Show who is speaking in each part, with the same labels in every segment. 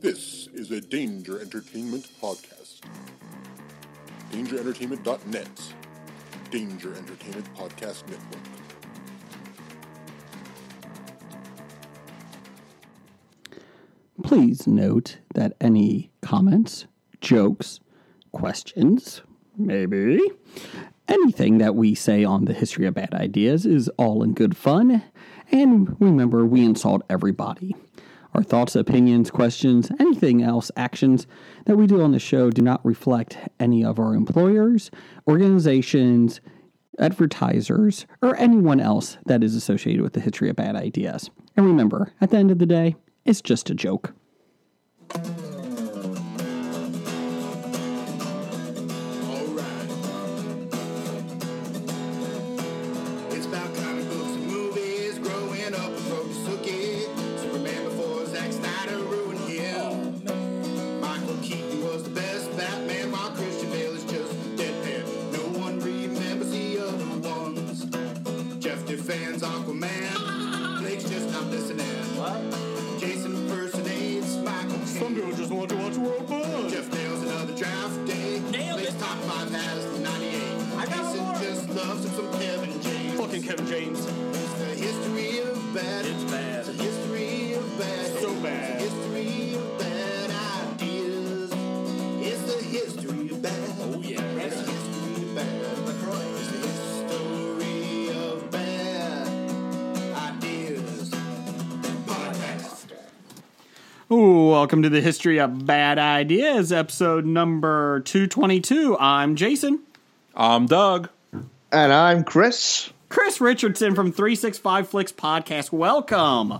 Speaker 1: This is a Danger Entertainment podcast. DangerEntertainment.net. Danger Entertainment Podcast Network.
Speaker 2: Please note that any comments, jokes, questions, maybe anything that we say on the history of bad ideas is all in good fun. And remember, we insult everybody. Our thoughts, opinions, questions, anything else, actions that we do on the show do not reflect any of our employers, organizations, advertisers, or anyone else that is associated with the history of bad ideas. And remember, at the end of the day, it's just a joke.
Speaker 3: All right. It's about comic books and movies. Growing up, we broke took it. Superman before Zack Snyder ruined him. Michael Keaton was the best Batman, while Christian Bale is just deadpan. No one remembers the other ones. Jeff defends Aquaman. Blake's just not listening. Jason impersonates Michael Keaton.
Speaker 4: just want to watch World Buzz.
Speaker 3: Jeff nails another draft day.
Speaker 4: Nailed
Speaker 3: Makes
Speaker 4: it.
Speaker 3: top five has 98.
Speaker 4: I got
Speaker 3: Mason
Speaker 4: one more.
Speaker 3: just loves him some Kevin James.
Speaker 4: Fucking Kevin James.
Speaker 3: It's the history of bad.
Speaker 4: It's bad.
Speaker 3: It's the history of bad.
Speaker 4: So bad.
Speaker 3: It's the history of bad ideas. It's the history of bad.
Speaker 4: Oh, yeah.
Speaker 3: It's the history of bad. It's the history of bad ideas. Podcast.
Speaker 2: Ooh, welcome to the History of Bad Ideas, episode number 222. I'm Jason.
Speaker 5: I'm Doug.
Speaker 6: And I'm Chris.
Speaker 2: Chris Richardson from 365 Flicks Podcast. Welcome.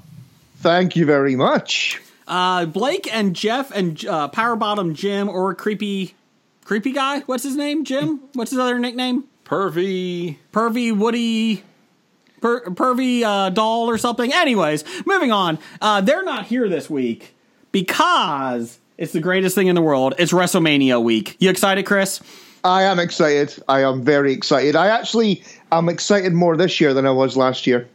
Speaker 6: Thank you very much.
Speaker 2: Uh, Blake and Jeff and uh, Power Bottom Jim or creepy, creepy guy. What's his name? Jim. What's his other nickname?
Speaker 5: Pervy.
Speaker 2: Pervy Woody, per, Pervy uh, Doll or something. Anyways, moving on. Uh, they're not here this week because it's the greatest thing in the world. It's WrestleMania week. You excited, Chris?
Speaker 6: I am excited. I am very excited. I actually am excited more this year than I was last year.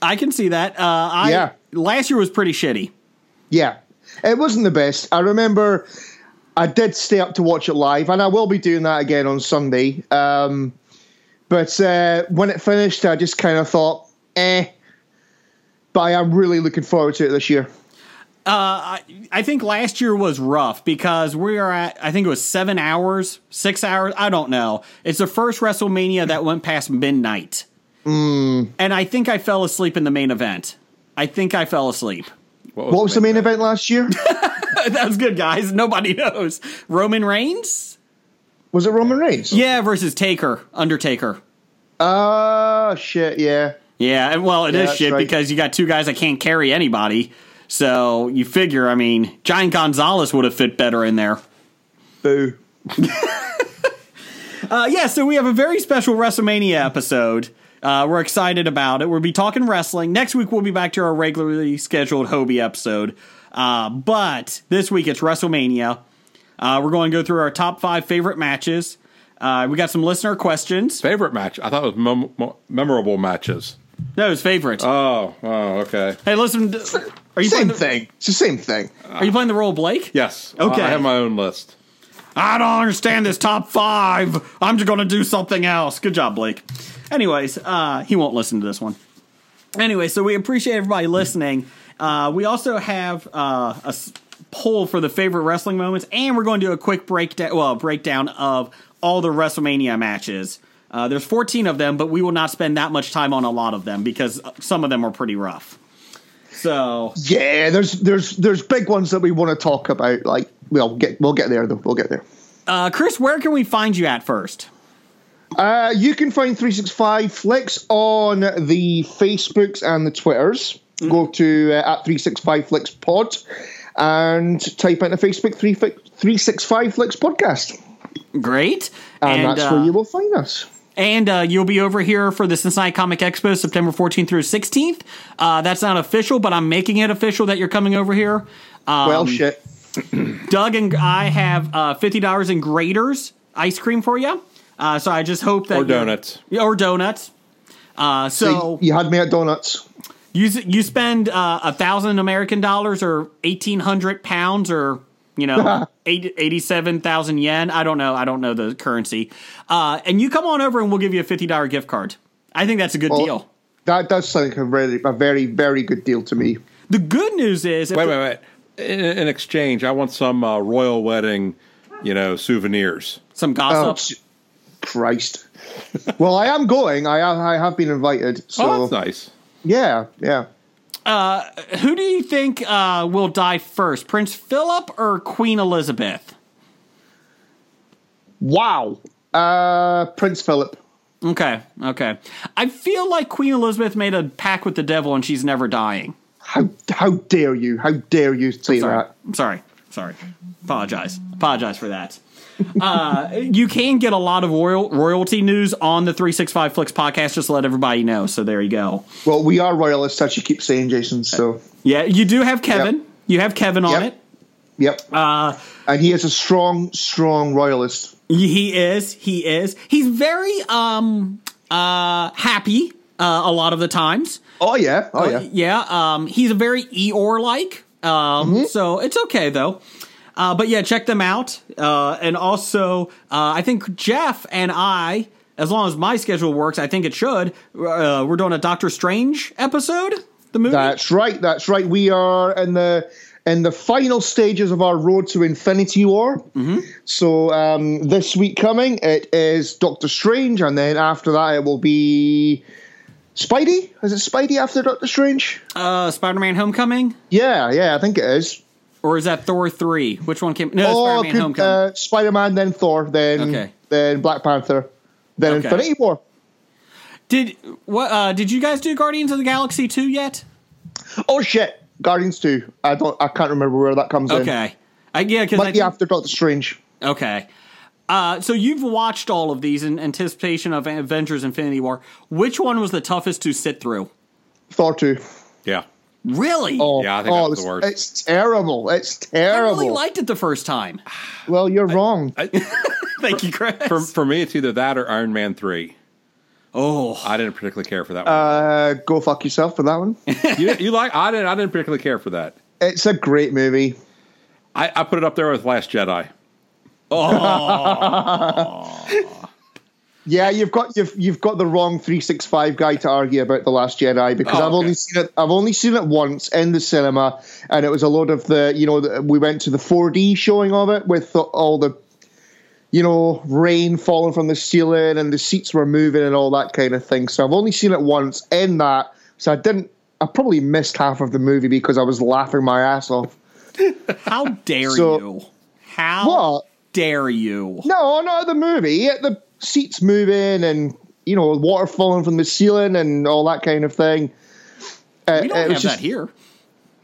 Speaker 2: I can see that. Uh, I
Speaker 6: Yeah.
Speaker 2: last year was pretty shitty.
Speaker 6: Yeah. It wasn't the best. I remember I did stay up to watch it live, and I will be doing that again on Sunday. Um, but uh, when it finished, I just kind of thought, eh. But I am really looking forward to it this year.
Speaker 2: I think last year was rough because we are at I think it was seven hours, six hours. I don't know. It's the first WrestleMania that went past midnight, and I think I fell asleep in the main event. I think I fell asleep.
Speaker 6: What was the main event last year?
Speaker 2: that was good, guys. Nobody knows. Roman Reigns?
Speaker 6: was it Roman Reigns?
Speaker 2: Yeah, versus Taker, Undertaker.
Speaker 6: Ah, shit, yeah.
Speaker 2: Yeah, and well, it is
Speaker 6: Yeah, that's
Speaker 2: shit
Speaker 6: right.
Speaker 2: because you got two guys that can't carry anybody. So you figure, I mean, Giant Gonzalez would have fit better in there.
Speaker 6: Boo.
Speaker 2: Uh, yeah, so we have a very special WrestleMania episode. Uh, we're excited about it. We'll be talking wrestling. Next week, we'll be back to our regularly scheduled Hobie episode. Uh, but this week, it's WrestleMania. Uh, we're going to go through our top five favorite matches. Uh, we got some listener questions.
Speaker 5: Favorite match? I thought it was mem- mo- memorable matches.
Speaker 2: No, it's favorite.
Speaker 5: Oh, oh, okay.
Speaker 2: hey, listen, d- are you playing
Speaker 6: Uh, Same
Speaker 2: the,
Speaker 6: thing. It's the same thing.
Speaker 2: Are you playing the role of Blake?
Speaker 5: Yes.
Speaker 2: Okay.
Speaker 5: I, I have my own list.
Speaker 2: I don't understand this top five. I'm just gonna do something else. Good job, Blake. Anyways, uh, he won't listen to this one. Anyway, so we appreciate everybody listening. Uh, we also have uh, a s- poll for the favorite wrestling moments, and we're going to do a quick breakdown. Well, breakdown of all the WrestleMania matches. Uh, there's 14 of them, but we will not spend that much time on a lot of them because uh, some of them are pretty rough. So
Speaker 6: Yeah, there's there's there's big ones that we want to talk about. Like we'll get we'll get there though. We'll get there.
Speaker 2: Uh, Chris, where can we find you at first?
Speaker 6: Uh, you can find 365 Flicks on the Facebooks and the Twitters. Go to uh, at 365 Flicks Pod and type into Facebook 3, 365 Flicks Podcast.
Speaker 2: Great,
Speaker 6: And, that's where
Speaker 2: uh,
Speaker 6: you will find us.
Speaker 2: And uh, you'll be over here for the Cincinnati Comic Expo September 14th through 16th. Uh, that's not official, but I'm making it official that you're coming over here.
Speaker 6: well, shit.
Speaker 2: Doug and I have uh, $50 in graders ice cream for you. Uh, so I just hope that.
Speaker 5: Or
Speaker 2: you're-
Speaker 5: donuts.
Speaker 2: Yeah, Or donuts. Uh, so
Speaker 6: you had me at donuts.
Speaker 7: You s- you spend uh, a thousand American dollars or eighteen hundred pounds or you know eight, eighty-seven thousand yen. I don't know. I don't know the currency. Uh, and you come on over and we'll give you a fifty dollar gift card. I think that's a good deal.
Speaker 6: That does sound like a very, a very, very good deal to me.
Speaker 7: The good news is, if
Speaker 5: Wait,
Speaker 7: the-
Speaker 5: wait, wait. In, in exchange, I want some uh, royal wedding, you know, souvenirs.
Speaker 7: some
Speaker 6: Oh,
Speaker 7: gossip.
Speaker 6: j- Christ. well, I am going. I have, I have been invited. So
Speaker 5: oh, that's nice.
Speaker 6: yeah, yeah.
Speaker 7: Who do you think uh, will die first, Prince Philip or Queen Elizabeth?
Speaker 6: Wow. Uh, Prince Philip.
Speaker 7: Okay, okay. I feel like Queen Elizabeth made a pact with the devil and she's never dying.
Speaker 6: How how dare you? How dare you say
Speaker 7: Sorry.
Speaker 6: that?
Speaker 7: I'm sorry. Sorry. Apologize. Apologize for that. uh, you can get a lot of royal, royalty news on the 365 Flicks podcast, just to let everybody know. So there you go.
Speaker 6: Well, we are royalists, as you keep saying, Jason. So,
Speaker 7: Yeah, you do have Kevin.
Speaker 6: Yep.
Speaker 7: You have Kevin
Speaker 6: Yep.
Speaker 7: on it.
Speaker 6: yep. Uh, and he is a strong, strong royalist.
Speaker 7: He is. He is. He's very um uh happy uh, a lot of the times.
Speaker 6: Oh yeah, oh yeah.
Speaker 7: Yeah, um, he's a very Eeyore like. Um, So it's okay though. Uh, but yeah, check them out. Uh, and also, uh, I think Jeff and I, as long as my schedule works, I think it should. Uh, we're doing a Doctor Strange episode. The movie.
Speaker 6: That's right. That's right. We are in the in the final stages of our road to Infinity War. Mm-hmm. So um, this week coming, it is Doctor Strange, and then after that, it will be Spidey. Is it Spidey after Doctor Strange?
Speaker 7: uh, Spider-Man: Homecoming,
Speaker 6: Yeah, yeah, I think it is.
Speaker 7: or is that Thor three? Which one came? No, Spider-Man:
Speaker 6: good,
Speaker 7: Homecoming.
Speaker 6: Uh, Spider-Man, then Thor, then
Speaker 7: Okay.
Speaker 6: then Black Panther, then
Speaker 7: Okay.
Speaker 6: Infinity War.
Speaker 7: did what? Uh, did you guys do Guardians of the Galaxy two yet?
Speaker 6: Oh shit, Guardians Two. I don't. I can't remember where that comes in.
Speaker 7: Okay. I, yeah, because I
Speaker 6: might
Speaker 7: think
Speaker 6: be after Doctor Strange.
Speaker 7: Okay. Uh, so you've watched all of these in anticipation of Avengers Infinity War. Which one was the toughest to sit through?
Speaker 6: Thor Two.
Speaker 5: Yeah.
Speaker 7: Really?
Speaker 6: Oh,
Speaker 5: Yeah, I think
Speaker 6: oh,
Speaker 5: that was
Speaker 6: it's,
Speaker 5: the worst.
Speaker 6: It's terrible. It's
Speaker 7: I
Speaker 6: terrible.
Speaker 7: really liked it the first time.
Speaker 6: well, you're wrong.
Speaker 5: I,
Speaker 7: Thank you, Chris.
Speaker 5: for, for me, it's either that or Iron Man 3.
Speaker 7: oh,
Speaker 5: I didn't particularly care for that one.
Speaker 6: uh, go fuck yourself for that one.
Speaker 5: you, you like? I didn't. I didn't particularly care for that.
Speaker 6: it's a great movie.
Speaker 5: I, I put it up there with Last Jedi.
Speaker 6: Yeah, you've got you've you've got the wrong three six five guy to argue about the Last Jedi because
Speaker 5: Oh,
Speaker 6: I've only
Speaker 5: okay.
Speaker 6: seen it I've only seen it once in the cinema, and it was a lot of the you know the, we went to the four D showing of it with the, all the you know rain falling from the ceiling and the seats were moving and all that kind of thing. So I've only seen it once in that, so I didn't I probably missed half of the movie because I was laughing my ass off.
Speaker 7: how dare
Speaker 6: So-
Speaker 7: you? How
Speaker 6: What?
Speaker 7: dare you?
Speaker 6: No, not at the movie. At the seats moving and you know water falling from the ceiling and all that kind of thing. Uh,
Speaker 7: we don't
Speaker 6: it
Speaker 7: have
Speaker 6: was just-
Speaker 7: that here.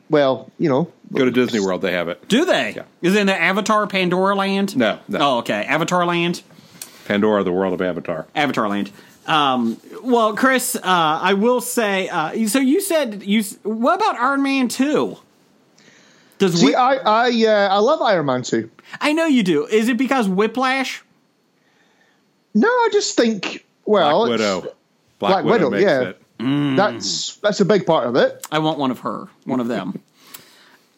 Speaker 6: Well, you know,
Speaker 5: Go to Disney World; they have it.
Speaker 7: Do they?
Speaker 5: Yeah.
Speaker 7: Is it in the Avatar Pandora Land?
Speaker 5: No, no.
Speaker 7: Oh, okay. Avatar Land?
Speaker 5: Pandora, the world of Avatar.
Speaker 7: Avatar Land. Um, well, Chris, uh, I will say. Uh, so you said you. s- What about Iron Man Two? Does
Speaker 6: see,
Speaker 7: Whip-
Speaker 6: I I uh, I love Iron Man too.
Speaker 7: I know you do. Is it because Whiplash?
Speaker 6: No, I just think
Speaker 5: Black
Speaker 6: well, Oh, it's-
Speaker 5: Widow.
Speaker 6: Black Widow, yeah. That's that's a big part of it.
Speaker 7: I want one of her, one of them.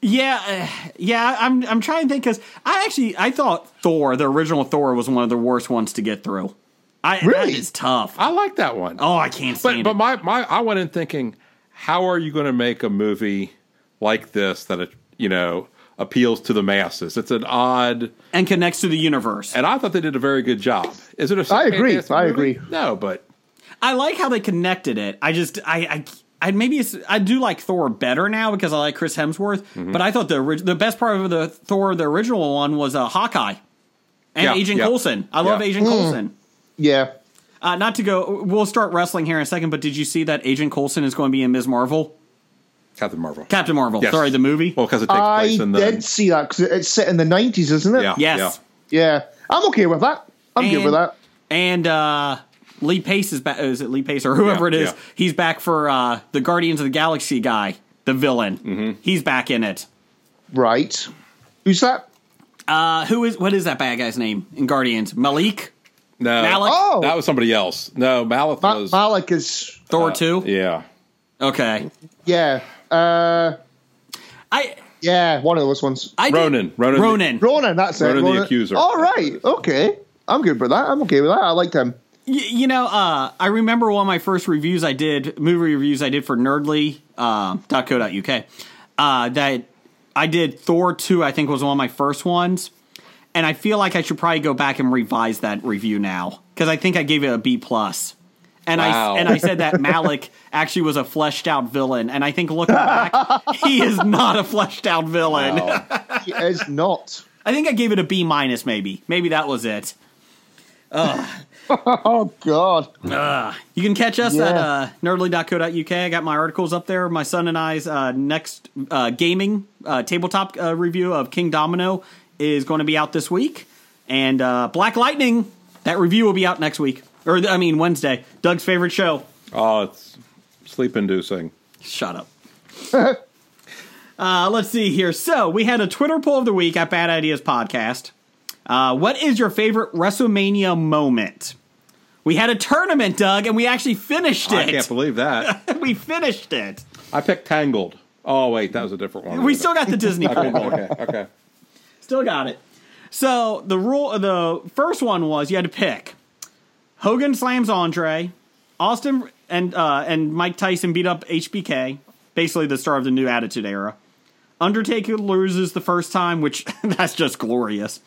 Speaker 7: yeah, uh, yeah. I'm I'm trying to think because I actually I thought Thor, the original Thor, was one of the worst ones to get through. I that
Speaker 6: Really?
Speaker 7: is tough.
Speaker 5: I like that one.
Speaker 7: oh, I can't
Speaker 5: but
Speaker 7: stand
Speaker 5: but
Speaker 7: it.
Speaker 5: my, my I went in thinking, how are you going to make a movie like this that it, you know appeals to the masses? It's an odd,
Speaker 7: and connects to the universe.
Speaker 5: and I thought they did a very good job. Is it a
Speaker 6: I agree,
Speaker 5: fantastic
Speaker 6: I
Speaker 5: movie?
Speaker 6: agree.
Speaker 5: No, but
Speaker 7: I like how they connected it. I just I I, I maybe it's, I do like Thor better now because I like Chris Hemsworth.
Speaker 5: Mm-hmm.
Speaker 7: But I thought the orig- the best part of the Thor the original one was uh, Hawkeye and
Speaker 5: Yeah,
Speaker 7: Agent
Speaker 5: yeah.
Speaker 7: Coulson. I love
Speaker 5: Yeah. Mm.
Speaker 7: Agent Coulson.
Speaker 6: Yeah.
Speaker 7: Uh, not to go, we'll start wrestling here in a second. But did you see that Agent Coulson is going to be in Ms. Marvel,
Speaker 5: Captain Marvel.
Speaker 7: Captain Marvel?
Speaker 5: Yes.
Speaker 7: Sorry, the movie.
Speaker 5: Well, because it takes
Speaker 6: I
Speaker 5: place in the
Speaker 6: did see that because it's set in the nineties, isn't it?
Speaker 5: yeah
Speaker 7: yes,
Speaker 5: yeah.
Speaker 6: Yeah. I'm okay with that. I'm good
Speaker 7: And-
Speaker 6: with that.
Speaker 7: and uh, Lee Pace is back. Is it Lee Pace or whoever
Speaker 5: Yeah,
Speaker 7: it is?
Speaker 5: yeah.
Speaker 7: He's back for uh, the Guardians of the Galaxy guy, the villain.
Speaker 5: Mm-hmm.
Speaker 7: He's back in it.
Speaker 6: Right. Who's that?
Speaker 7: Uh, who is what is that bad guy's name in Guardians? Malik,
Speaker 5: No,
Speaker 7: Malik,
Speaker 6: Oh,
Speaker 5: that was somebody else. No, Malith
Speaker 6: Ma-
Speaker 5: was
Speaker 6: Malik is
Speaker 7: Thor two.
Speaker 5: Uh, yeah.
Speaker 7: Okay.
Speaker 6: Yeah. Uh,
Speaker 7: I
Speaker 6: yeah, one of those ones.
Speaker 7: I did-
Speaker 5: Ronan, Ronan the-
Speaker 7: Ronan.
Speaker 6: Ronan, that's it.
Speaker 5: Ronan the Accuser.
Speaker 6: All right. Okay. I'm good with that. I'm okay with that. I liked him.
Speaker 7: Y- you know, uh, I remember one of my first reviews I did, movie reviews I did for Nerdly uh, .co.uk. Uh, that I did Thor two, I think was one of my first ones, and I feel like I should probably go back and revise that review now because I think I gave it a B plus. And
Speaker 5: Wow.
Speaker 7: I and I said that Malik actually was a fleshed out villain, and I think looking back, he is not a fleshed out villain.
Speaker 6: He is not.
Speaker 7: I think I gave it a B minus, maybe. Maybe that was it.
Speaker 6: Oh God.
Speaker 7: You can catch us at
Speaker 6: Yeah.
Speaker 7: uh, nerdly.co.uk. I got my articles up there. My son and I's uh, next uh, gaming uh, tabletop uh, review of King Domino is going to be out this week. And uh, Black Lightning, that review will be out next week. Or, I mean, Wednesday. Doug's favorite show.
Speaker 5: Oh, it's sleep inducing.
Speaker 7: Shut up. uh, let's see here. So we had a Twitter poll of the week at Bad Ideas Podcast. Uh, what is your favorite WrestleMania moment? We had a tournament, Doug, and we actually finished it.
Speaker 5: I can't believe that.
Speaker 7: we finished it.
Speaker 5: I picked Tangled. Oh wait, that was a different one.
Speaker 7: We still got the Disney
Speaker 5: okay,
Speaker 7: poll.
Speaker 5: okay, okay.
Speaker 7: Still got it. So the rule, the first one was you had to pick. Hogan slams Andre. Austin and uh, and Mike Tyson beat up HBK, basically the star of the new Attitude Era. Undertaker loses the first time, which that's just glorious.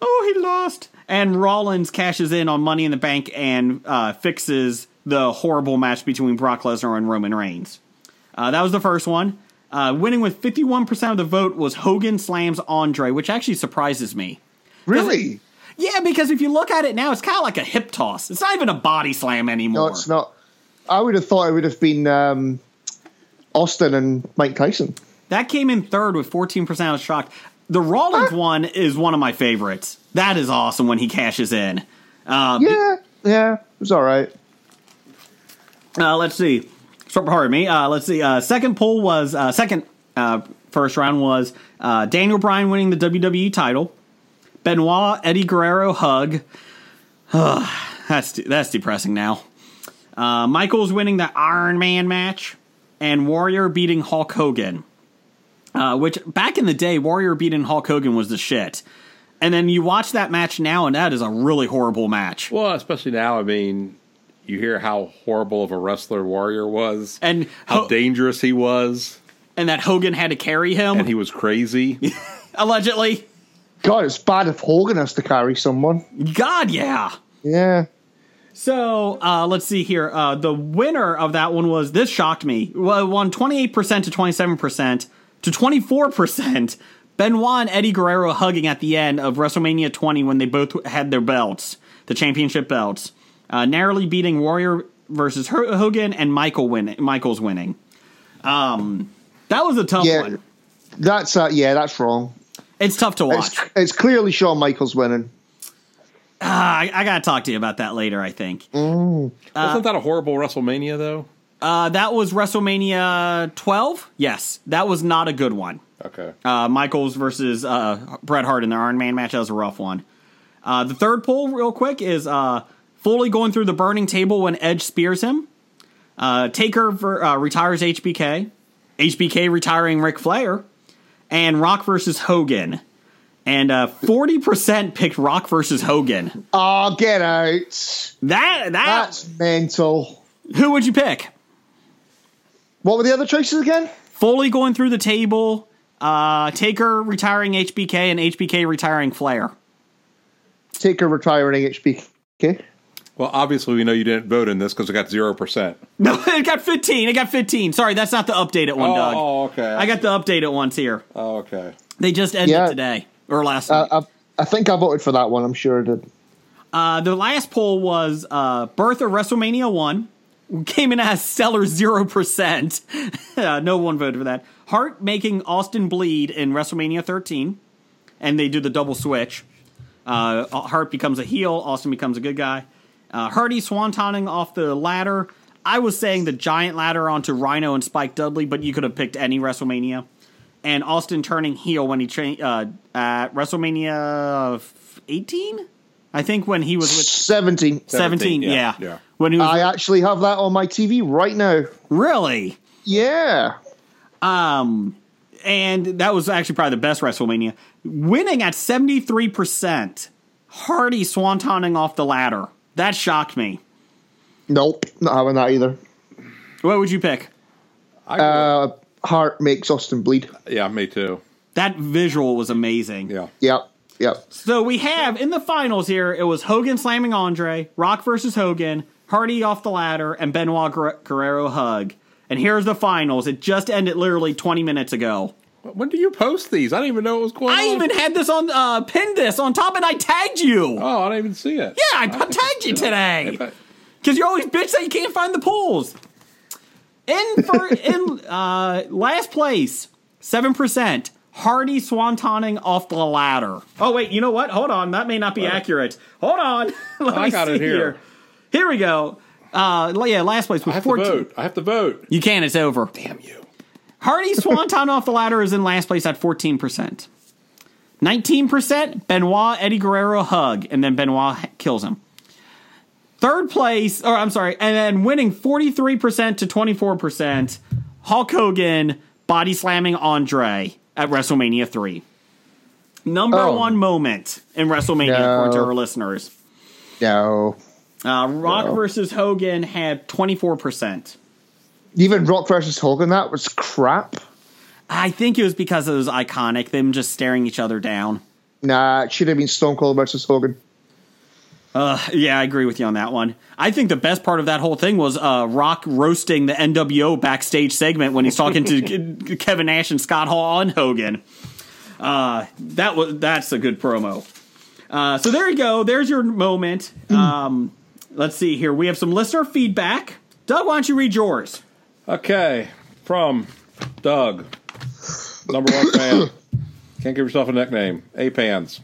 Speaker 7: Oh, he lost. And Rollins cashes in on Money in the Bank and uh, fixes the horrible match between Brock Lesnar and Roman Reigns. Uh, that was the first one. Uh, winning with 51% of the vote was Hogan slams Andre, which actually surprises me.
Speaker 6: Really?
Speaker 7: Yeah, because if you look at it now, it's kind of like a hip toss. It's not even a body slam anymore.
Speaker 6: No, it's not. I would have thought it would have been um, Austin and Mike Tyson.
Speaker 7: That came in third with 14%. I was shocked. The Rollins one is one of my favorites. That is awesome when he cashes in. Uh,
Speaker 6: Yeah. Yeah. It was all right.
Speaker 7: Uh, let's see. So, pardon me. Uh, let's see. Uh, second poll was uh, second. Uh, first round was uh, Daniel Bryan winning the WWE title. Benoit Eddie Guerrero hug. that's that's depressing now. Uh, Michaels winning the Iron Man match, and Warrior beating Hulk Hogan. Uh, which back in the day, Warrior beating Hulk Hogan was the shit. And then you watch that match now, and that is a really horrible match.
Speaker 5: Well, especially now. I mean, you hear how horrible of a wrestler Warrior was,
Speaker 7: And
Speaker 5: how
Speaker 7: Ho-
Speaker 5: dangerous he was,
Speaker 7: and that Hogan had to carry him
Speaker 5: and he was crazy.
Speaker 7: allegedly.
Speaker 6: God, it's bad if Hogan has to carry someone.
Speaker 7: God, yeah.
Speaker 6: Yeah.
Speaker 7: So uh, let's see here. Uh, the winner of that one was this shocked me. Well, it won twenty eight percent to twenty seven percent to twenty four percent. Benoit and Eddie Guerrero hugging at the end of WrestleMania twenty when they both had their belts, the championship belts, uh, narrowly beating Warrior versus Ho- Hogan and Michael winning. Michael's winning. Um, that was a tough
Speaker 6: Yeah.
Speaker 7: one.
Speaker 6: That's uh, yeah. That's wrong.
Speaker 7: It's tough to watch.
Speaker 6: It's, it's clearly Shawn Michaels winning.
Speaker 7: I, I gotta talk to you about that later. I think.
Speaker 5: Wasn't that a horrible WrestleMania though?
Speaker 7: Uh, that was WrestleMania 12. Yes, that was not a good one.
Speaker 5: Okay.
Speaker 7: Uh, Michaels versus uh, Bret Hart in the Iron Man match. That was a rough one. Uh, the third poll, real quick, is uh, Foley going through the burning table when Edge spears him. Uh, Taker ver- uh, retires HBK. HBK retiring Ric Flair. And Rock versus Hogan. And uh, 40% picked Rock versus Hogan.
Speaker 6: Oh, get out.
Speaker 7: That, that,
Speaker 6: That's mental.
Speaker 7: who would you pick?
Speaker 6: What were the other choices again?
Speaker 7: Foley going through the table, uh, Taker retiring HBK, and HBK retiring Flair.
Speaker 6: Taker retiring HBK.
Speaker 5: Well, obviously we know you didn't vote in this because it got zero percent.
Speaker 7: No, it got 15. It got 15. Sorry, that's not the updated one, Doug.
Speaker 5: Oh, okay.
Speaker 7: I got the updated ones here.
Speaker 5: Oh, okay.
Speaker 7: They just ended
Speaker 6: Yeah.
Speaker 7: today or last
Speaker 6: Uh,
Speaker 7: night.
Speaker 6: I, I think I voted for that one. I'm sure I did.
Speaker 7: Uh, the last poll was uh, Birth of WrestleMania 1. Came in as seller 0%. uh, no one voted for that. Hart making Austin bleed in WrestleMania 13. And they do the double switch. Uh, Hart becomes a heel. Austin becomes a good guy. Uh, Hardy swantoning off the ladder. I was saying the giant ladder onto Rhino and Spike Dudley, but you could have picked any WrestleMania. And Austin turning heel when he trained uh, at WrestleMania 18, I think when he was with
Speaker 6: 17.
Speaker 7: 17,
Speaker 5: yeah,
Speaker 7: yeah.
Speaker 5: yeah.
Speaker 7: when he was
Speaker 6: I actually have that on my TV right now.
Speaker 7: really.
Speaker 6: Yeah.
Speaker 7: Um, and that was actually probably the best WrestleMania, winning at seventy three percent. Hardy swantoning off the ladder that shocked me.
Speaker 6: Nope, not having that either.
Speaker 7: What would you pick?
Speaker 5: I,
Speaker 6: Heart makes Austin bleed.
Speaker 5: yeah, me too.
Speaker 7: That visual was amazing.
Speaker 5: Yeah.
Speaker 6: Yep, yep.
Speaker 7: So we have in the finals here, it was Hogan slamming Andre, Rock versus Hogan, Hardy off the ladder, and Benoit Guer- Guerrero hug. And here's the finals. It just ended literally 20 minutes ago.
Speaker 5: When do you post these? I didn't even know what was going
Speaker 7: I
Speaker 5: on.
Speaker 7: even had this on, uh, pinned this on top, and I tagged you.
Speaker 5: oh, I didn't even see it.
Speaker 7: yeah, I, I tagged you today.
Speaker 5: But-
Speaker 7: Because you're always bitch that you can't find the pools. In for in uh, last place, seven percent. Hardy swantoning off the ladder. Oh wait, you know what? Hold on, that may not be accurate. Hold on, Let
Speaker 5: I
Speaker 7: me
Speaker 5: got
Speaker 7: see
Speaker 5: it here.
Speaker 7: Here we go. Uh, yeah, last place
Speaker 5: I
Speaker 7: was
Speaker 5: have to
Speaker 7: fourteen.
Speaker 5: vote. I have to vote.
Speaker 7: You can. It's over.
Speaker 5: Damn you.
Speaker 7: Hardy Swanton off the ladder is in last place at 14%. 19%, Benoit Eddie Guerrero hug, and then Benoit h- kills him. Third place, or I'm sorry, and then winning 43% to 24%, Hulk Hogan body slamming Andre at WrestleMania 3. Number
Speaker 6: Oh.
Speaker 7: one moment in WrestleMania, according to
Speaker 6: No.
Speaker 7: our listeners.
Speaker 6: No.
Speaker 7: Uh, Rock
Speaker 6: No.
Speaker 7: versus Hogan had 24%.
Speaker 6: Even Rock versus Hogan, that was crap.
Speaker 7: I think it was because it was iconic, them just staring each other down.
Speaker 6: Nah, it should have been Stone Cold versus Hogan.
Speaker 7: Yeah, I agree with you on that one. I think the best part of that whole thing was uh, Rock roasting the NWO backstage segment when he's talking to Ke- Kevin Nash and Scott Hall and Hogan. Uh, that was that's a good promo. Uh, so there you go. There's your moment. Um, let's see here. We have some listener feedback. Doug, why don't you read yours?
Speaker 5: Okay, from Doug, number one fan. Can't give yourself a nickname. A pans.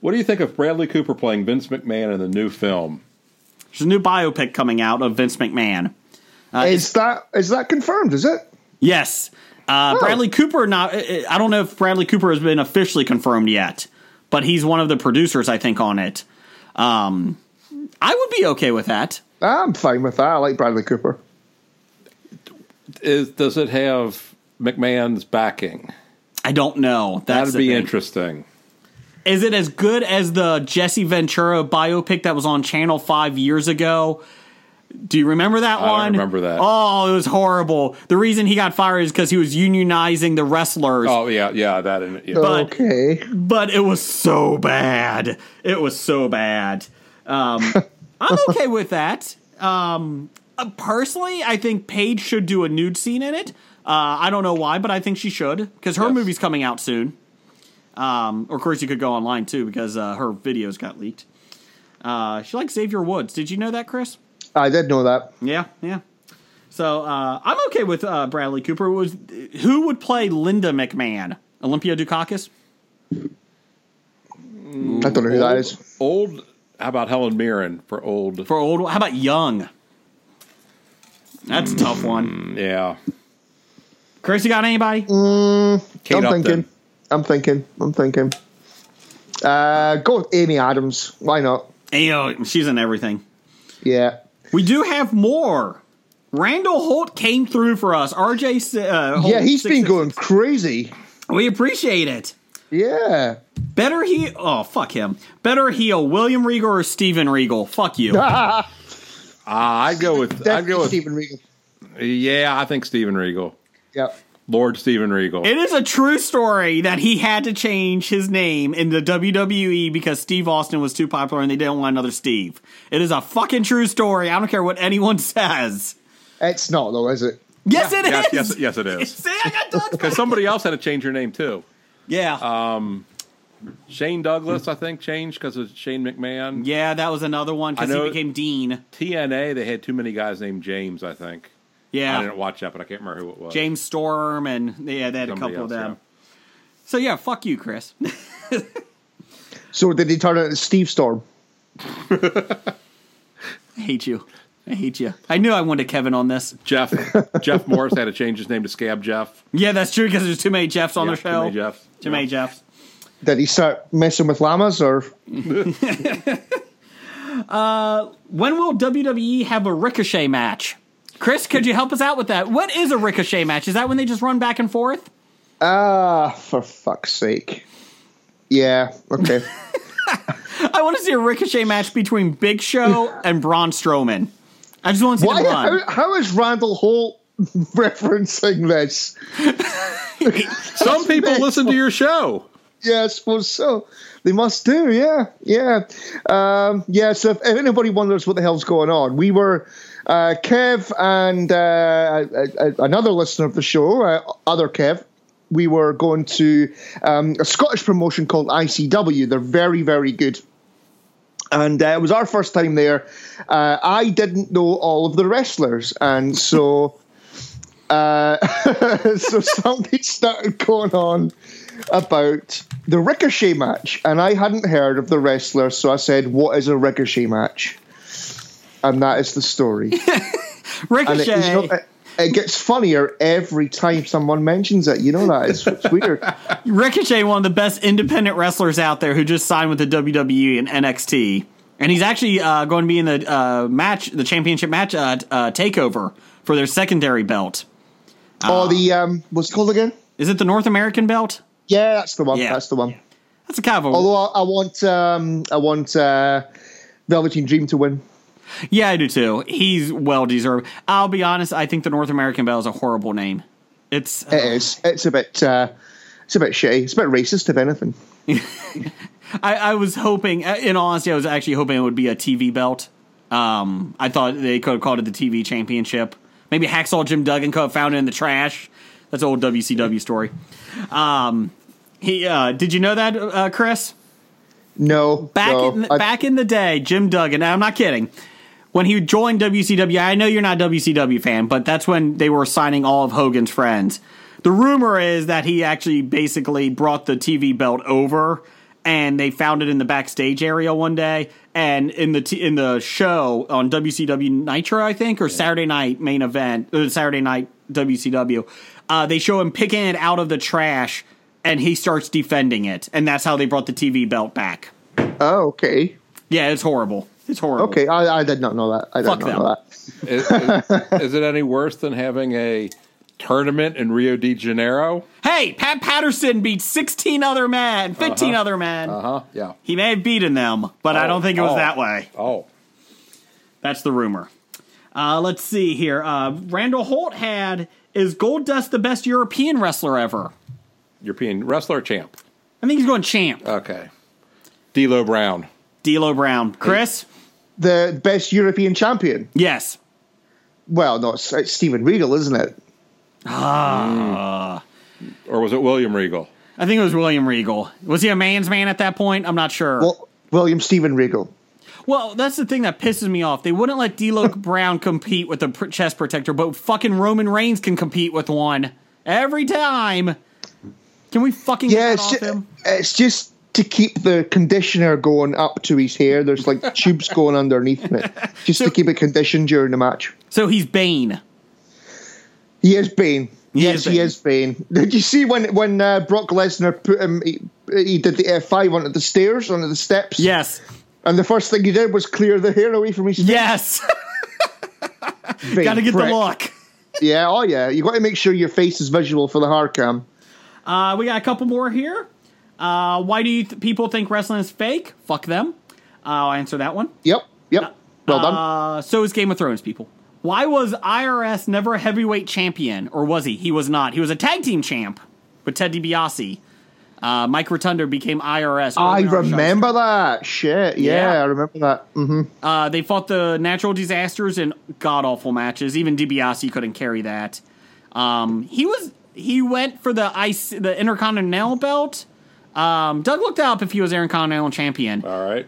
Speaker 5: What do you think of Bradley Cooper playing Vince McMahon in the new film?
Speaker 7: There's a new biopic coming out of Vince McMahon.
Speaker 6: is that is that confirmed? Is it?
Speaker 7: Yes. Uh,
Speaker 6: Oh.
Speaker 7: Bradley Cooper, not, I I don't know if Bradley Cooper has been officially confirmed yet, but he's one of the producers, I think, on it. Um, I would be okay with that.
Speaker 6: I'm fine with that. I like Bradley Cooper.
Speaker 5: Is does it have McMahon's backing?
Speaker 7: I don't know. That's
Speaker 5: That'd be
Speaker 7: interesting.
Speaker 5: interesting.
Speaker 7: Is it as good as the Jesse Ventura biopic that was on Channel 5 years ago? Do you remember that
Speaker 5: don't
Speaker 7: one?
Speaker 5: remember that.
Speaker 7: Oh, it was horrible. The reason he got fired is because he was unionizing the wrestlers.
Speaker 5: Oh yeah, yeah, that. and- Yeah.
Speaker 7: But-
Speaker 6: okay.
Speaker 7: but it was so bad. It was so bad. Um, I'm okay with that. Um, uh, personally, I think Paige should do a nude scene in it. Uh, I don't know why, but I think she should because her
Speaker 5: Yes.
Speaker 7: movie's coming out soon. Um, of course, you could go online too because uh, her videos got leaked. Uh, she likes Xavier Woods. Did you know that, Chris?
Speaker 6: I did know that.
Speaker 7: Yeah, yeah. So uh, I'm okay with uh, Bradley Cooper. Was who would play Linda McMahon? Olympia Dukakis.
Speaker 6: I don't know who that is.
Speaker 5: old. How about Helen Mirren for old?
Speaker 7: For old, how about young? That's a tough one.
Speaker 5: yeah.
Speaker 7: Chris, you got anybody?
Speaker 5: Kate
Speaker 6: I'm
Speaker 5: Upton.
Speaker 6: thinking. I'm thinking. I'm thinking. Uh, go with Amy Adams. Why not?
Speaker 7: Ayo, she's in everything.
Speaker 6: Yeah.
Speaker 7: We do have more. Randall Holt came through for us. RJ, s- uh, Holt,
Speaker 6: Yeah, he's
Speaker 7: six-
Speaker 6: been going crazy.
Speaker 7: We appreciate it.
Speaker 6: Yeah.
Speaker 7: Better he. Oh fuck him. Better heel William Regal or Steven Regal. Fuck you.
Speaker 5: Ah, I'd go with. I'd
Speaker 6: Definitely
Speaker 5: go with.
Speaker 6: Steven Regal.
Speaker 5: Yeah, I think Steven Regal,
Speaker 6: Yep.
Speaker 5: Lord Steven Regal.
Speaker 7: It is a true story that he had to change his name in the WWE because Steve Austin was too popular and they didn't want another Steve. It is a fucking true story. I don't care what anyone says.
Speaker 6: It's not though, is it?
Speaker 7: Yes, it is.
Speaker 5: yes, yes, yes, it is.
Speaker 7: See, I got Doug's
Speaker 5: Because somebody else had to change her name too.
Speaker 7: Yeah.
Speaker 5: Uh, Shane Douglas, I think, changed because of Shane McMahon.
Speaker 7: yeah, that was another one because
Speaker 5: I
Speaker 7: he
Speaker 5: know-
Speaker 7: became Dean.
Speaker 5: TNA, they had too many guys named James, I think. I
Speaker 7: Yeah.
Speaker 5: didn't watch that, but I can't remember who it was.
Speaker 7: James Storm and yeah, they had
Speaker 5: Somebody
Speaker 7: a couple of
Speaker 5: else,
Speaker 7: them. So yeah, fuck you, Chris.
Speaker 6: So did he turn it into Steve Storm?
Speaker 7: I hate you. I hate you. I knew I wanted Kevin on this.
Speaker 5: Jeff Jeff Morris had to change his name to Scab Jeff.
Speaker 7: Yeah, that's true because there's too many Jeffs on
Speaker 5: Yeah,
Speaker 7: the show.
Speaker 5: Too many Jeffs.
Speaker 7: Too many Jeffs.
Speaker 6: Did he start messing with llamas or
Speaker 7: When will WWE have a Ricochet match? Chris, could you help us out with that? What is a Ricochet match? Is that when they just run back and forth?
Speaker 6: Ah, for fuck's sake. Yeah, okay.
Speaker 7: I want to see a Ricochet match between Big Show and Braun Strowman. I just want to see
Speaker 6: Why,
Speaker 7: them run.
Speaker 6: how, how is Randall Holt referencing this?
Speaker 5: Some people listen to your show.
Speaker 6: Yeah, I suppose so. They must do. Yeah, yeah, um, yeah. So if anybody wonders what the hell's going on, we were uh, Kev and uh, a- a- another listener of the show, uh, other Kev. We were going to um, a Scottish promotion called ICW. They're very, very good. And uh, it was our first time there. Uh, I didn't know all of the wrestlers, and so uh, so something started going on about the Ricochet match, and I hadn't heard of the wrestler, so I said, "What is a Ricochet match?" And that is the story. And it,
Speaker 7: Ricochet.
Speaker 6: you know, it, it gets funnier every time someone mentions it. You know that it's, it's weird.
Speaker 7: Ricochet, one of the best independent wrestlers out there who just signed with the WWE and NXT. And he's actually uh, going to be in the uh, match, the championship match uh, t- uh, takeover for their secondary belt.
Speaker 6: oh,
Speaker 7: Ah.
Speaker 6: the um, what's it called again?
Speaker 7: Is it the North American belt?
Speaker 6: Yeah, that's the one.
Speaker 7: Yeah.
Speaker 6: That's the one.
Speaker 7: That's a kind of a-
Speaker 6: Although I, I want, um, I want uh, Velveteen Dream to win.
Speaker 7: yeah, I do too. He's well deserved. I'll be honest. I think the North American belt is a horrible name. It's
Speaker 6: It is. It's a bit. Uh, it's a bit shitty. It's a bit racist, if anything.
Speaker 7: I, I was hoping, uh, in all honesty, I was actually hoping it would be a TV belt. Um, I thought they could have called it the TV Championship. Maybe Hacksaw Jim Duggan could have found it in the trash. That's an old WCW story. Um, he uh, did you know that, uh, Chris?
Speaker 6: No,
Speaker 7: Back
Speaker 6: no,
Speaker 7: in the,
Speaker 6: I-
Speaker 7: back in the day, Jim Duggan. and I'm not kidding. When he joined WCW, I know you're not a WCW fan, but that's when they were signing all of Hogan's friends. The rumor is that he actually basically brought the TV belt over, and they found it in the backstage area one day. And in the t- in the show on WCW Nitro, I think, or Saturday Night Main Event, or Saturday Night WCW, uh, they show him picking it out of the trash, and he starts defending it, and that's how they brought the TV belt back.
Speaker 6: Oh, okay.
Speaker 7: Yeah, it's horrible. It's horrible.
Speaker 6: Okay, I, I did not know that. I did
Speaker 7: Fuck
Speaker 6: not
Speaker 7: them.
Speaker 6: know that.
Speaker 5: Is, is- is it any worse than having a tournament in Rio de Janeiro?
Speaker 7: Hey, Pat Patterson beat 16 other men, 15 other men.
Speaker 5: Huh? Yeah.
Speaker 7: He may have beaten them, but I don't think it was
Speaker 5: Uh-huh.
Speaker 7: that
Speaker 5: oh.
Speaker 7: way.
Speaker 5: Oh,
Speaker 7: That's the rumor. Uh, let's see here. Uh, Randall Holt had is Gold Dust the best European wrestler ever?
Speaker 5: European wrestler champ.
Speaker 7: I think he's going champ.
Speaker 5: Okay. D'Lo Brown.
Speaker 7: D'Lo Brown, Chris.
Speaker 6: The best European champion.
Speaker 7: Yes.
Speaker 6: Well, no, it's, it's Steven Regal, isn't it?
Speaker 5: Or was it William Regal?
Speaker 7: I think it was William Regal. Was he a man's man at that point? I'm not sure. Well,
Speaker 6: Well, William Steven Regal.
Speaker 7: that's the thing that pisses me off. They wouldn't let D'Lo Brown compete with a pr- chest protector, but fucking Roman Reigns can compete with one every time. Can we fucking
Speaker 6: Yeah,
Speaker 7: get that
Speaker 6: it's
Speaker 7: off
Speaker 6: just,
Speaker 7: him?
Speaker 6: it's just to keep the conditioner going up to his hair. There's like tubes going underneath it, just to keep it conditioned during the match.
Speaker 7: So he's Bane.
Speaker 6: He is Bane.
Speaker 7: He
Speaker 6: yes,
Speaker 7: is
Speaker 6: he
Speaker 7: Bane.
Speaker 6: is Bane. Did you see when when uh, Brock Lesnar put him? He, he did the F five onto the stairs, onto the steps.
Speaker 7: Yes.
Speaker 6: And the first thing he did was clear the hair away from his
Speaker 7: Yes.
Speaker 6: face.
Speaker 7: Got to get
Speaker 6: prick.
Speaker 7: the look.
Speaker 6: Yeah, oh yeah. You got to make sure your face is visual for the hard cam.
Speaker 7: Uh, we got a couple more here. Uh, why do you th- people think wrestling is fake? Fuck them. Uh, I'll answer that one.
Speaker 6: Yep, yep. Well done.
Speaker 7: Uh, so is Game of Thrones, people. Why was IRS never a heavyweight champion? Or was he? He was not. He was a tag team champ with Ted DiBiase. Uh, Mike Rotundo became IRS.
Speaker 6: I
Speaker 7: early on in the show.
Speaker 6: remember that shit. Yeah,
Speaker 7: Yeah.
Speaker 6: I remember that. hmm
Speaker 7: Uh, they fought the natural disasters in god awful matches. Even DiBiase couldn't carry that. Um, he was he went for the ice the Intercontinental belt. Um, Doug looked up if he was Intercontinental champion.
Speaker 5: All right.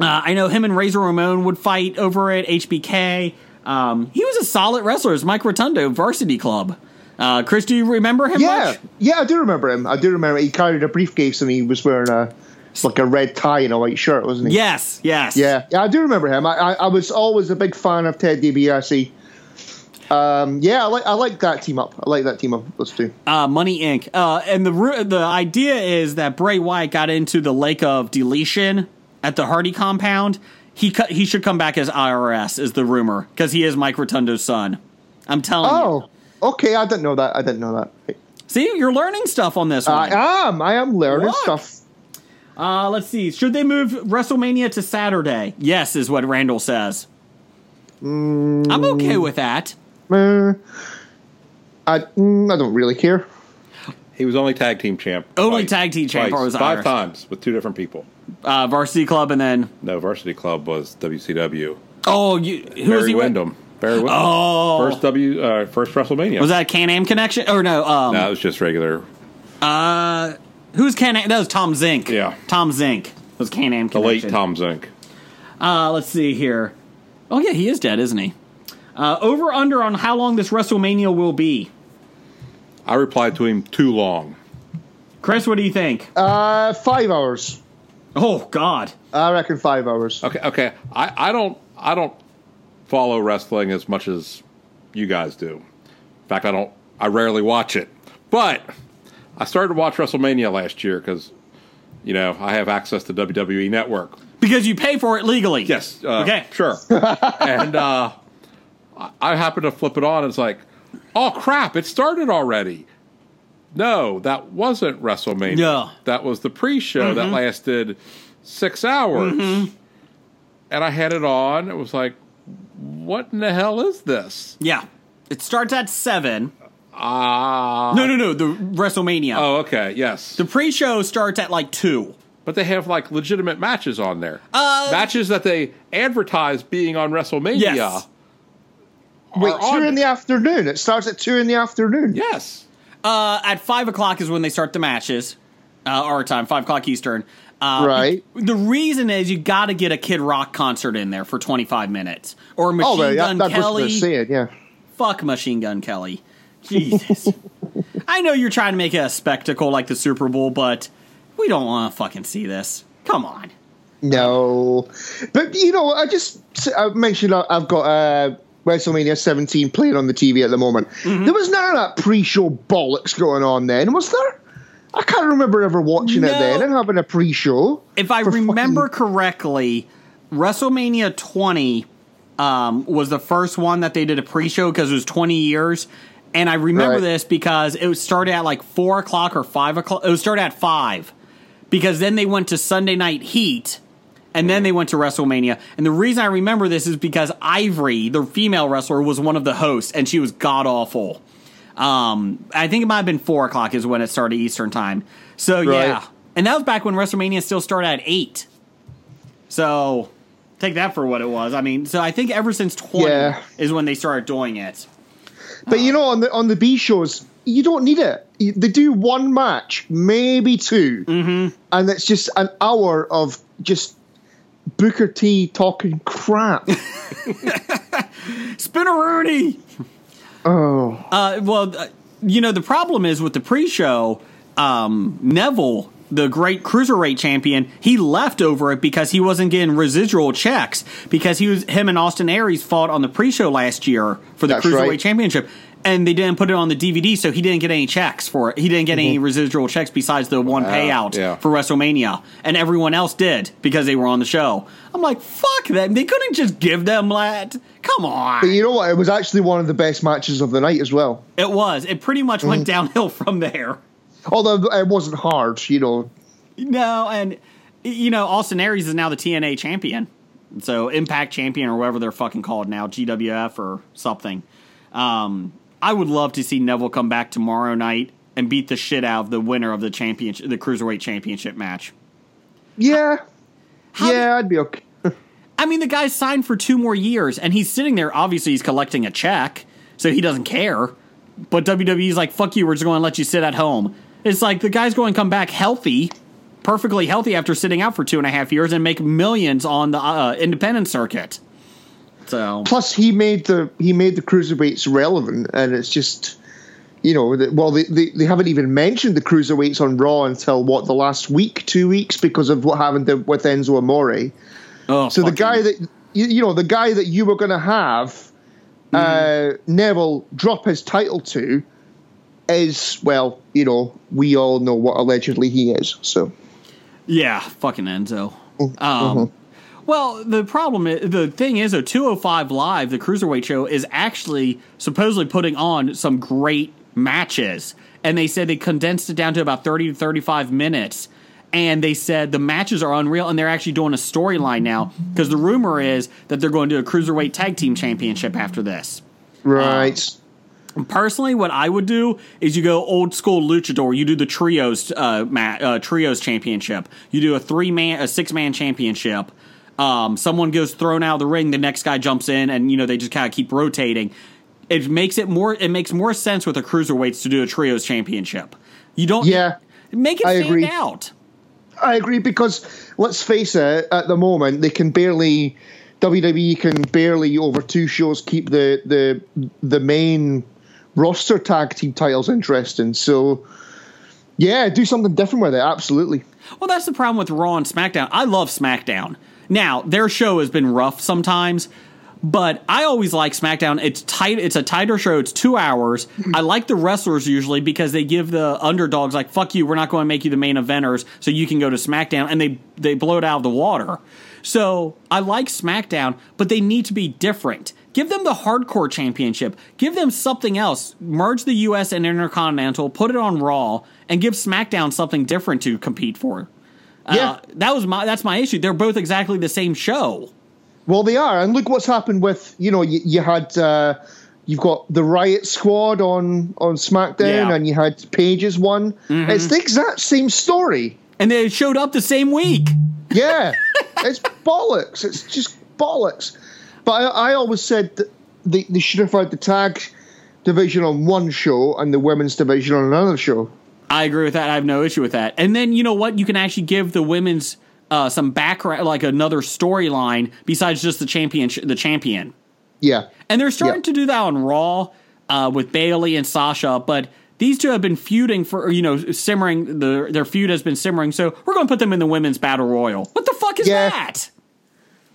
Speaker 7: Uh, I know him and Razor Ramon would fight over it. HBK. Um, he was a solid wrestler. It's Mike Rotundo, Varsity Club. Uh, Chris, do you remember him?
Speaker 6: Yeah,
Speaker 7: much?
Speaker 6: yeah. I do remember him. I do remember. He carried a briefcase and he was wearing a like a red tie and a white shirt, wasn't he?
Speaker 7: Yes. Yes.
Speaker 6: Yeah, yeah, I do remember him. I, I, I was always a big fan of Ted DiBiase. Um, yeah, I like I like that team up. I like that team up. Those two.
Speaker 7: uh, Money Inc. Uh, and the ru- the idea is that Bray Wyatt got into the lake of deletion at the Hardy compound, he co- he should come back as IRS is the rumor because he is Mike Rotundo's son. I'm telling you.
Speaker 6: Oh, okay. I didn't know that. I didn't know that.
Speaker 7: See, you're learning stuff on this one.
Speaker 6: I am. I am learning
Speaker 7: Look.
Speaker 6: stuff.
Speaker 7: Uh, let's see. Should they move WrestleMania to Saturday? Yes, is what Randall says. I'm okay with that.
Speaker 6: Uh, I mm, I don't really care.
Speaker 5: He was only tag team champ.
Speaker 7: Only tag team champ
Speaker 5: twice,
Speaker 7: was
Speaker 5: five
Speaker 7: Irish.
Speaker 5: times with two different people.
Speaker 7: Uh, varsity Club and then
Speaker 5: No, Varsity Club was WCW.
Speaker 7: oh, you, who was
Speaker 5: Barry
Speaker 7: he with?
Speaker 5: Windham. Barry Windham.
Speaker 7: Oh.
Speaker 5: First W. Uh, first WrestleMania.
Speaker 7: Was that a Can-Am connection or no? Um,
Speaker 5: No, it was just regular.
Speaker 7: Who's Can-Am? That was Tom Zink.
Speaker 5: Yeah.
Speaker 7: Tom Zink was Can-Am
Speaker 5: The late
Speaker 7: connection.
Speaker 5: Tom Zink.
Speaker 7: Uh, let's see here. Oh yeah, he is dead, isn't he? Uh, over under on how long this WrestleMania will be.
Speaker 5: I replied to him too long.
Speaker 7: Chris, what do you think?
Speaker 6: Uh, five hours.
Speaker 7: oh God.
Speaker 6: I reckon five hours.
Speaker 5: Okay, okay. I, I don't I don't follow wrestling as much as you guys do. In fact, I don't. I rarely watch it. But I started to watch WrestleMania last year because you know I have access to WWE Network.
Speaker 7: Because you pay for it legally.
Speaker 5: Yes. Uh,
Speaker 7: Okay.
Speaker 5: Sure. and uh, I, I happen to flip it on. And it's like, oh crap! It started already. No, that wasn't WrestleMania.
Speaker 7: Yeah.
Speaker 5: That was the pre-show
Speaker 7: Mm-hmm.
Speaker 5: that lasted six hours. And I had it on. It was like, what in the hell is this?
Speaker 7: Yeah. It starts at seven.
Speaker 5: Ah.
Speaker 7: No, no, no. The WrestleMania.
Speaker 5: Oh, okay. Yes.
Speaker 7: The pre-show starts at like two.
Speaker 5: But they have like legitimate matches on there.
Speaker 7: Uh,
Speaker 5: matches that they advertise being on WrestleMania.
Speaker 7: Yes.
Speaker 5: are
Speaker 6: Wait,
Speaker 5: on
Speaker 6: Uh, two in
Speaker 5: it.
Speaker 6: the afternoon. It starts at two in the afternoon.
Speaker 5: Yes.
Speaker 7: Uh, at five o'clock is when they start the matches. Uh, our time, five o'clock Eastern. Uh,
Speaker 6: Right.
Speaker 7: The reason is you got to get a Kid Rock concert in there for twenty five minutes, or Machine
Speaker 6: Oh, right. that,
Speaker 7: Gun
Speaker 6: that's what
Speaker 7: Kelly.
Speaker 6: they're saying. Yeah.
Speaker 7: Fuck Machine Gun Kelly. Jesus. I know you're trying to make it a spectacle like the Super Bowl, but we don't want to fucking see this. Come on.
Speaker 6: No, but you know, I just I mentioned I- I've got uh, WrestleMania 17 playing on the TV at the moment.
Speaker 7: Mm-hmm.
Speaker 6: There was none of that pre-show bollocks going on then, was there? I can't remember ever watching it
Speaker 7: No.
Speaker 6: then and having a pre-show.
Speaker 7: If I
Speaker 6: For fucking-
Speaker 7: remember correctly, WrestleMania 20 um, was the first one that they did a pre-show because it was 20 years, and I remember
Speaker 6: Right.
Speaker 7: this because it was started at like four o'clock or five o'clock. It was started at five because then they went to Sunday Night Heat, and then they went to WrestleMania. And the reason I remember this is because Ivory, the female wrestler, was one of the hosts, and she was god awful. Um, I think it might have been four o'clock is when it started Eastern time. So yeah, and that was back when WrestleMania still started at eight. So take that for what it was. I mean, so I think ever since twenty
Speaker 6: Yeah.
Speaker 7: is when they started doing it.
Speaker 6: But you know, on the on the B shows, you don't need it. You- They do one match, maybe 2 mm-hmm. and it's just an hour of just Booker T talking crap.
Speaker 7: Spinneroonie.
Speaker 6: oh,
Speaker 7: Uh, well, uh, you know, the problem is with the pre-show, um, Neville, the great cruiserweight champion, he left over it because he wasn't getting residual checks because he was him and Austin Aries fought on the pre-show last year for the
Speaker 6: That's
Speaker 7: cruiserweight
Speaker 6: right.
Speaker 7: championship, and they didn't put it on the DVD, so he didn't get any checks for it. He didn't get any
Speaker 6: Mm-hmm.
Speaker 7: residual checks besides the one payout
Speaker 5: yeah.
Speaker 7: for WrestleMania, and everyone else did because they were on the show. I'm like, fuck them! They couldn't just give them that. Come on.
Speaker 6: but you know what? It was actually one of the best matches of the night as well. Mm.
Speaker 7: It was. It pretty much went downhill from there.
Speaker 6: Although it wasn't hard, you know.
Speaker 7: No, and you know, Austin Aries is now the TNA champion. So Impact champion or whatever they're fucking called now, GWF or something. Um, I would love to see Neville come back tomorrow night and beat the shit out of the winner of the championship, the cruiserweight championship match.
Speaker 6: Yeah.
Speaker 7: How-
Speaker 6: yeah, I'd be okay.
Speaker 7: I mean, the guy's signed for two more years, and he's sitting there. Obviously, he's collecting a check, so he doesn't care. But WWE's like, "Fuck you, we're just going to let you sit at home." It's like the guy's going to come back healthy, perfectly healthy after sitting out for two and a half years and make millions on the uh, independent circuit. So
Speaker 6: Plus, he made the he made the cruiserweights relevant, and it's just you know, that- well, they, they they haven't even mentioned the cruiserweights on Raw until what the last week, two weeks, because of what happened to, with Enzo Amore.
Speaker 7: oh,
Speaker 6: So the
Speaker 7: fucking-
Speaker 6: guy that you, you know, the guy that you were going to have
Speaker 7: Mm-hmm.
Speaker 6: uh, Neville drop his title to is well, you know, we all know what allegedly he is. So
Speaker 7: Yeah, fucking Enzo. Um,
Speaker 2: Well, the problem, i the thing is, though, 205 Live, the cruiserweight show, is actually supposedly putting on some great matches. And they said they condensed it down to about 30 to 35 minutes. And they said the matches are unreal, and they're actually doing a storyline now because the rumor is that they're going to do a cruiserweight tag team championship after this.
Speaker 6: Right.
Speaker 2: Personally, what I would do is you go old school luchador. You do the trios uh, ma- uh, trios championship. You do a three man, a six man championship. Um, someone goes thrown out of the ring, the next guy jumps in, and you know they just kind of keep rotating. It makes it more. It makes more sense with the cruiserweights to do a trios championship. You don't.
Speaker 6: Yeah.
Speaker 2: Make it
Speaker 6: I
Speaker 2: stand
Speaker 6: agree.
Speaker 2: out.
Speaker 6: I agree because let's face it, at the moment they can barely WWE can barely over two shows keep the the the main roster tag team titles interesting. So yeah, do something different with it. Absolutely.
Speaker 2: Well, that's the problem with Raw and SmackDown. I love SmackDown. Now, their show has been rough sometimes, but I always like SmackDown. It's tight. It's a tighter show. It's two hours. I like the wrestlers usually because they give the underdogs like "fuck you," we're not going to make you the main eventers, so you can go to SmackDown, and they they blow it out of the water. So I like SmackDown, but they need to be different. Give them the hardcore championship. Give them something else. Merge the US and Intercontinental, put it on Raw, and give SmackDown something different to compete for.
Speaker 6: Yeah.
Speaker 2: Uh, that was my that's my issue. They're both exactly the same show.
Speaker 6: Well, they are, and look what's happened with you know you, you had uh, you've got the Riot Squad on on SmackDown,
Speaker 2: Yeah.
Speaker 6: and you had Pages one. It's the exact same story.
Speaker 2: And they showed up the same week.
Speaker 6: Yeah, it's bollocks. It's just bollocks. But I, I always said that they, they should have had the tag division on one show and the women's division on another show.
Speaker 2: I agree with that. I have no issue with that. And then you know what? You can actually give the women's uh, some background, like another storyline besides just the champion, the champion.
Speaker 6: Yeah,
Speaker 2: And they're starting to
Speaker 6: Yeah.
Speaker 2: do that on Raw uh, with Bailey and Sasha, but these two have been feuding for or, you know simmering. The, their feud has been simmering, so we're going to put them in the women's battle royal. What the fuck is
Speaker 6: Yeah.
Speaker 2: that?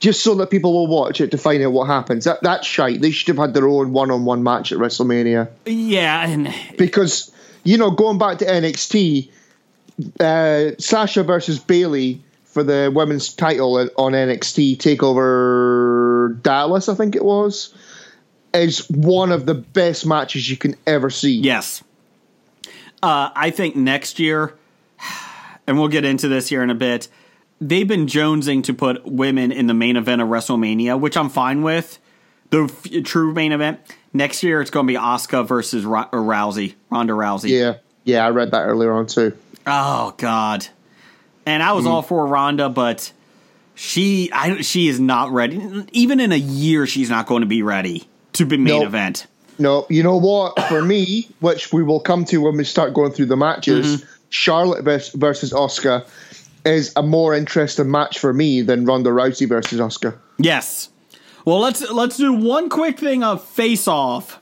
Speaker 6: just so that people will watch it to find out what happens. That that's shite. They should have had their own one-on-one match at WrestleMania
Speaker 2: Yeah, and
Speaker 6: because you know going back to NXT, uh, Sasha versus Bailey for the women's title at- on NXT Takeover Dallas, I think it was, is one of the best matches you can ever see.
Speaker 2: yes, uh, I think next year, and we'll get into this here in a bit. They've been jonesing to put women in the main event of WrestleMania, which I'm fine with. The f- true main event next year, it's going to be Asuka versus Ro- or Rousey, Ronda Rousey.
Speaker 6: yeah, yeah. I read that earlier on too.
Speaker 2: Oh God! And I was
Speaker 6: Hmm.
Speaker 2: all for Rhonda, but she, I, she is not ready. Even in a year, she's not going to be ready to be main
Speaker 6: Nope.
Speaker 2: event.
Speaker 6: No, you know what? For me, which we will come to when we start going through the matches, Charlotte vers- versus Oscar is a more interesting match for me than Ronda Rousey versus Oscar.
Speaker 2: Yes. Well, let's let's do one quick thing of face off,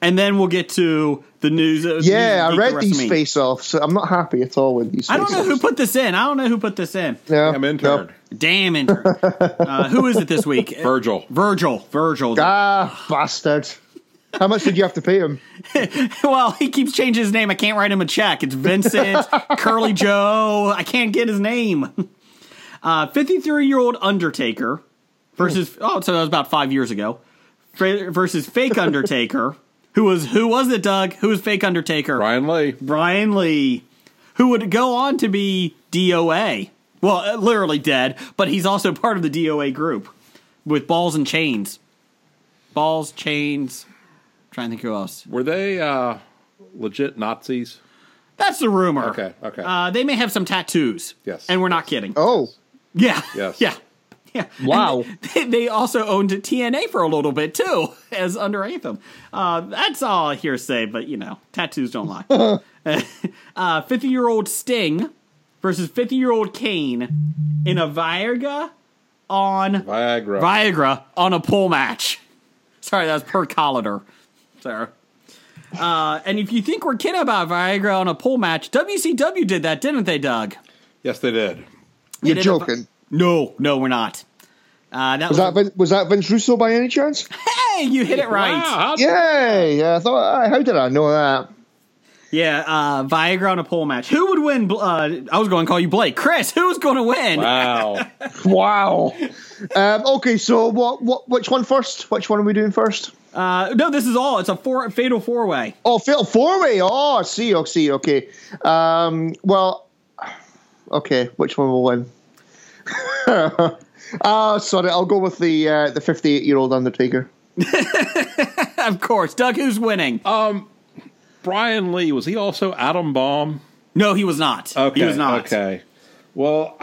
Speaker 2: and then we'll get to the news. uh, the news
Speaker 6: Yeah,
Speaker 2: of
Speaker 6: I
Speaker 2: Geek
Speaker 6: read these
Speaker 2: WrestleMania.
Speaker 6: face offs. So I'm not happy at all with these.
Speaker 2: I don't know who
Speaker 6: face-offs.
Speaker 2: put this in. I don't know who put this in.
Speaker 6: No,
Speaker 5: I'm
Speaker 6: no.
Speaker 5: intern.
Speaker 2: Damn intern. uh, who is it this week?
Speaker 5: Virgil.
Speaker 2: Virgil. Virgil.
Speaker 6: Ah, bastard! How much did you have to pay him?
Speaker 2: Well, he keeps changing his name. I can't write him a check. It's Vincent Curly Joe. I can't get his name. Uh, Fifty-three-year-old Undertaker versus oh, so that was about five years ago. Fra- Versus fake Undertaker, who was who was it? Doug, who was fake Undertaker?
Speaker 5: Brian Lee.
Speaker 2: Brian Lee, who would go on to be DOA. Well, uh, literally dead, but he's also part of the DOA group with balls and chains. Balls, chains. trying to think who else.
Speaker 5: Were they uh, legit Nazis?
Speaker 2: That's the rumor.
Speaker 5: Okay, okay.
Speaker 2: Uh, they may have some tattoos.
Speaker 5: Yes.
Speaker 2: And we're not kidding.
Speaker 6: Oh,
Speaker 2: Yeah.
Speaker 5: Yes.
Speaker 2: Yeah. Yeah.
Speaker 6: Wow.
Speaker 2: And They, they also owned TNA for a little bit too, as under Anthem. Uh, that's all hearsay, but you know, tattoos don't lie. uh, 50 year old Sting versus 50 year old Kane in a Viagra on
Speaker 5: Viagra.
Speaker 2: Viagra on a pole match. Sorry, that was per colander. Sorry. Uh, and if you think we're kidding about Viagra on a pole match, WCW did that, didn't they, Doug?
Speaker 5: yes, they did.
Speaker 6: you're
Speaker 2: did a-
Speaker 6: joking.
Speaker 2: No, no, we're not. Uh, that was,
Speaker 6: Was that Vin- was that Vince Russo by any chance?
Speaker 2: hey, you hit it right.
Speaker 5: Wow, how-
Speaker 6: Yay! I thought, how did I know that?
Speaker 2: Yeah, uh, Viagra on a pole match. Who would win? Bl- Uh, I was going to call you Blake. Chris, who's going to win?
Speaker 5: Wow.
Speaker 6: Wow. um, okay, so what? What? Which one first? Which one are we doing first?
Speaker 2: Uh, no, this is all. It's a four fatal four way.
Speaker 6: Oh, Phil Fourway. Oh, I see. I see. Okay. Um, well, okay. Which one will win? Ah, sorry. I'll go with the uh, the fifty eight year old Undertaker.
Speaker 2: Of course. Doug, who's winning?
Speaker 5: Brian Lee, was he also Adam Bomb?
Speaker 2: no, he was not.
Speaker 5: Okay.
Speaker 2: He was not.
Speaker 5: Okay. Well,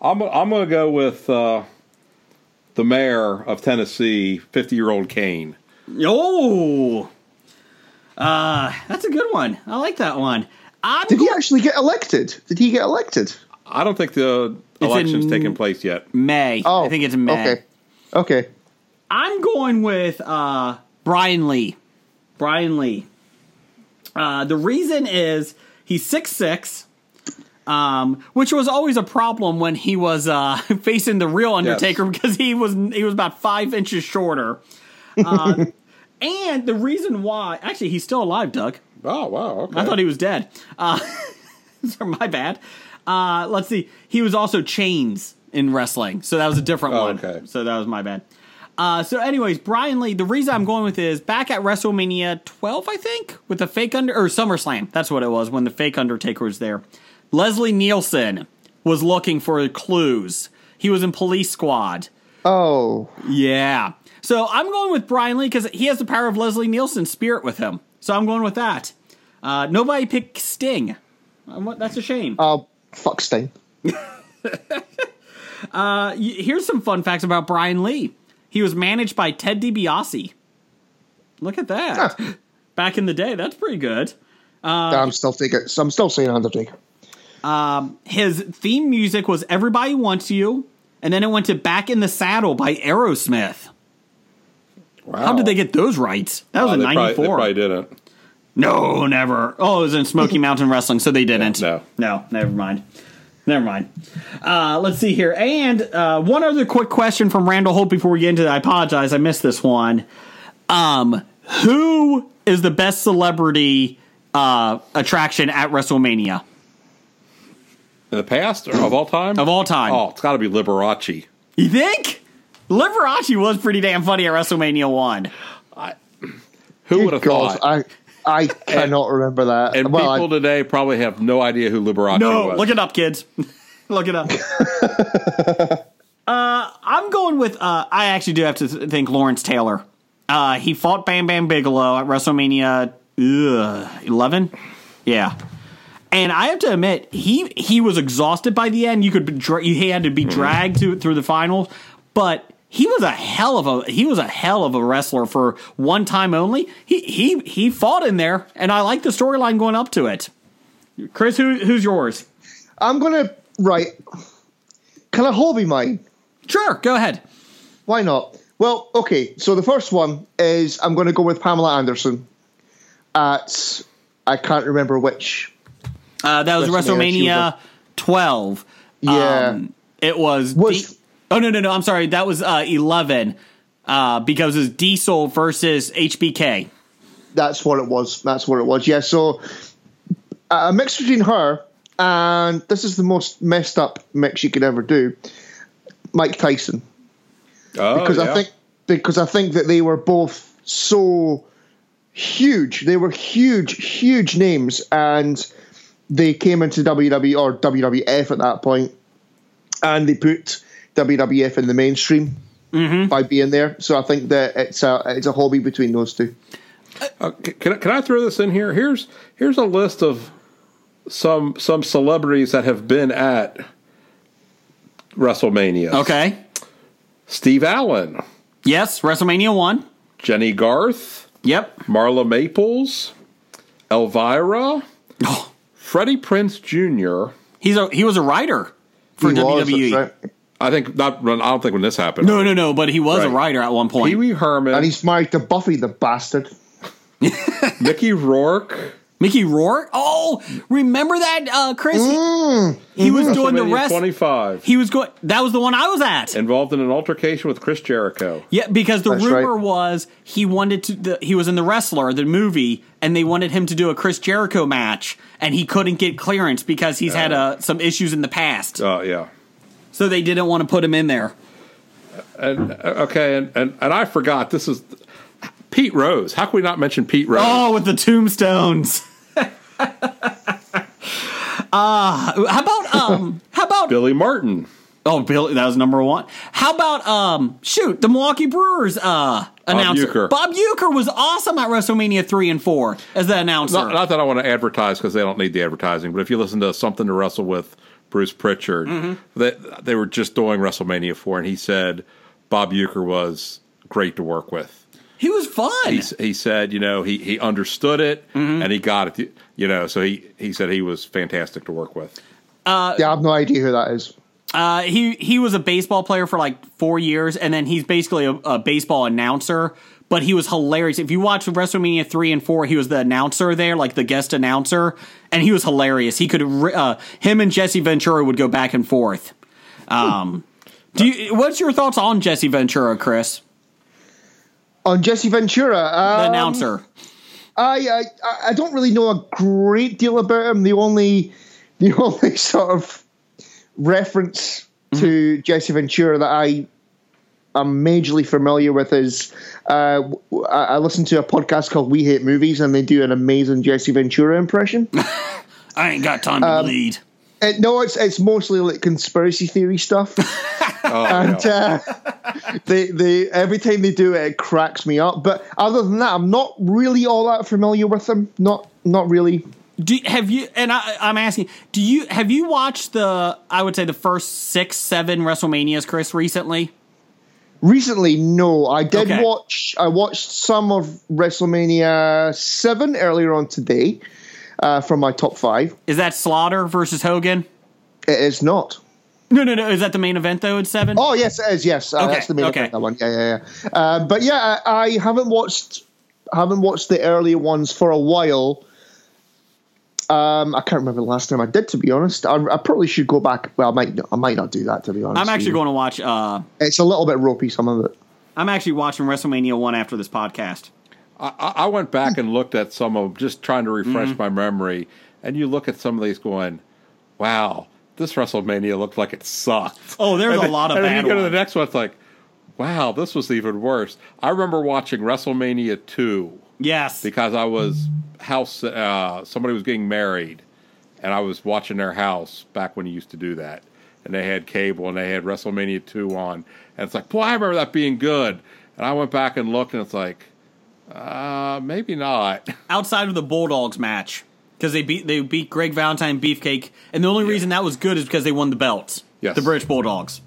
Speaker 5: I'm, I'm going to go with uh, the mayor of Tennessee, 50 year old Kane.
Speaker 2: Oh. Uh, that's a good one. I like that one. I'm
Speaker 6: Did he actually get elected? Did he get elected?
Speaker 5: I don't think the election's
Speaker 2: in-
Speaker 5: taken place yet.
Speaker 2: May.
Speaker 6: Oh,
Speaker 2: I think it's May.
Speaker 6: Okay. Okay.
Speaker 2: I'm going with uh, Brian Lee. Brian Lee. Uh, the reason is he's six six, um, which was always a problem when he was uh, facing the real Undertaker because he was he was about five inches shorter. Uh, and the reason why, actually, he's still alive, Doug.
Speaker 5: Oh, wow. Okay.
Speaker 2: I thought he was dead. Uh, sorry, my bad. Uh, let's see. He was also chains in wrestling, so that was a different
Speaker 5: Oh,
Speaker 7: Oh,
Speaker 2: one.
Speaker 5: okay.
Speaker 2: So that was my bad. Uh, so, anyways, Brian Lee. The reason I'm going with is back at WrestleMania 12, I think, with the fake under or SummerSlam. That's what it was when the fake Undertaker was there. Leslie Nielsen was looking for clues. He was in Police Squad.
Speaker 6: Oh.
Speaker 2: Yeah. So I'm going with Brian Lee because he has the power of Leslie Nielsen's spirit with him. So I'm going with that. Uh, nobody picked Sting. I want- That's a shame.
Speaker 6: Oh. Fuck Stein.
Speaker 2: Uh, y- here's some fun facts about Brian Lee. He was managed by Ted DiBiase. Look at that. Back in the day, that's pretty good.
Speaker 5: Um,
Speaker 6: I'm still taking. I'm still saying Undertaker.
Speaker 2: His theme music was "Everybody Wants You," and then it went to "Back in the Saddle" by Aerosmith.
Speaker 5: wow.
Speaker 2: How did they get those rights? That was
Speaker 5: Oh,
Speaker 2: in
Speaker 5: they probably-
Speaker 2: '94.
Speaker 5: They probably didn't.
Speaker 2: No, never. Oh, it was in Smoky Mountain Wrestling, so they didn't.
Speaker 5: No.
Speaker 2: No, never mind. Never mind. Uh, let's see here. And uh, one other quick question from Randall Holt before we get into that. I apologize. I missed this one. Um, who is the best celebrity uh, attraction at WrestleMania
Speaker 5: In the past or of all time?
Speaker 2: of all time?
Speaker 5: Oh, it's got to be Liberace.
Speaker 2: You think? Liberace was pretty damn funny at WrestleMania 1.
Speaker 5: Who would have
Speaker 6: God,
Speaker 5: thought?
Speaker 6: I I cannot remember that.
Speaker 5: and
Speaker 6: well, I-
Speaker 5: people today probably have no idea who Liberace
Speaker 2: No,
Speaker 5: was.
Speaker 2: look it up, kids. look it up. uh, I'm going with. Uh, I actually do have to th- think Lawrence Taylor. Uh, he fought Bam Bam Bigelow at WrestleMania ugh, 11. Yeah. And I have to admit, he he was exhausted by the end. You could be dra- he had to be dragged to through the finals, but he was a hell of a he was a hell of a wrestler for one time only. He he he fought in there, and I like the storyline going up to it. Chris, who who's yours?
Speaker 6: I'm gonna right. Can I hobby mine?
Speaker 2: Sure, go ahead.
Speaker 6: Why not? Well, okay. So the first one is I'm going to go with Pamela Anderson at I can't remember which.
Speaker 2: Uh, that was
Speaker 6: WrestleMania
Speaker 2: WrestleMania 12.
Speaker 6: Yeah.
Speaker 2: it was.
Speaker 6: Was-
Speaker 2: Di- oh no no no! I'm sorry. That was uh, 11 uh, because it's Diesel versus HBK.
Speaker 6: That's what it was. That's what it was. Yeah. So uh, a mix between her and this is the most messed up mix you could ever do. Mike Tyson.
Speaker 5: Oh,
Speaker 6: because
Speaker 5: yeah.
Speaker 6: I think because I think that they were both so huge. They were huge, huge names, and they came into WWE or WWF at that point, and they put WWF in the mainstream
Speaker 5: Mm-hmm.
Speaker 6: by being there. So I think that it's a it's a hobby between those two.
Speaker 5: Uh, c- can, I- can I throw this in here? Here's here's a list of some some celebrities that have been at WrestleMania.
Speaker 2: Okay.
Speaker 5: Steve Allen,
Speaker 2: Yes, WrestleMania one.
Speaker 5: Jenny Garth,
Speaker 2: Yep.
Speaker 5: Marla Maples, Elvira,
Speaker 2: Oh,
Speaker 5: Freddie Prince Jr.
Speaker 2: he's a he was a writer for
Speaker 6: He was,
Speaker 2: WWE.
Speaker 5: E.
Speaker 6: that's right.
Speaker 5: I think not. I don't think when this happened.
Speaker 2: No no no, but he was a
Speaker 5: Right.
Speaker 2: writer at one point.
Speaker 5: Pee Wee Herman,
Speaker 6: and he's married to Buffy the bastard.
Speaker 5: Mickey Rourke,
Speaker 7: Mickey Rourke. Oh, remember that, uh, Chris? He-
Speaker 6: Mm.
Speaker 7: He, was
Speaker 6: Mm-hmm.
Speaker 2: Oh,
Speaker 7: doing the
Speaker 5: WrestleMania
Speaker 7: rest.
Speaker 5: 25
Speaker 7: He was going. That was the one I was at.
Speaker 5: involved in an altercation with Chris Jericho.
Speaker 7: Yeah, because the
Speaker 6: That's
Speaker 7: rumor
Speaker 6: right.
Speaker 7: was he wanted to. The, he was in the wrestler, the movie, and they wanted him to do a Chris Jericho match, and he couldn't get clearance because he's had uh, some issues in the past.
Speaker 5: Oh yeah.
Speaker 7: so they didn't want to put him in there.
Speaker 5: And uh, okay, and, and and I forgot this is Pete Rose. How can we not mention Pete Rose?
Speaker 7: Oh, with the tombstones. Uh, how about um how about
Speaker 5: Billy Martin.
Speaker 7: oh Billy that was number one. How about um shoot the Milwaukee Brewers uh announcer
Speaker 5: Uecker.
Speaker 7: Bob Euchre was awesome at WrestleMania three and four as the announcer.
Speaker 5: Not, not that I want to advertise because they don't need the advertising, but if you listen to something to wrestle with Bruce Pritchard, they they were just doing WrestleMania four, and he said Bob Euchre was great to work with.
Speaker 7: he was fun.
Speaker 5: He, s- he said, you know, he, he understood it and he got it, you know. So he, he said he was fantastic to work with.
Speaker 6: yeah, I have no idea who that is.
Speaker 7: Uh, he he was a baseball player for like four years, and then he's basically a, a baseball announcer. But he was hilarious. If you watch WrestleMania three and four, he was the announcer there, like the guest announcer, and he was hilarious. He could ri- uh, him and Jesse Ventura would go back and forth. Um, do you, what's your thoughts on Jesse Ventura, Chris,
Speaker 6: On Jesse Ventura,
Speaker 7: the
Speaker 6: uh,
Speaker 7: announcer?
Speaker 6: I, I I- I don't really know a great deal about him. The only the only sort of reference to Jesse Ventura that I am majorly familiar with is uh, w- I I listen to a podcast called We Hate Movies and they do an amazing Jesse Ventura impression.
Speaker 7: I ain't got time to bleed.
Speaker 6: Uh, no, it's it's mostly like conspiracy theory stuff.
Speaker 5: Oh,
Speaker 6: and
Speaker 5: yeah.
Speaker 6: uh, they they every time they do it, it cracks me up. But other than that, I'm not really all that familiar with them. Not not really.
Speaker 7: Do have you? And I, I'm asking, do you have you watched the? I would say the first six, seven WrestleManias, Chris, recently.
Speaker 6: Recently, no. I did
Speaker 7: Okay.
Speaker 6: watch. I watched some of WrestleMania Seven earlier on today uh, from my top five.
Speaker 7: Is that Slaughter versus Hogan?
Speaker 6: It is not.
Speaker 7: No, no, no. Is that the main event though? It's seven.
Speaker 6: Oh yes, it is. Yes, uh,
Speaker 7: Okay,
Speaker 6: that's the main
Speaker 7: okay.
Speaker 6: event, that one. Yeah, yeah, yeah. Uh, but yeah, I, I haven't watched haven't watched the earlier ones for a while. Um, I can't remember the last time I did, to be honest. I, I probably should go back. Well, I might. Not, I might not do that, to be honest.
Speaker 7: I'm actually
Speaker 6: with
Speaker 7: going to watch. uh
Speaker 6: you. It's a little bit ropey. Some of it.
Speaker 7: I'm actually watching WrestleMania one after this podcast.
Speaker 5: I, I went
Speaker 7: Hmm.
Speaker 5: back and looked at some of just trying to refresh
Speaker 7: Mm-hmm.
Speaker 5: my memory, and you look at some of these going, "Wow, this WrestleMania looked like it sucked."
Speaker 7: Oh, there's
Speaker 5: And
Speaker 7: a
Speaker 5: then-
Speaker 7: lot of
Speaker 5: and then
Speaker 7: bad
Speaker 5: you go to
Speaker 7: ones.
Speaker 5: the next one, it's like, "Wow, this was even worse." I remember watching WrestleMania two
Speaker 7: yes.
Speaker 5: because I was house. Uh, somebody was getting married, and I was watching their house back when you used to do that. And they had cable, and they had WrestleMania two on, and it's like, boy, I remember that being good. And I went back and looked, and it's like, uh, maybe not.
Speaker 7: Outside of the Bulldogs match, because they beat they beat Greg Valentine Beefcake, and the only reason that was good is because they won the belts.
Speaker 5: Yes.
Speaker 7: The British Bulldogs.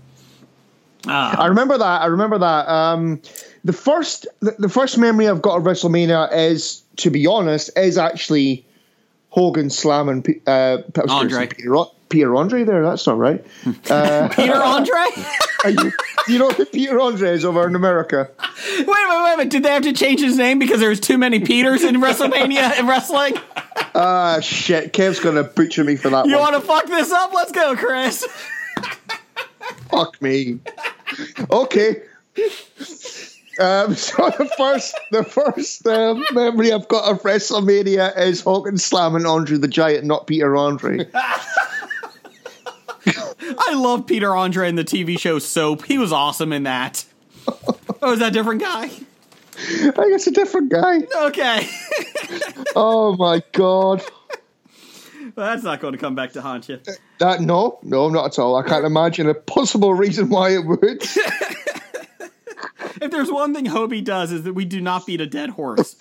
Speaker 6: I remember that. I remember that. Um, the first the, the first memory I've got of WrestleMania is, to be honest, is actually Hogan Slam and Pe- uh, I was gonna
Speaker 7: Andre.
Speaker 6: say Peter, O- Peter Andre. There, that's not right.
Speaker 7: Peter Andre.
Speaker 6: Are you, you know who Peter Andre is over in America?
Speaker 7: wait a minute, wait a minute. Did they have to change his name because there was too many Peters in WrestleMania and wrestling?
Speaker 6: Ah, shit. Kev's going to butcher me for that
Speaker 7: You
Speaker 6: one.
Speaker 7: want to fuck this up? Let's go, Chris.
Speaker 6: Fuck me. Okay. Um, so the first, the first uh, memory I've got of WrestleMania is Hogan slamming Andre the Giant, not Peter Andre.
Speaker 7: I love Peter Andre in the TV show Soap. He was awesome in that. oh, is that a different guy?
Speaker 6: I think it's a different guy.
Speaker 7: Okay.
Speaker 6: Oh my god.
Speaker 7: well, that's not going to come back to haunt you.
Speaker 6: That no, no, not at all. I can't imagine a possible reason why it would.
Speaker 7: If there's one thing Hobie does is that we do not beat a dead horse.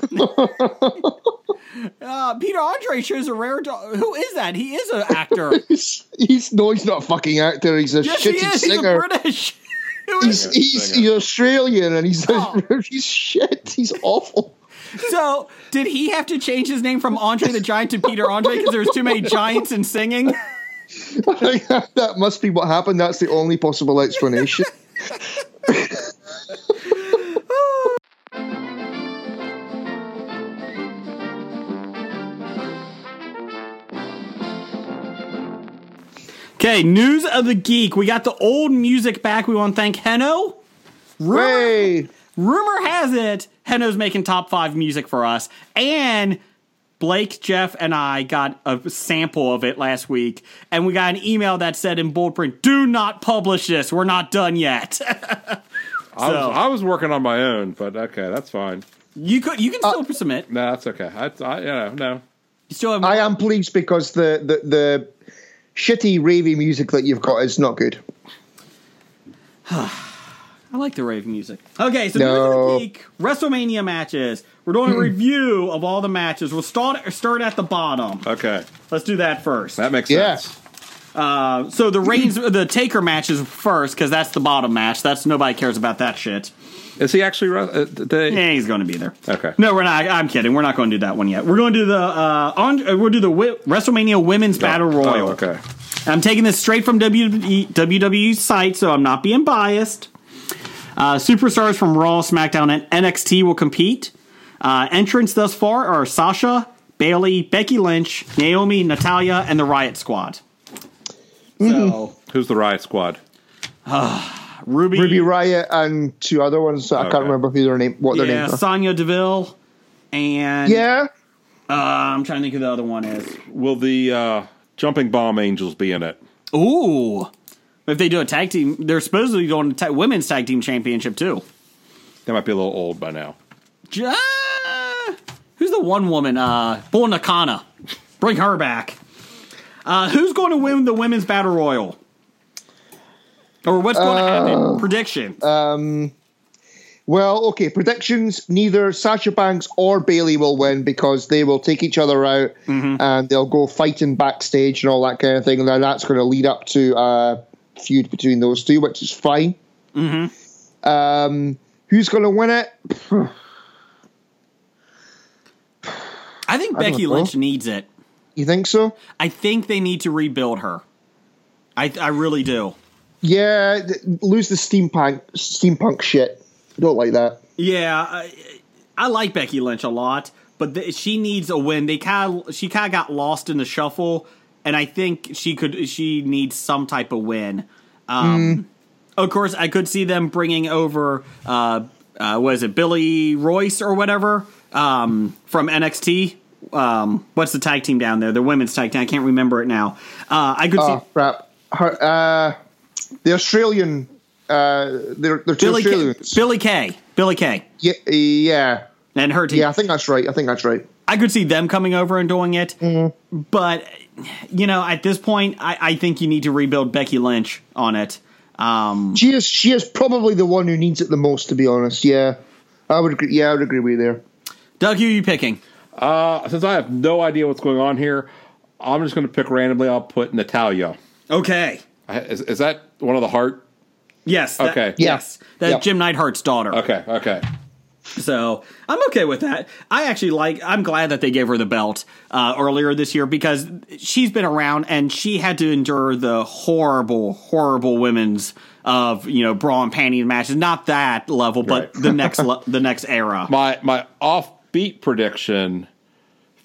Speaker 7: uh, Peter Andre shows a rare dog. Who is that? He is an actor.
Speaker 6: He's, he's no, he's not a fucking actor. He's a
Speaker 7: yes, he
Speaker 6: shitty
Speaker 7: is. He's
Speaker 6: singer.
Speaker 7: a British. Who is
Speaker 6: he's, he's, he's Australian and he's
Speaker 7: Oh.
Speaker 6: he's shit. He's awful.
Speaker 7: So, did he have to change his name from Andre the Giant to Peter Andre because there was too many giants in singing?
Speaker 6: that must be what happened. That's the only possible explanation.
Speaker 7: Okay, news of the geek. We got the old music back. We want to thank Heno.
Speaker 6: Way.
Speaker 7: Rumor has it Heno's making top five music for us, and Blake, Jeff, and I got a sample of it last week, and we got an email that said in bold print, "Do not publish this. We're not done yet."
Speaker 5: I, was,
Speaker 7: So-
Speaker 5: I was working on my own, but okay, that's fine.
Speaker 7: you could, you can still
Speaker 6: Uh,
Speaker 7: submit.
Speaker 5: No, that's okay. I, I you know, no.
Speaker 7: You still have.
Speaker 6: I am pleased because the, the, the shitty ravey music that you've got is not good.
Speaker 7: I like the rave music. Okay, so
Speaker 6: No. Hmm.
Speaker 7: news of the geek WrestleMania matches. We're doing a review of all the matches. We'll start start at the bottom.
Speaker 5: Okay,
Speaker 7: Let's do that first.
Speaker 5: that makes
Speaker 6: Yeah.
Speaker 5: sense.
Speaker 7: So the Reigns, the Taker match is first because that's the bottom match. That's nobody cares about that shit.
Speaker 5: Is he actually? re- Uh, did they,
Speaker 7: Yeah, he's going to be there.
Speaker 5: Okay.
Speaker 7: No, we're not. I'm kidding. We're not going to do that one yet. We're going to do the uh, on. uh, We'll do the wi- WrestleMania Women's Battle
Speaker 5: Oh,
Speaker 7: Royal.
Speaker 5: okay.
Speaker 7: I'm taking this straight from WWE, WWE's E site, so I'm not being biased. Uh, superstars from Raw, SmackDown, and NXT will compete. Uh, entrants thus far are Sasha, Bailey, Becky Lynch, Naomi, Natalia, and the Riot Squad. So
Speaker 5: Who's the riot squad?
Speaker 7: Ruby,
Speaker 6: Ruby Riot and two other ones. that I
Speaker 5: Okay.
Speaker 6: can't remember who their name, what their
Speaker 7: yeah,
Speaker 6: names are.
Speaker 7: Sonya Deville, and
Speaker 6: Yeah.
Speaker 7: I'm trying to think who the other one is.
Speaker 5: Will the uh, jumping bomb angels be in it?
Speaker 7: Ooh, if they do a tag team, they're supposedly doing a ta- women's tag team championship too.
Speaker 5: They might be a little old by now.
Speaker 7: Ja- who's the one woman? Uh, Bull Nakana. Bring her back. Uh, who's going to win the women's battle royal? Or what's going to happen? Prediction.
Speaker 6: Well, okay. Predictions: neither Sasha Banks or Bailey will win because they will take each other out
Speaker 7: Mm-hmm.
Speaker 6: and they'll go fighting backstage and all that kind of thing. And then that's going to lead up to a feud between those two, which is fine.
Speaker 7: Mm-hmm.
Speaker 6: Um, who's going to win it?
Speaker 7: I think Becky
Speaker 6: know.
Speaker 7: Lynch needs it.
Speaker 6: You think so?
Speaker 7: I think they need to rebuild her. I I really do.
Speaker 6: Yeah, th- lose the steampunk steampunk shit. Don't like that.
Speaker 7: Yeah, I, I like Becky Lynch a lot, but th- she needs a win. They kind of she kind of got lost in the shuffle, and I think she could she needs some type of win. Um, Of course, I could see them bringing over uh, uh, what is it Billy Royce or whatever um, from NXT. Um, what's the tag team down there? The women's tag team. I can't remember it now. Uh, I could
Speaker 6: Oh
Speaker 7: see
Speaker 6: crap! Her, uh, the Australian. Uh, they're they're two
Speaker 7: Billy Kay,
Speaker 6: Australians.
Speaker 7: Billy Kay, Billy Kay,
Speaker 6: yeah, yeah,
Speaker 7: and her team.
Speaker 6: yeah. I think that's right. I think that's right.
Speaker 7: I could see them coming over and doing it, but you know, at this point, I, I think you need to rebuild Becky Lynch on it. Um,
Speaker 6: She is she is probably the one who needs it the most, to be honest. Yeah, I would agree. Yeah, I would agree with you there.
Speaker 7: Doug, who are you picking?
Speaker 5: Uh, since I have no idea what's going on here, I'm just going to pick randomly. I'll put Natalia.
Speaker 7: Okay,
Speaker 5: I- Is, is that one of the heart?
Speaker 7: yes, that-
Speaker 5: Okay.
Speaker 6: Yeah.
Speaker 7: yes, that's
Speaker 6: Yeah.
Speaker 7: Jim Neidhart's daughter.
Speaker 5: Okay, okay.
Speaker 7: So I'm okay with that. I actually like. I'm glad that they gave her the belt uh, earlier this year because she's been around and she had to endure the horrible, horrible women's of you know bra and panties matches. Not that level, but
Speaker 5: Right.
Speaker 7: the next le- the next era.
Speaker 5: My my offbeat prediction: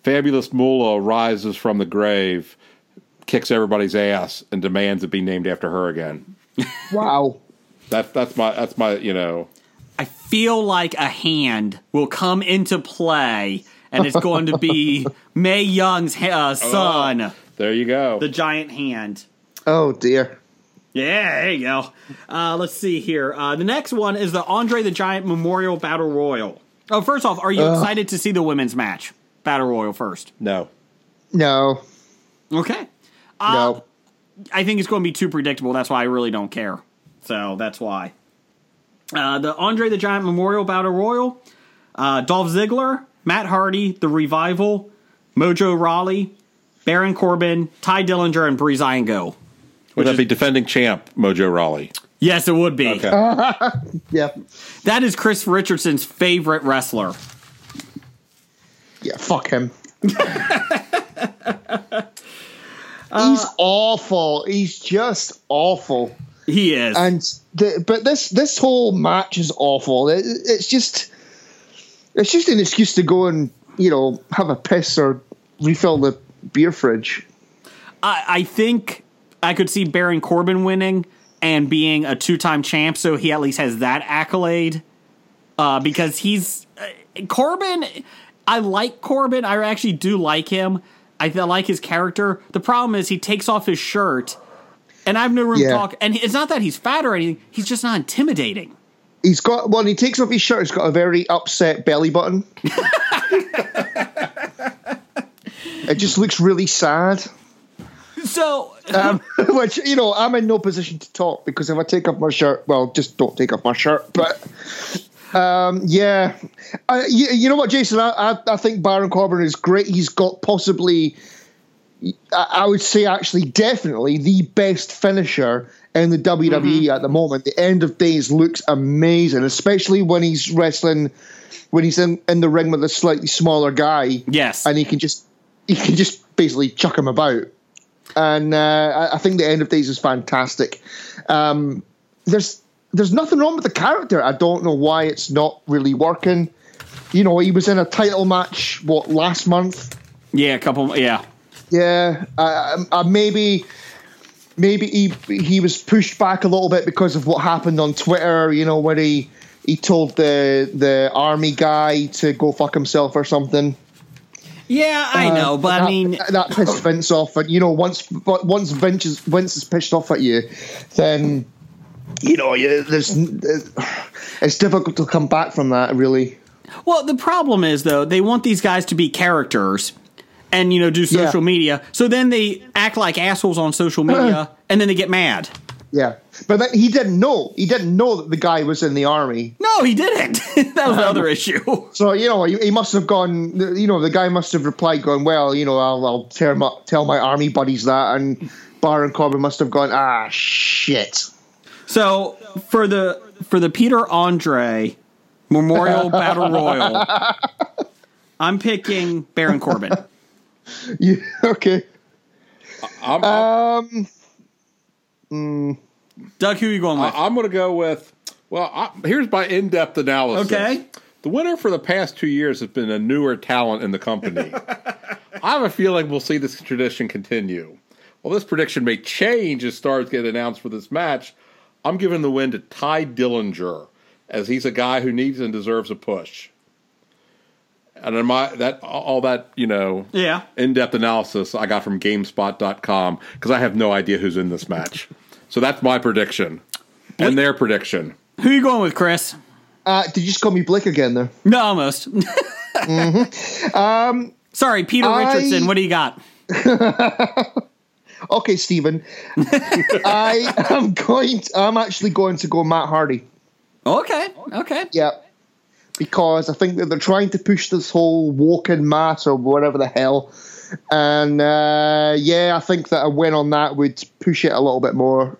Speaker 5: Fabulous Moolah rises from the grave, kicks everybody's ass, and demands it be named after her again.
Speaker 6: Wow.
Speaker 5: That's that's my that's my you know.
Speaker 7: I feel like a hand will come into play, and it's going to be May Young's uh, son,
Speaker 5: There you go.
Speaker 7: the giant hand.
Speaker 6: Oh dear.
Speaker 7: Yeah, there you go. Uh, let's see here. Uh, the next one is the Andre the Giant Memorial Battle Royal. Oh, first off, are you excited to see the women's match battle royal first?
Speaker 5: no.
Speaker 6: No.
Speaker 7: Okay,
Speaker 6: No.
Speaker 7: I think it's going to be too predictable. That's why I really don't care. So that's why. Uh, the Andre the Giant Memorial Battle Royal, uh, Dolph Ziggler, Matt Hardy, The Revival, Mojo Rawley, Baron Corbin, Ty Dillinger, and Breezango.
Speaker 5: Would that be defending champ Mojo Raleigh?
Speaker 7: Yes, it would be.
Speaker 5: Okay.
Speaker 6: yeah.
Speaker 7: That is Chris Richardson's favorite wrestler.
Speaker 6: Yeah. Fuck him. He's awful. He's just awful.
Speaker 7: He is.
Speaker 6: And the, but this this whole match is awful. It, it's just it's just an excuse to go and you know have a piss or refill the beer fridge.
Speaker 7: I, I think I could see Baron Corbin winning and being a two time champ, so he at least has that accolade. Uh, because he's uh, Corbin. I like Corbin. I actually do like him. I, th- I like his character. The problem is he takes off his shirt, and I have no room
Speaker 6: Yeah.
Speaker 7: to talk. And it's not that he's fat or anything. He's just not intimidating.
Speaker 6: He's got well. He takes off his shirt. He's got a very upset belly button. it just looks really sad.
Speaker 7: So
Speaker 6: Um, which you know, I'm in no position to talk because if I take off my shirt, well, just don't take off my shirt. But um, yeah, I, you, you know what, Jason, I, I, I think Baron Corbin is great. He's got possibly, I, I would say, actually, definitely the best finisher in the WWE at the moment. The end of days looks amazing, especially when he's wrestling, when he's in, in the ring with a slightly smaller guy
Speaker 7: yes,
Speaker 6: and he can just he can just basically chuck him about. And uh, I- I think the end of days is fantastic. Um, there's there's nothing wrong with the character. I don't know why it's not really working. You know, he was in a title match what last month.
Speaker 7: yeah, a couple, yeah,
Speaker 6: Yeah, uh, uh, maybe maybe he he was pushed back a little bit because of what happened on Twitter. You know, where he he told the the army guy to go fuck himself or something.
Speaker 7: yeah. I know, but
Speaker 6: that,
Speaker 7: I mean,
Speaker 6: that pissed Vince off, and you know, once but once Vince is, Vince is pissed off at you, then you know, you, there's it's difficult to come back from that. Really,
Speaker 7: Well, the problem is though they want these guys to be characters and you know do social
Speaker 6: Yeah.
Speaker 7: media. So then they act like assholes on social media and then they get mad.
Speaker 6: yeah. But that, he didn't know. He didn't know that the guy was in the army.
Speaker 7: No, he didn't. that was the other issue.
Speaker 6: So you know, he, he must have gone. You know, the guy must have replied, going, "Well, you know, I'll, I'll tell my tell my army buddies that." And Baron Corbin must have gone, "Ah, shit."
Speaker 7: So for the for the Peter Andre Memorial Battle Royal, I'm picking Baron Corbin.
Speaker 6: Yeah, okay.
Speaker 5: I'm, I'm,
Speaker 7: Doug, who are you going with?
Speaker 5: I'm going to go with, well, I, here's my in depth analysis.
Speaker 7: Okay.
Speaker 5: The winner for the past two years has been a newer talent in the company. I have a feeling we'll see this tradition continue. While this prediction may change as stars get announced for this match, I'm giving the win to Ty Dillinger, as he's a guy who needs and deserves a push. And in my that all that you know,
Speaker 7: Yeah.
Speaker 5: in-depth analysis I got from Gamespot.com because I have no idea who's in this match. So that's my prediction and their prediction.
Speaker 7: Who are you going with, Chris?
Speaker 6: Uh, did you just call me Blake again there?
Speaker 7: No, almost. Um, Mm-hmm. Sorry, Peter
Speaker 6: I-
Speaker 7: Richardson. What do you got?
Speaker 6: Okay, Stephen. I am going. To, I'm actually going to go Matt Hardy.
Speaker 7: Okay, okay.
Speaker 6: Yeah, because I think that they're trying to push this whole walking Matt or whatever the hell. And uh, yeah, I think that a win on that would push it a little bit more.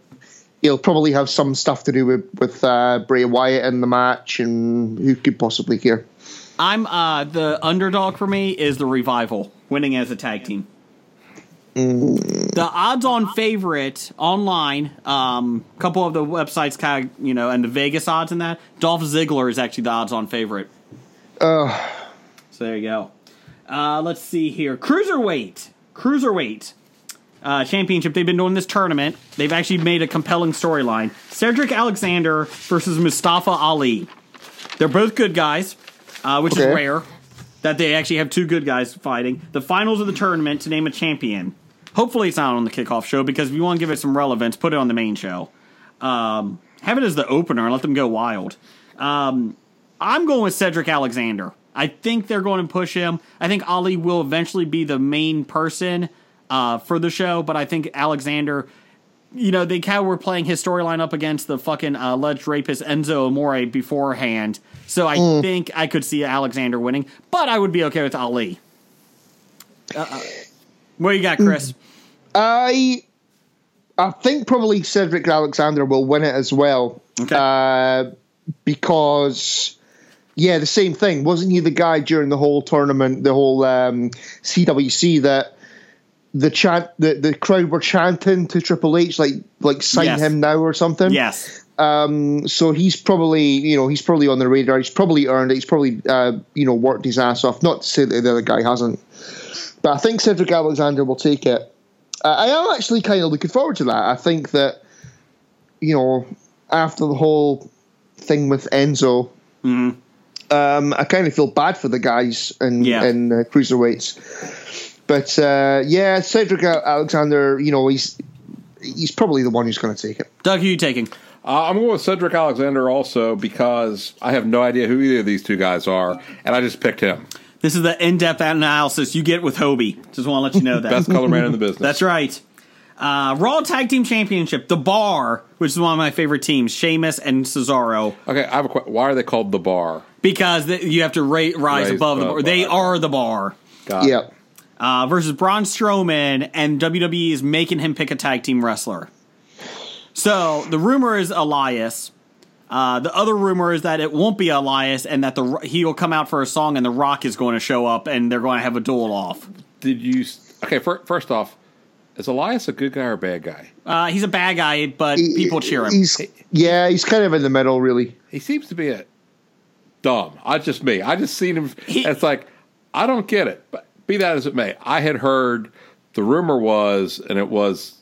Speaker 6: He'll probably have some stuff to do with with uh, Bray Wyatt in the match, and who could possibly care?
Speaker 7: I'm uh the underdog for me is the revival winning as a tag team. The odds on favorite online, um, couple of the websites kind of you know, and the Vegas odds in that. Dolph Ziggler is actually the odds on favorite. Oh. So there you go. Uh, let's see here. Cruiserweight. Cruiserweight. Uh, championship. They've been doing this tournament. They've actually made a compelling storyline. Cedric Alexander versus Mustafa Ali. They're both good guys, uh, which
Speaker 6: Okay.
Speaker 7: is rare that they actually have two good guys fighting. The finals of the tournament to name a champion. Hopefully, it's not on the kickoff show because if you want to give it some relevance, put it on the main show. Um, have it as the opener and let them go wild. Um, I'm going with Cedric Alexander. I think they're going to push him. I think Ali will eventually be the main person uh, for the show, but I think Alexander you know, they kind of were playing his storyline up against the fucking uh, alleged rapist Enzo Amore beforehand. So I think I could see Alexander winning, but I would be okay with Ali. Uh-uh. What you got, Chris?
Speaker 6: I I think probably Cedric Alexander will win it as well.
Speaker 7: Okay.
Speaker 6: Uh, because yeah, the same thing. Wasn't he the guy during the whole tournament, the whole um, CWC that the chant the, the crowd were chanting to Triple H like like sign
Speaker 7: Yes.
Speaker 6: him now or something.
Speaker 7: yes.
Speaker 6: So he's probably you know he's probably on the radar. He's probably earned it. He's probably uh, you know worked his ass off. Not to say that the other guy hasn't, but I think Cedric Alexander will take it. I I am actually kind of looking forward to that. I think that you know after the whole thing with Enzo, um, I kind of feel bad for the guys in
Speaker 7: Yeah.
Speaker 6: in uh, cruiserweights. But uh, yeah, Cedric Alexander, you know, he's he's probably the one who's going to take it.
Speaker 7: Doug, who you taking?
Speaker 5: Uh, I'm going with Cedric Alexander also because I have no idea who either of these two guys are, and I just picked him.
Speaker 7: This is the in-depth analysis you get with Hobie. Just want to let you know that.
Speaker 5: Best color man in the business.
Speaker 7: That's right. Uh, Raw Tag Team Championship, The Bar, which is one of my favorite teams, Sheamus and Cesaro,
Speaker 5: Okay, I have a question. Why are they called the bar?
Speaker 7: because th- you have to ra- rise,
Speaker 5: Raise
Speaker 7: above the
Speaker 5: the
Speaker 7: bar. They
Speaker 5: bar.
Speaker 7: are The Bar.
Speaker 5: God.
Speaker 6: yeah,
Speaker 7: Uh, versus Braun Strowman, and WWE is making him pick a tag team wrestler. So the rumor is Elias. Uh, the other rumor is that it won't be Elias, and that the he will come out for a song, and The Rock is going to show up, and they're going to have a duel off.
Speaker 5: Did you? s- Okay, fir- first off, is Elias a good guy or a bad guy?
Speaker 7: Uh, he's a bad guy, but people cheer him.
Speaker 6: He's yeah, he's kind of in the middle, really.
Speaker 5: He seems to be a dumb. I just me. I just seen him.
Speaker 7: He-
Speaker 5: and it's like I don't get it. But be that as it may, I had heard the rumor was, and it was,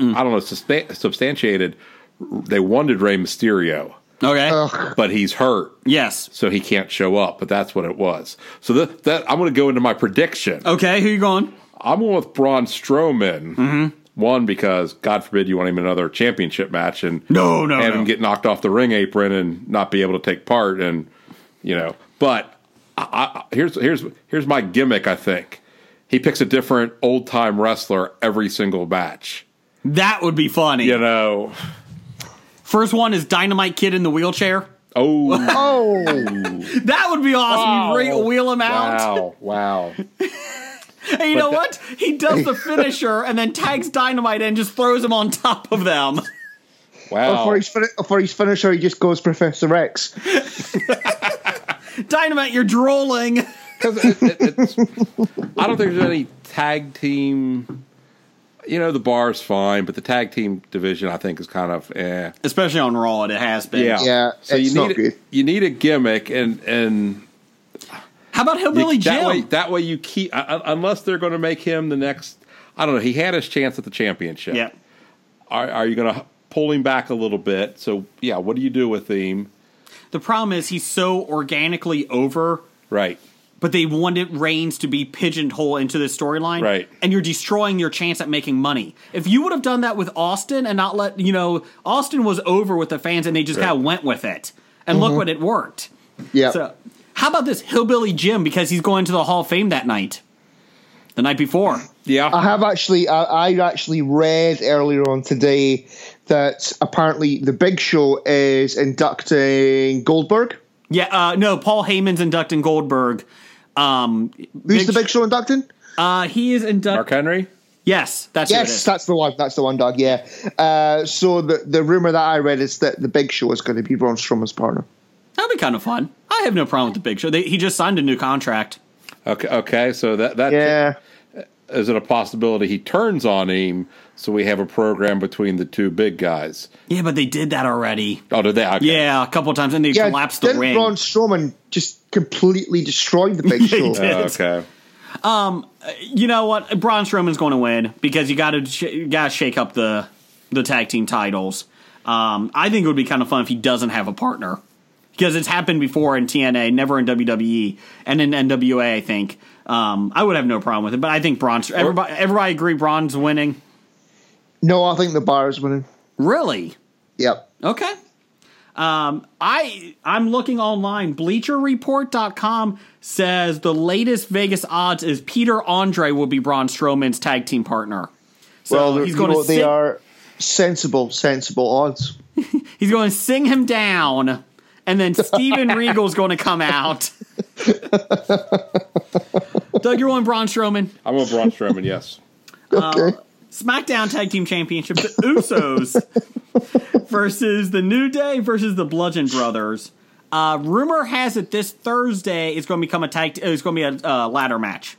Speaker 5: I don't know, sustain, substantiated. They wanted Rey Mysterio,
Speaker 7: Okay.
Speaker 5: but he's hurt,
Speaker 7: yes.
Speaker 5: so he can't show up. But that's what it was. So that, that I'm going to go into my prediction.
Speaker 7: Okay. Who you going?
Speaker 5: I'm going with Braun Strowman.
Speaker 7: Mm-hmm.
Speaker 5: One because God forbid you want him in another championship match and
Speaker 7: No, no,
Speaker 5: and
Speaker 7: no.
Speaker 5: him get knocked off the ring apron and not be able to take part and you know. But I, I, here's here's here's my gimmick. I think he picks a different old time wrestler every single match.
Speaker 7: That would be funny.
Speaker 5: You know.
Speaker 7: First one is Dynamite Kid in the wheelchair.
Speaker 5: Oh.
Speaker 6: Oh,
Speaker 7: That would be awesome. You re- wheel him out.
Speaker 5: Wow! Wow!
Speaker 7: And you know
Speaker 5: that-
Speaker 7: what? He does the finisher and then tags Dynamite and just throws him on top of them. Oh.
Speaker 5: Wow!
Speaker 6: for his fin- for his finisher, he just goes Professor X.
Speaker 7: Dynamite, you're drooling.
Speaker 5: Because it, it, it's, I don't think there's any tag team. You know, the bar's fine, but the tag team division I think is kind of eh.
Speaker 7: Especially on Raw, it has been.
Speaker 5: Yeah,
Speaker 6: Yeah,
Speaker 5: So
Speaker 6: it's
Speaker 5: you
Speaker 6: not
Speaker 5: need
Speaker 6: good.
Speaker 5: you need a gimmick, and and
Speaker 7: How about
Speaker 5: you-
Speaker 7: Hillbilly Jim?
Speaker 5: that way that way you keep uh, uh, unless they're going to make him the next. I don't know. He had his chance at the championship.
Speaker 7: yeah.
Speaker 5: Are, are you going to pull him back a little bit? So yeah, what do you do with him?
Speaker 7: The problem is he's so organically over,
Speaker 5: Right.
Speaker 7: but they wanted Reigns to be pigeonholed into this storyline.
Speaker 5: Right.
Speaker 7: And you're destroying your chance at making money. If you would have done that with Austin and not let, you know, Austin was over with the fans and they just
Speaker 5: Right.
Speaker 7: kind of went with it. And look what it worked.
Speaker 6: Yeah,
Speaker 7: So, how about this hillbilly Jim because he's going to the Hall of Fame that night, the night before.
Speaker 5: Yeah.
Speaker 6: I have actually, I, I actually read earlier on today that apparently the Big Show is inducting Goldberg.
Speaker 7: Yeah, uh, no, Paul Heyman's inducting Goldberg. Um,
Speaker 6: Who's the Big Show inducting?
Speaker 7: Uh, he is
Speaker 5: Mark
Speaker 7: inducting.
Speaker 5: Henry.
Speaker 7: Yes, that's who it
Speaker 6: Yes,
Speaker 7: is.
Speaker 6: that's the one. That's the one, Doug. Yeah. Uh, so the the rumor that I read is that the Big Show is going to be Braun Strowman's partner.
Speaker 7: That'd be kind of fun. I have no problem with the Big Show. They, he just signed a new contract.
Speaker 5: Okay. Okay. So that that
Speaker 6: Yeah.
Speaker 5: is it a possibility he turns on him so we have a program between the two big guys?
Speaker 7: Yeah, but they did that already.
Speaker 5: Oh, did they? Okay.
Speaker 7: Yeah, a couple times, and they
Speaker 6: Yeah,
Speaker 7: collapsed the
Speaker 6: didn't
Speaker 7: ring.
Speaker 6: Braun Strowman just completely destroy the Big Show?
Speaker 7: did.
Speaker 5: Oh, okay.
Speaker 7: you know what? Braun Strowman's going to win because you got to sh- you got to shake up the the tag team titles. Um, I think it would be kind of fun if he doesn't have a partner because it's happened before in TNA, never in WWE, and in NWA. I think um, I would have no problem with it, but I think Braun. Str- Everybody, everybody agree Braun's winning.
Speaker 6: No, I think the bar is winning.
Speaker 7: Really?
Speaker 6: Yep.
Speaker 7: Okay. Um, I I'm looking online. BleacherReport.com says the latest Vegas odds is Peter Andre will be Braun Strowman's tag team partner. So
Speaker 6: well,
Speaker 7: he's
Speaker 6: you
Speaker 7: going
Speaker 6: know,
Speaker 7: to
Speaker 6: they
Speaker 7: sit-
Speaker 6: are sensible, sensible odds.
Speaker 7: He's going to sing him down, and then Steven Regal's going to come out. Doug, you're on Braun Strowman.
Speaker 5: I'm a Braun Strowman. yes.
Speaker 6: Okay.
Speaker 7: SmackDown Tag Team Championship, the Usos versus the New Day versus the Bludgeon Brothers. Uh, rumor has it this Thursday is going to become a tag. It's going to be a uh, ladder match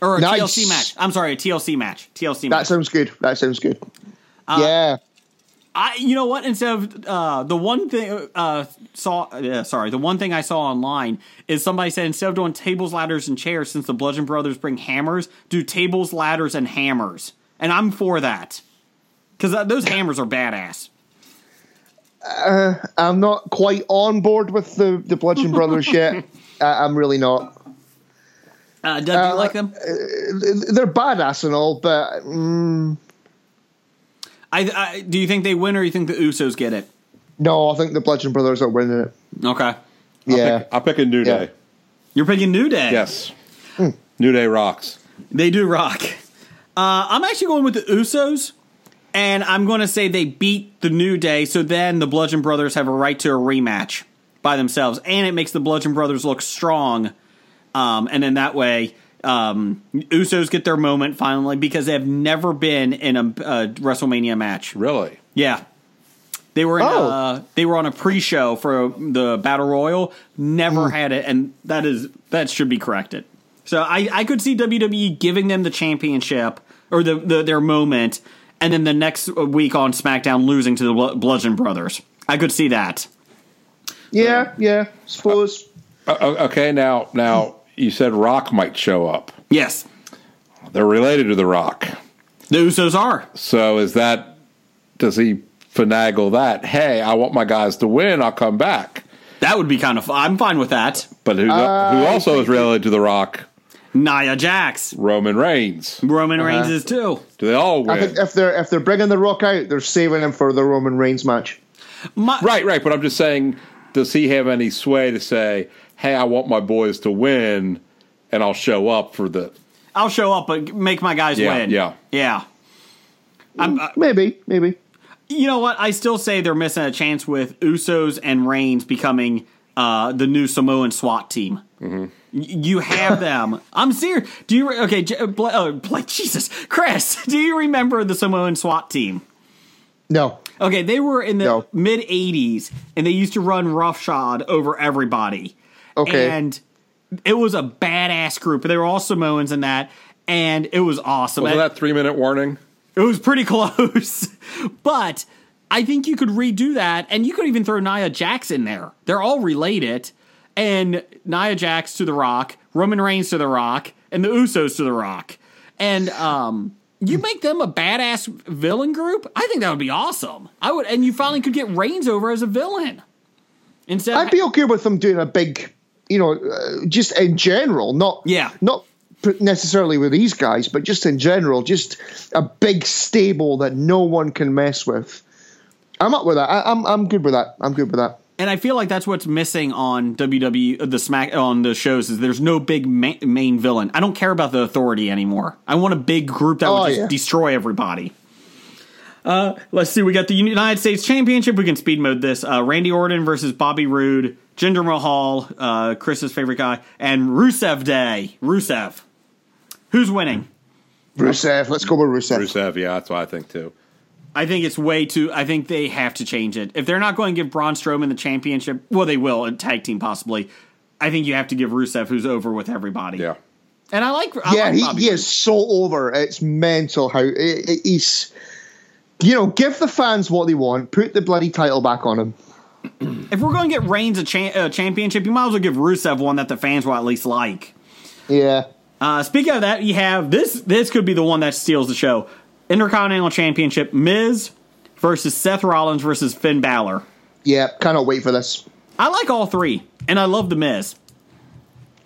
Speaker 7: or a
Speaker 6: Nice.
Speaker 7: TLC match. I'm sorry, a TLC match. TLC
Speaker 6: that
Speaker 7: match. Uh,
Speaker 6: sounds good. That sounds good. yeah.
Speaker 7: I, you know what? Instead of uh, the one thing uh, saw, uh, sorry, the one thing I saw online is somebody said instead of doing tables, ladders, and chairs, since the Bludgeon Brothers bring hammers, do tables, ladders, and hammers, and I'm for that because uh, those hammers are badass.
Speaker 6: I'm not quite on board with the the Bludgeon Brothers yet. I, I'm really not.
Speaker 7: Uh, Doug, do you
Speaker 6: Uh,
Speaker 7: like them?
Speaker 6: They're badass and all, but mm,
Speaker 7: I, I do you think they win or you think the Usos get it?
Speaker 6: no, I think the Bludgeon Brothers are winning it.
Speaker 7: Okay,
Speaker 6: Yeah,
Speaker 5: I pick a New
Speaker 6: Yeah.
Speaker 5: Day.
Speaker 7: you're picking New Day.
Speaker 5: Yes. New Day rocks.
Speaker 7: They do rock. Uh, I'm actually going with the Usos, and I'm going to say they beat the New Day, so then the Bludgeon Brothers have a right to a rematch by themselves, and it makes the Bludgeon Brothers look strong. Um, and then that way, um, Usos get their moment finally because they have never been in a, uh WrestleMania match.
Speaker 5: Really?
Speaker 7: Yeah. They were in,
Speaker 6: Oh.
Speaker 7: uh, they were on a pre-show for the Battle Royal. Never
Speaker 5: Hmm.
Speaker 7: had it, and that is that should be corrected. So I, I could see WWE giving them the championship or the, the their moment, and then the next week on SmackDown losing to the Blu- Bludgeon Brothers. I could see that.
Speaker 6: yeah, yeah. Suppose.
Speaker 5: O- Uh, o- Okay, now now you said Rock might show up.
Speaker 7: Yes,
Speaker 5: They're related to the Rock.
Speaker 7: the Usos are.
Speaker 5: So is that does he finagle that? Hey, I want my guys to win. I'll come back.
Speaker 7: That would be kind of. fun. I'm fine with that.
Speaker 5: But who
Speaker 6: Uh,
Speaker 5: who also is related to the Rock?
Speaker 7: Nia Jax,
Speaker 5: Roman Reigns.
Speaker 7: Roman Reigns is too.
Speaker 5: Do they all
Speaker 6: I
Speaker 5: win?
Speaker 6: think if they're if they're bringing the Rock out, they're saving him for the Roman Reigns match.
Speaker 7: My,
Speaker 5: right, right. But I'm just saying, does he have any sway to say, "Hey, I want my boys to win, and I'll show up for the"?
Speaker 7: I'll show up, but make my guys
Speaker 5: Yeah,
Speaker 7: win.
Speaker 5: yeah.
Speaker 7: yeah. Uh,
Speaker 6: Maybe, maybe.
Speaker 7: you know what? I still say they're missing a chance with Usos and Reigns becoming uh, the new Samoan SWAT team. Mm-hmm. You have them. I'm serious. Do you? Re- okay, J- Bla- oh, Blake, Jesus, Chris, do you remember the Samoan SWAT team?
Speaker 6: No,
Speaker 7: Okay, they were in the
Speaker 6: No.
Speaker 7: mid '80s, and they used to run roughshod over everybody.
Speaker 6: Okay.
Speaker 7: and it was a badass group. They were all Samoans in that, and it was awesome.
Speaker 5: Wasn't
Speaker 7: And-
Speaker 5: that three minute warning?
Speaker 7: it was pretty close. but I think you could redo that, and you could even throw Nia Jax in there. They're all related. And Nia Jax to The Rock, Roman Reigns to The Rock, and the Usos to The Rock. And um, you make them a badass villain group. I think that would be awesome. I would, and you finally could get Reigns over as a villain. Instead,
Speaker 6: I'd be okay with them doing a big, you know, uh, just in general, not
Speaker 7: Yeah.
Speaker 6: not pr- necessarily with these guys, but just in general, just a big stable that no one can mess with. I'm up with that. I, I'm I'm good with that. I'm good with that.
Speaker 7: and I feel like that's what's missing on WWE, uh, the Smack, on the shows is there's no big ma- main villain. I don't care about the Authority anymore. I want a big group that
Speaker 6: Oh,
Speaker 7: would just
Speaker 6: yeah.
Speaker 7: destroy everybody. Uh, let's see. We got the United States Championship. We can speed mode this. Uh, Randy Orton versus Bobby Roode, Jinder Mahal, uh, Chris's favorite guy, and Rusev Day. Rusev, who's winning?
Speaker 6: Rusev, let's go with Rusev.
Speaker 5: Rusev, yeah, that's what I think too.
Speaker 7: I think it's way too. I think they have to change it. If they're not going to give Braun Strowman the championship, well, they will in tag team possibly. I think you have to give Rusev, who's over with everybody.
Speaker 5: Yeah.
Speaker 7: and I like. I
Speaker 6: Yeah,
Speaker 7: like
Speaker 6: he,
Speaker 7: Bobby
Speaker 6: he is so over. It's mental how it, it, he's. You know, give the fans what they want. Put the bloody title back on him.
Speaker 7: Roode. If we're going to get Reigns a, cha- a championship, you might as well give Rusev one that the fans will at least like.
Speaker 6: Yeah.
Speaker 7: Uh, speaking of that, you have this. This could be the one that steals the show: Intercontinental Championship, Miz versus Seth Rollins versus Finn Balor.
Speaker 6: Yeah. Cannot wait for this.
Speaker 7: I like all three, and I love the Miz.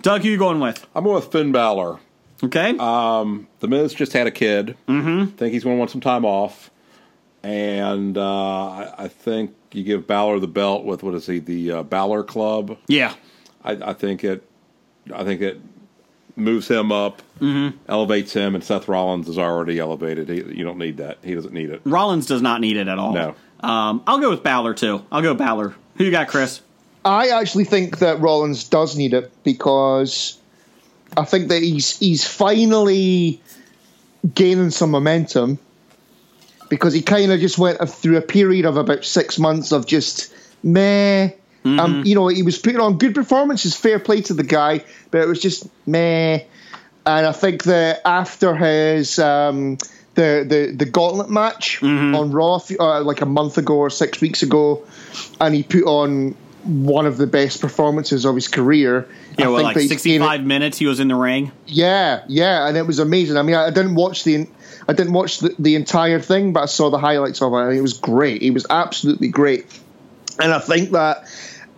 Speaker 7: Doug, who you going with?
Speaker 5: I'm going with Finn Balor.
Speaker 7: Okay,
Speaker 5: The Miz just had a kid. Mm-hmm. think he's going to want some time off. And uh, I, I think you give Balor the belt with what is he the uh, Balor Club?
Speaker 7: yeah.
Speaker 5: I, I think it, I think it moves him up, elevates him, and Seth Rollins is already elevated. He, you don't need that. He doesn't need it.
Speaker 7: Rollins does not need it at all.
Speaker 5: No.
Speaker 7: Um, I'll go with Balor too. I'll go Balor. Who you got, Chris?
Speaker 6: I actually think that Rollins does need it because I think that he's he's finally gaining some momentum because he kind of just went through a period of about six months of just meh. Um,
Speaker 7: Mm-hmm.
Speaker 6: you know, he was putting on good performances, fair play to the guy, but it was just meh. And I think that after his um, the the the gauntlet match
Speaker 7: Mm-hmm.
Speaker 6: on Raw a few- uh, like a month ago or six weeks ago, and he put on one of the best performances of his career.
Speaker 7: Yeah,
Speaker 6: I
Speaker 7: well,
Speaker 6: think
Speaker 7: like
Speaker 6: that he's seen it-
Speaker 7: 65 minutes he was in the ring.
Speaker 6: Yeah, yeah, and it was amazing. I mean, I, I didn't watch the I didn't watch the, the entire thing, but I saw the highlights of it, and it was great. It was absolutely great, and I think that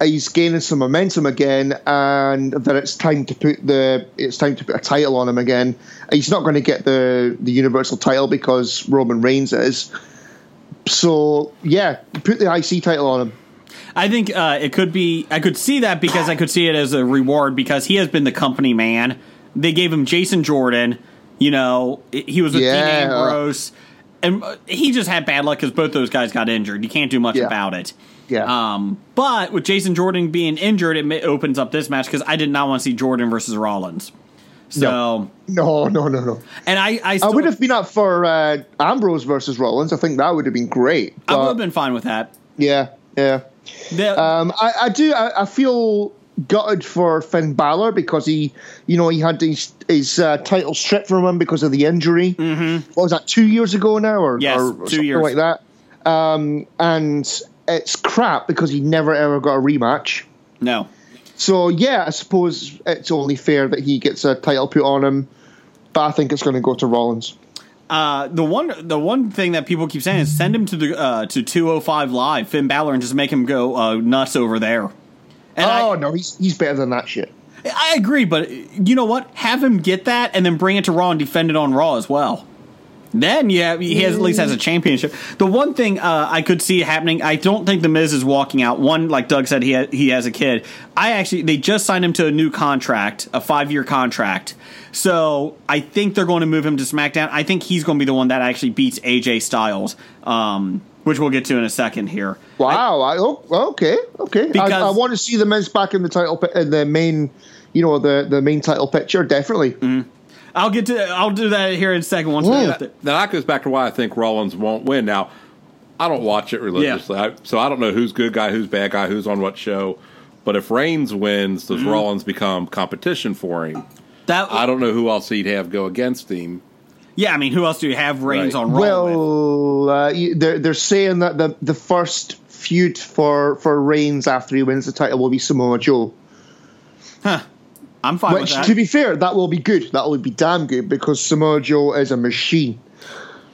Speaker 6: he's gaining some momentum again, and that it's time to put the it's time to put a title on him again. He's not going to get the the universal title because Roman Reigns is. So yeah, put the IC title on him.
Speaker 7: I think uh, it could be. I could see that because I could see it as a reward because he has been the company man. They gave him Jason Jordan. You know, i- he was with
Speaker 6: Yeah.
Speaker 7: Dean Ambrose, and uh, he just had bad luck because both those guys got injured. You can't do much
Speaker 6: Yeah.
Speaker 7: about it.
Speaker 6: Yeah,
Speaker 7: Um, but with Jason Jordan being injured, it ma- opens up this match because I did not want to see Jordan versus Rollins. So,
Speaker 6: no, no, no, no.
Speaker 7: and I, I,
Speaker 6: I
Speaker 7: still-
Speaker 6: would have been up for uh, Ambrose versus Rollins. I think that would have been great.
Speaker 7: I would
Speaker 6: but-
Speaker 7: have been fine with that.
Speaker 6: Yeah, yeah.
Speaker 7: The-
Speaker 6: Um, I, I do. I, I feel gutted for Finn Balor because he, you know, he had his, his uh, title stripped from him because of the injury. Mm-hmm. What was that? Two years ago now, or
Speaker 7: Yes,
Speaker 6: or
Speaker 7: two
Speaker 6: something
Speaker 7: years.
Speaker 6: like that. Um, and it's crap because he never ever got a rematch.
Speaker 7: no,
Speaker 6: So yeah, I suppose it's only fair that he gets a title put on him. But I think it's going to go to Rollins.
Speaker 7: Uh, the one the one thing that people keep saying is send him to the uh, to 205 live Finn Balor and just make him go uh, nuts over there. And
Speaker 6: oh no, he's he's better than that shit.
Speaker 7: I, I agree, but you know what? Have him get that and then bring it to Raw and defend it on Raw as well. Then yeah, he has, at least has a championship. The one thing uh, I could see happening, I don't think the Miz is walking out. One, like Doug said, he ha- he has a kid. I actually they just signed him to a new contract, a five year contract. So I think they're going to move him to SmackDown. I think he's going to be the one that actually beats AJ Styles, um, which we'll get to in a second here.
Speaker 6: Wow. I, oh, okay. Okay.
Speaker 7: Because-
Speaker 6: I, I want to see the Miz back in the title pi- in the main, you know, the the main title picture. Definitely.
Speaker 7: Mm-hmm. I'll get to I'll do that here in a second once
Speaker 6: Yeah.
Speaker 7: we're with it.
Speaker 5: Now that goes back to why I think Rollins won't win. Now, I don't watch it religiously, I, so I don't know who's good guy, who's bad guy, who's on what show. But if Reigns wins, does Rollins become competition for him?
Speaker 7: That
Speaker 5: I don't know who else he'd have go against him.
Speaker 7: yeah, I mean, who else do you have Reigns
Speaker 5: Right.
Speaker 7: on Raw? with?
Speaker 6: Well, uh, you- they're they're saying that the the first feud for for Reigns after he wins the title will be Samoa Joe.
Speaker 7: I'm fine with
Speaker 6: Which,
Speaker 7: that.
Speaker 6: to be fair, that will be good. That will be damn good because Samoa Joe is a machine.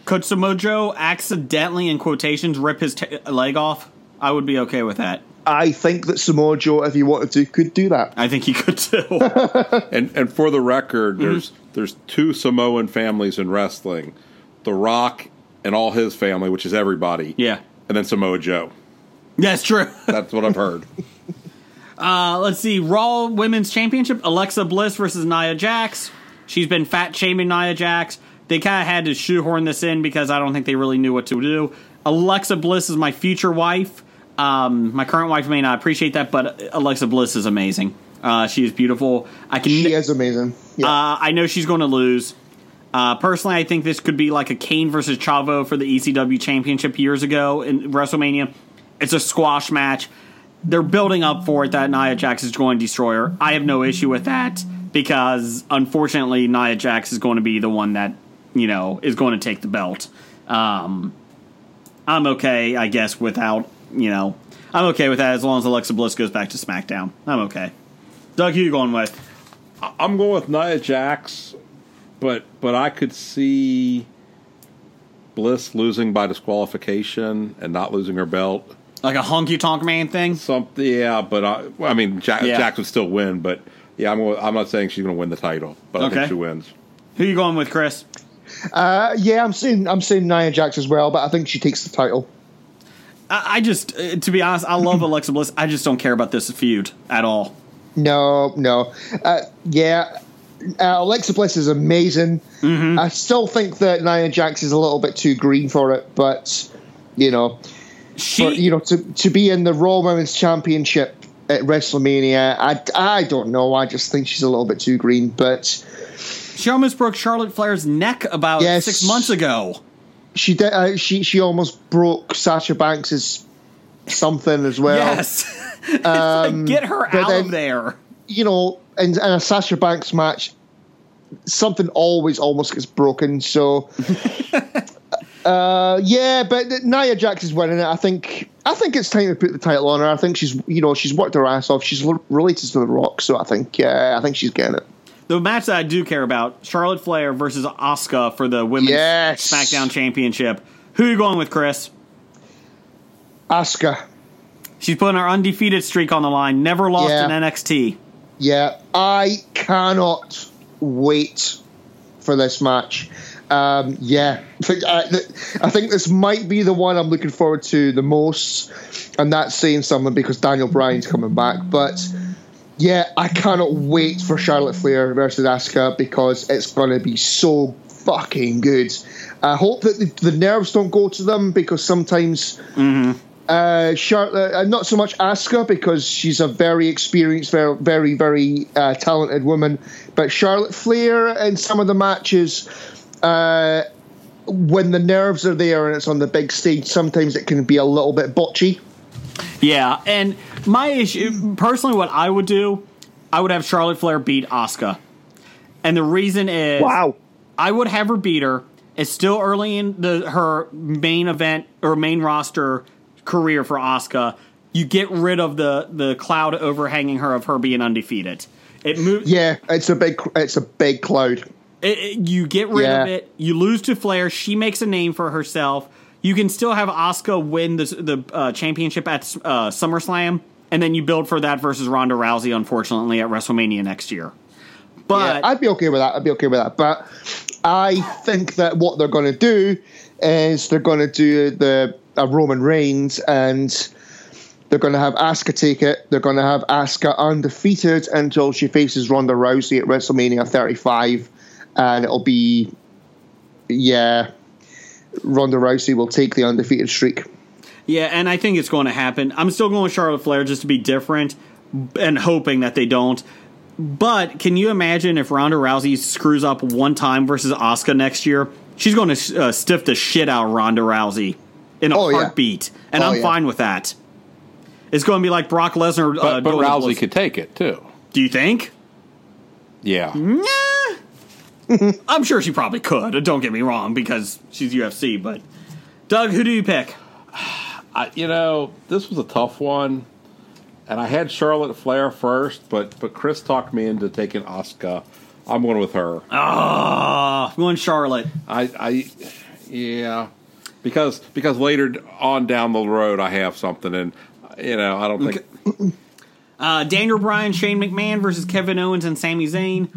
Speaker 7: Could Samojo accidentally, in quotations, rip his t- leg off? I would be okay with that.
Speaker 6: I think that Samoa Joe, if he wanted to, could do that.
Speaker 7: I think he could too.
Speaker 5: And and for the record, there's there's two Samoan families in wrestling, The Rock and all his family, which is everybody.
Speaker 7: yeah,
Speaker 5: and then Samoa Joe.
Speaker 7: that's true.
Speaker 5: That's what I've heard.
Speaker 7: Uh, let's see. Raw Women's Championship: Alexa Bliss versus Nia Jax. She's been fat shaming Nia Jax. They kind of had to shoehorn this in because I don't think they really knew what to do. Alexa Bliss is my future wife. Um, my current wife may not appreciate that, but Alexa Bliss is amazing. Uh, she is beautiful. I can.
Speaker 6: She is amazing. Yeah.
Speaker 7: Uh, I know she's going to lose. Uh, personally, I think this could be like a Kane versus Chavo for the ECW Championship years ago in WrestleMania. It's a squash match. They're building up for it that Nia Jax is going to destroy her. I have no issue with that because, unfortunately, Nia Jax is going to be the one that, you know, is going to take the belt. Um, I'm okay, I guess, without, you know, I'm okay with that as long as Alexa Bliss goes back to SmackDown. I'm okay. Doug, who you going with?
Speaker 5: I'm going with Nia Jax, but but I could see Bliss losing by disqualification and not losing her belt.
Speaker 7: Like a honky tonk man thing?
Speaker 5: Something, yeah. But I, well, I mean, Jack,
Speaker 7: Yeah.
Speaker 5: Jax would still win. But yeah, I'm gonna- I'm not saying she's going to win the title, but I
Speaker 7: Okay.
Speaker 5: think she wins.
Speaker 7: Who you going with, Chris?
Speaker 6: Uh, yeah, I'm seeing I'm seeing Nia Jax as well, but I think she takes the title.
Speaker 7: I, I just, uh, to be honest, I love Alexa Bliss. I just don't care about this feud at all.
Speaker 6: No, no. Uh, yeah, uh, Alexa Bliss is amazing.
Speaker 7: Mm-hmm.
Speaker 6: I still think that Nia Jax is a little bit too green for it, but you know,
Speaker 7: She,
Speaker 6: but, you know, to to be in the Raw Women's Championship at WrestleMania, I, I don't know. I just think she's a little bit too green, but
Speaker 7: she almost broke Charlotte Flair's neck about
Speaker 6: Yes.
Speaker 7: six months ago.
Speaker 6: she did. Uh, she she almost broke Sasha Banks's something as well. um,
Speaker 7: yes, It's like, get her
Speaker 6: but
Speaker 7: out
Speaker 6: then-
Speaker 7: of there.
Speaker 6: you know, in, in a Sasha Banks match, something always almost gets broken. So, uh, yeah, but Nia Jax is winning it. I think I think it's time to put the title on her. I think she's you know she's worked her ass off. She's l- related to The Rock, so I think yeah, I think she's getting it.
Speaker 7: The match that I do care about: Charlotte Flair versus Asuka for the women's
Speaker 6: Yes.
Speaker 7: SmackDown Championship. Who you going with, Chris?
Speaker 6: Asuka,
Speaker 7: She's putting her undefeated streak on the line. Never lost
Speaker 6: Yeah.
Speaker 7: in NXT.
Speaker 6: Yeah, I cannot wait for this match. Um, yeah, I think, I, I think this might be the one I'm looking forward to the most, and that's saying something because Daniel Bryan's coming back. But yeah, I cannot wait for Charlotte Flair versus Asuka because it's going to be so fucking good. I hope that the, the nerves don't go to them because sometimes uh, Charlotte, uh, not so much Asuka because she's a very experienced, very, very, very uh, talented woman, but Charlotte Flair in some of the matches, uh, when the nerves are there and it's on the big stage, sometimes it can be a little bit botchy.
Speaker 7: Yeah, and my issue personally, what I would do, I would have Charlotte Flair beat Asuka, and the reason is I would have her beat her. It's still early in the her main event or main roster career for Asuka. You get rid of the the cloud overhanging her of her being undefeated. It moves.
Speaker 6: Yeah, it's a big, it's a big cloud.
Speaker 7: It, it- Eh, you get rid of
Speaker 6: Yeah.
Speaker 7: it. You lose to Flair. She makes a name for herself. You can still have Asuka win the the uh, championship at uh, SummerSlam, and then you build for that versus Ronda Rousey, unfortunately, at WrestleMania next year.
Speaker 6: Yeah,
Speaker 7: But
Speaker 6: I'd be okay with that. I'd be okay with that. But I think that what they're going to do is they're going to do the a Roman Reigns and they're going to have Asuka take it. They're going to have Asuka undefeated until she faces Ronda Rousey at WrestleMania 35, and it'll be yeah, Ronda Rousey will take the undefeated streak.
Speaker 7: yeah, and I think it's going to happen. I'm still going with Charlotte Flair just to be different, and hoping that they don't. But can you imagine if Ronda Rousey screws up one time versus Asuka next year? She's going to uh, stiff the shit out of Ronda Rousey in a
Speaker 6: Oh, yeah.
Speaker 7: heartbeat, and
Speaker 6: Oh,
Speaker 7: I'm
Speaker 6: yeah.
Speaker 7: fine with that. It's going to be like Brock Lesnar.
Speaker 5: But,
Speaker 7: uh,
Speaker 5: but
Speaker 7: doing-
Speaker 5: Rousey could take it too.
Speaker 7: Do you think?
Speaker 5: Yeah.
Speaker 7: Nah. I'm sure she probably could. Don't get me wrong, because she's UFC. But Doug, who do you pick?
Speaker 5: I, you know, this was a tough one, and I had Charlotte Flair first, but but Chris talked me into taking Asuka. I'm going with her.
Speaker 7: Ah, I'm going Charlotte.
Speaker 5: I, I, yeah, because because later on down the road I have something, and you know I don't think
Speaker 7: Uh, Daniel Bryan, Shane McMahon versus Kevin Owens and Sami Zayn.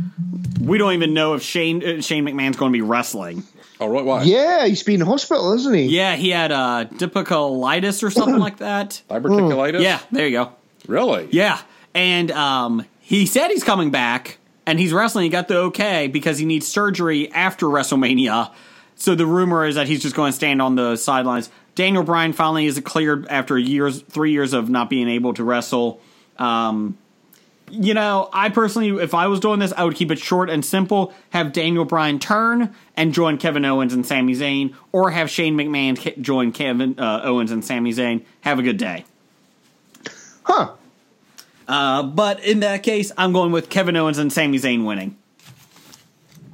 Speaker 7: We don't even know if Shane uh, Shane McMahon's going to be wrestling.
Speaker 5: Oh, right, why?
Speaker 6: Yeah, he's been in hospital, isn't he?
Speaker 7: Yeah, he had uh, diverticulitis or something like that.
Speaker 5: Diverticulitis?
Speaker 7: Yeah, there you go.
Speaker 5: Really?
Speaker 7: Yeah, and um, he said he's coming back, and he's wrestling. He got the okay because he needs surgery after WrestleMania. So the rumor is that he's just going to stand on the sidelines. Daniel Bryan finally is cleared after years, three years of not being able to wrestle. Um, you know, I personally, if I was doing this, I would keep it short and simple. Have Daniel Bryan turn and join Kevin Owens and Sami Zayn, or have Shane McMahon ca- join Kevin uh, Owens and Sami Zayn. Have a good day.
Speaker 6: Huh.
Speaker 7: But in that case, I'm going with Kevin Owens and Sami Zayn winning.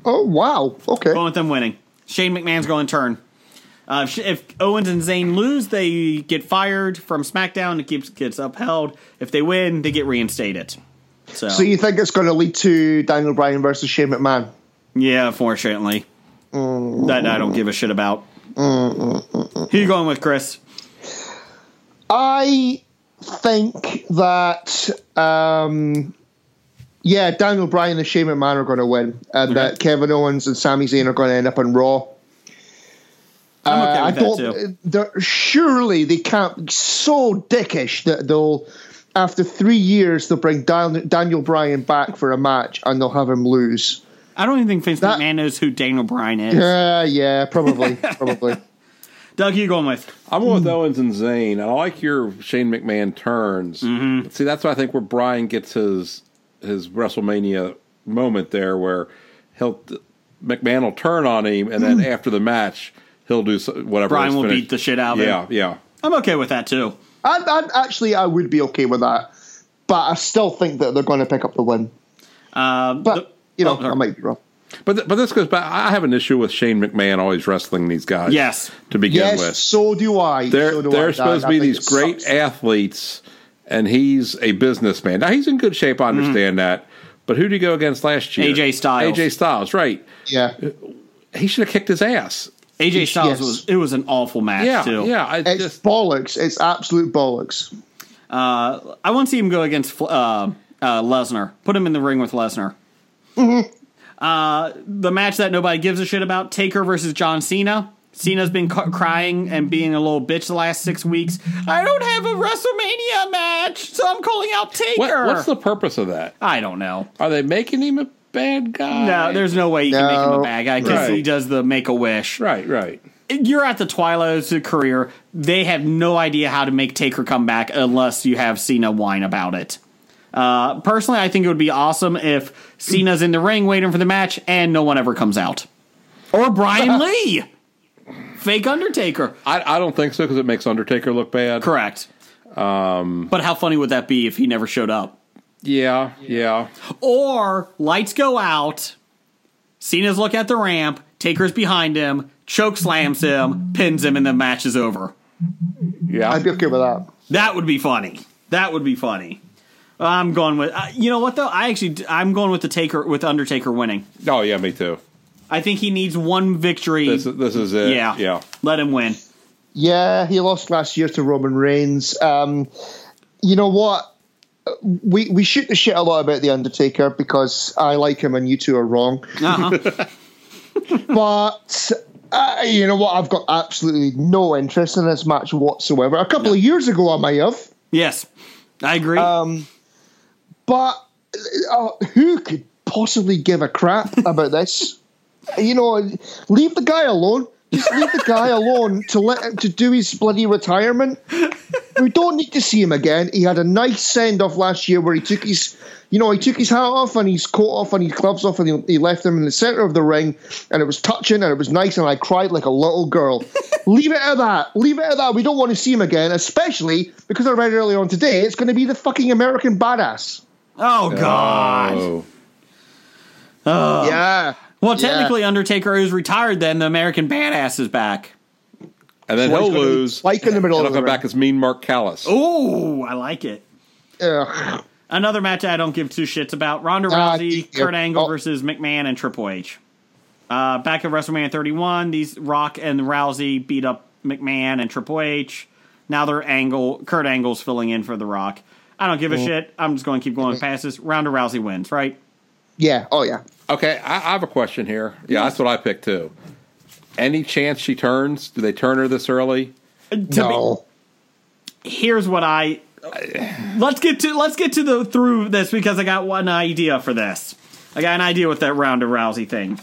Speaker 6: Oh wow. Okay.
Speaker 7: Going with them winning. Shane McMahon's going turn. Uh, if, Sh- if Owens and Zayn lose, they get fired from SmackDown. It keeps gets upheld. If they win, they get reinstated. So,
Speaker 6: So you think it's going to lead to Daniel Bryan versus Shane McMahon?
Speaker 7: yeah, fortunately, that I don't give a shit about. Who you going with, Chris?
Speaker 6: I think that um, yeah, Daniel Bryan and Shane McMahon are going to win, and that Kevin Owens and Sami Zayn are going to end up on Raw.
Speaker 7: I'm okay
Speaker 6: Uh, I
Speaker 7: with that too.
Speaker 6: don't. they're- Surely they can't be so dickish that they'll, after three years, they'll bring Dan, Daniel Bryan back for a match and they'll have him lose.
Speaker 7: I don't even think Vince
Speaker 6: that-
Speaker 7: McMahon knows who Daniel Bryan is.
Speaker 6: Uh, yeah, probably, probably.
Speaker 7: Doug, who you going with?
Speaker 5: I'm going with Owens and Zayn, and I like your Shane McMahon turns.
Speaker 7: Mm-hmm.
Speaker 5: See, that's why I think where Brian gets his his WrestleMania moment there, where he'll McMahon will turn on him, and then after the match, he'll do so- whatever.
Speaker 7: Bryan
Speaker 5: is
Speaker 7: will
Speaker 5: finished.
Speaker 7: Hmm. beat the shit out of
Speaker 5: Yeah,
Speaker 7: him.
Speaker 5: yeah.
Speaker 7: I'm okay with that too.
Speaker 6: I'd, I'd actually, I would be okay with that, but I still think that they're going to pick up the win.
Speaker 7: Uh,
Speaker 6: But
Speaker 7: the-
Speaker 6: you know,
Speaker 7: oh, sorry.
Speaker 6: I might be wrong.
Speaker 5: But th- but this goes back. I have an issue with Shane McMahon always wrestling these guys.
Speaker 7: Yes.
Speaker 5: to begin
Speaker 6: Yes,
Speaker 5: with,
Speaker 6: so do I.
Speaker 5: they're
Speaker 6: so do
Speaker 5: they're
Speaker 6: I,
Speaker 5: supposed
Speaker 6: Doug. I
Speaker 5: to be
Speaker 6: think
Speaker 5: these
Speaker 6: it
Speaker 5: great
Speaker 6: sucks.
Speaker 5: athletes, and he's a businessman. Now he's in good shape. I understand that. But who did he go against last year?
Speaker 7: AJ Mm. Styles.
Speaker 5: AJ Styles, right?
Speaker 6: Yeah.
Speaker 5: He should have kicked his ass.
Speaker 7: AJ Styles
Speaker 6: yes.
Speaker 7: was it was an awful match
Speaker 5: Yeah,
Speaker 7: too.
Speaker 5: yeah. I
Speaker 6: It's
Speaker 5: just
Speaker 6: bollocks. It's absolute bollocks.
Speaker 7: I want to see him go against uh, uh, Lesnar. Put him in the ring with Lesnar. Uh, the match that nobody gives a shit about: Taker versus John Cena. Cena's been cu- crying and being a little bitch the last six weeks. I don't have a WrestleMania match, so I'm calling out Taker.
Speaker 5: what, what's the purpose of that?
Speaker 7: I don't know.
Speaker 5: Are they making him a bad guy?
Speaker 7: No, there's no way you can make him a
Speaker 6: No.
Speaker 7: bad guy because he
Speaker 5: Right.
Speaker 7: does the make a wish.
Speaker 5: right, right.
Speaker 7: You're at the twilight of your career. They have no idea how to make Taker come back unless you have Cena whine about it. Uh, personally, I think it would be awesome if Cena's in the ring waiting for the match and no one ever comes out. Or Brian Lee, fake Undertaker.
Speaker 5: I, I don't think so because it makes Undertaker look bad.
Speaker 7: Correct. Um, but how funny would that be if he never showed up?
Speaker 5: Yeah, yeah.
Speaker 7: Or lights go out. Cena's looking at the ramp. Taker's behind him. Choke slams him. Pins him, and the match is over.
Speaker 5: Yeah.
Speaker 6: I'd be okay with that.
Speaker 7: That would be funny. That would be funny. I'm going with. Uh, you know what though? I actually I'm going with the Taker with Undertaker winning.
Speaker 5: oh, yeah, me too.
Speaker 7: I think he needs one victory.
Speaker 5: This, is- this is it.
Speaker 7: yeah,
Speaker 5: Yeah.
Speaker 7: Let him win.
Speaker 6: Yeah, he lost last year to Roman Reigns. Um, you know what? We we shoot the shit a lot about the Undertaker because I like him and you two are wrong.
Speaker 7: Uh-huh.
Speaker 6: But uh, you know what? I've got absolutely no interest in this match whatsoever. A couple of years ago, I may have,
Speaker 7: yes, I agree.
Speaker 5: Um,
Speaker 6: but uh, who could possibly give a crap about this? You know, leave the guy alone. Just leave the guy alone to let him to do his bloody retirement. We don't need to see him again. He had a nice send off last year where he took his, you know, he took his hat off and his coat off and his gloves off and he, he left them in the center of the ring and it was touching and it was nice and I cried like a little girl. leave it at that. Leave it at that. We don't want to see him again, especially because I read earlier on today it's going to be the fucking American badass.
Speaker 7: oh God.
Speaker 5: Oh.
Speaker 6: yeah.
Speaker 7: Um, well, technically, Undertaker is retired. Then the American Badass is back.
Speaker 5: And then
Speaker 6: Well,
Speaker 5: he'll
Speaker 6: he's gonna be
Speaker 5: lose.
Speaker 6: like in the middle
Speaker 5: and
Speaker 6: of
Speaker 5: he'll
Speaker 6: the
Speaker 5: come
Speaker 6: ring.
Speaker 5: back as Mean Mark Callis.
Speaker 7: Oh, I like it.
Speaker 6: Ugh.
Speaker 7: Another match I don't give two shits about: Ronda
Speaker 6: Ah,
Speaker 7: Rousey,
Speaker 6: yeah.
Speaker 7: Kurt Angle
Speaker 6: Oh.
Speaker 7: versus McMahon and Triple H. Uh, back at WrestleMania 31, these Rock and Rousey beat up McMahon and Triple H. Now they're Angle, Kurt Angle's filling in for the Rock. I don't give a shit. I'm just going to keep going past this. Ronda Rousey wins, right?
Speaker 6: Yeah. Oh yeah.
Speaker 5: Okay, I, I have a question here. Yeah, that's what I picked too. Any chance she turns? Do they turn her this early?
Speaker 7: To me-
Speaker 6: no.
Speaker 7: here's what I let's get to let's get to the through this because I got one idea for this. I got an idea with that Ronda Rousey thing.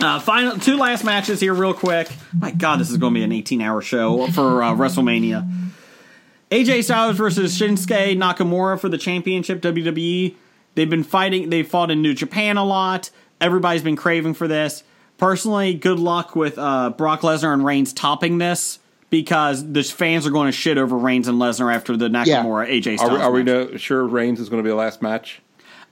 Speaker 7: Uh, final two last matches here, real quick. My God, this is going to be an 18-hour show for uh, WrestleMania. AJ Styles versus Shinsuke Nakamura for the championship WWE. They've been fighting. They fought in New Japan a lot. Everybody's been craving for this. Personally, good luck with uh, Brock Lesnar and Reigns topping this because the fans are going to shit over Reigns and Lesnar after the Nakamura AJ Styles.
Speaker 5: Are we, are we
Speaker 7: match.
Speaker 5: no, sure Reigns is going to be the last match?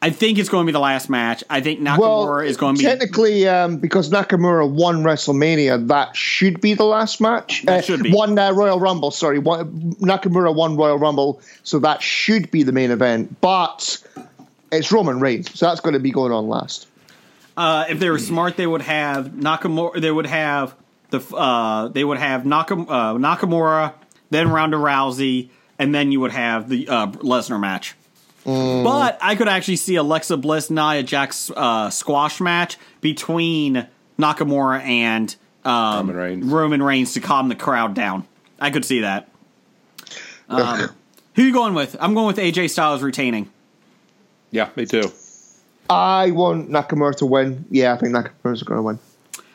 Speaker 7: I think it's going to be the last match. I think Nakamura
Speaker 6: Well,
Speaker 7: is going to be.
Speaker 6: technically um, because Nakamura won WrestleMania, that should be the last match.
Speaker 7: That should be.
Speaker 6: one uh, Royal Rumble. Sorry, one, Nakamura won Royal Rumble, so that should be the main event. But it's Roman Reigns, so that's going to be going on last.
Speaker 7: Uh, if they were smart, they would have Nakamura. They would have the uh, they would have Nakam- uh, Nakamura, then Ronda Rousey, and then you would have the uh, Lesnar match.
Speaker 5: Mm.
Speaker 7: But I could actually see Alexa Bliss Nia Jax uh, squash match between Nakamura and um,
Speaker 5: Roman Reigns.
Speaker 7: Roman Reigns to calm the crowd down. I could see that. Um, who you going with? I'm going with AJ Styles retaining.
Speaker 5: Yeah, me too.
Speaker 6: I want Nakamura to win. Yeah, I think Nakamura's going to win.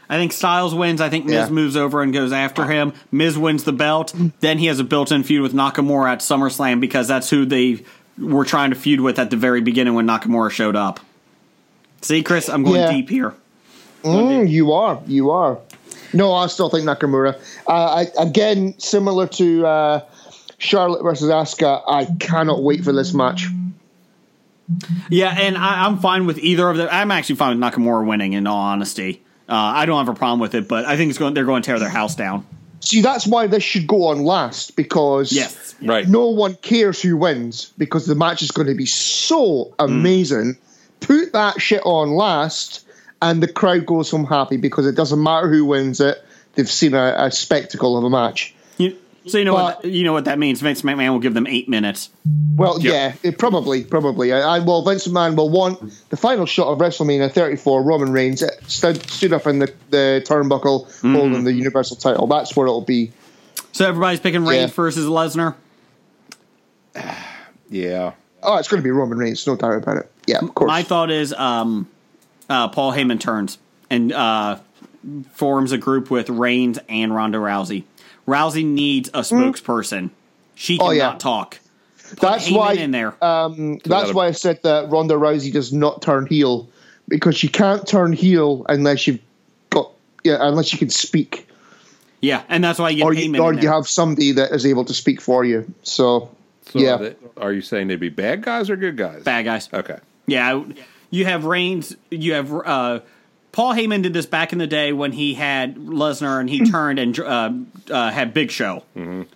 Speaker 7: I think Styles wins. I think Miz
Speaker 6: Yeah.
Speaker 7: moves over and goes after him. Miz wins the belt. Then he has a built-in feud with Nakamura at SummerSlam because that's who they were trying to feud with at the very beginning when Nakamura showed up. See, Chris, I'm going
Speaker 6: Yeah.
Speaker 7: deep here.
Speaker 6: Mm, you are. You are. No, I still think Nakamura. Uh, I, again, similar to uh, Charlotte versus Asuka, I cannot wait for this match.
Speaker 4: Yeah, and I, I'm fine with either of them. I'm actually fine with Nakamura winning. In all honesty, uh, I don't have a problem with it, but I think it's going. They're going to tear their house down.
Speaker 6: See, that's why this should go on last because
Speaker 4: Yes.
Speaker 5: Right.
Speaker 6: no one cares who wins because the match is going to be so amazing. Put that shit on last, and the crowd goes home happy because it doesn't matter who wins it. They've seen a, a spectacle of a match.
Speaker 4: You, so you know what
Speaker 6: But-
Speaker 4: you know what that means. Vince McMahon will give them eight minutes.
Speaker 6: Well, yeah, it probably, probably. I, I well, Vince McMahon will want the final shot of WrestleMania 34. Roman Reigns uh, stood, stood up in the, the turnbuckle, holding the Universal title. That's where it'll be.
Speaker 4: So everybody's picking Reigns
Speaker 6: Yeah.
Speaker 4: versus Lesnar.
Speaker 5: Yeah.
Speaker 6: Oh, it's going to be Roman Reigns, no doubt about it. Yeah, of course.
Speaker 4: My thought is, um, uh, Paul Heyman turns and uh, forms a group with Reigns and Ronda Rousey. Rousey needs a spokesperson. She cannot
Speaker 6: Hmm? Oh, yeah.
Speaker 4: talk. Put
Speaker 6: That's
Speaker 4: Heyman
Speaker 6: why- uh,
Speaker 4: in there.
Speaker 6: That's
Speaker 5: That'll-
Speaker 6: why I said that Ronda Rousey does not turn heel because she can't turn heel unless you've got yeah, unless you can speak
Speaker 4: yeah, and that's why you get
Speaker 6: or
Speaker 4: Heyman.
Speaker 6: you, or
Speaker 4: in
Speaker 6: you
Speaker 4: there.
Speaker 6: have somebody that is able to speak for you. So,
Speaker 5: So
Speaker 6: yeah,
Speaker 5: are, they- are you saying they'd be bad guys or good guys?
Speaker 4: bad guys.
Speaker 5: Okay.
Speaker 4: Yeah, I- you have Reigns. You have uh, Paul Heyman did this back in the day when he had Lesnar and he turned and uh, uh, had Big Show, and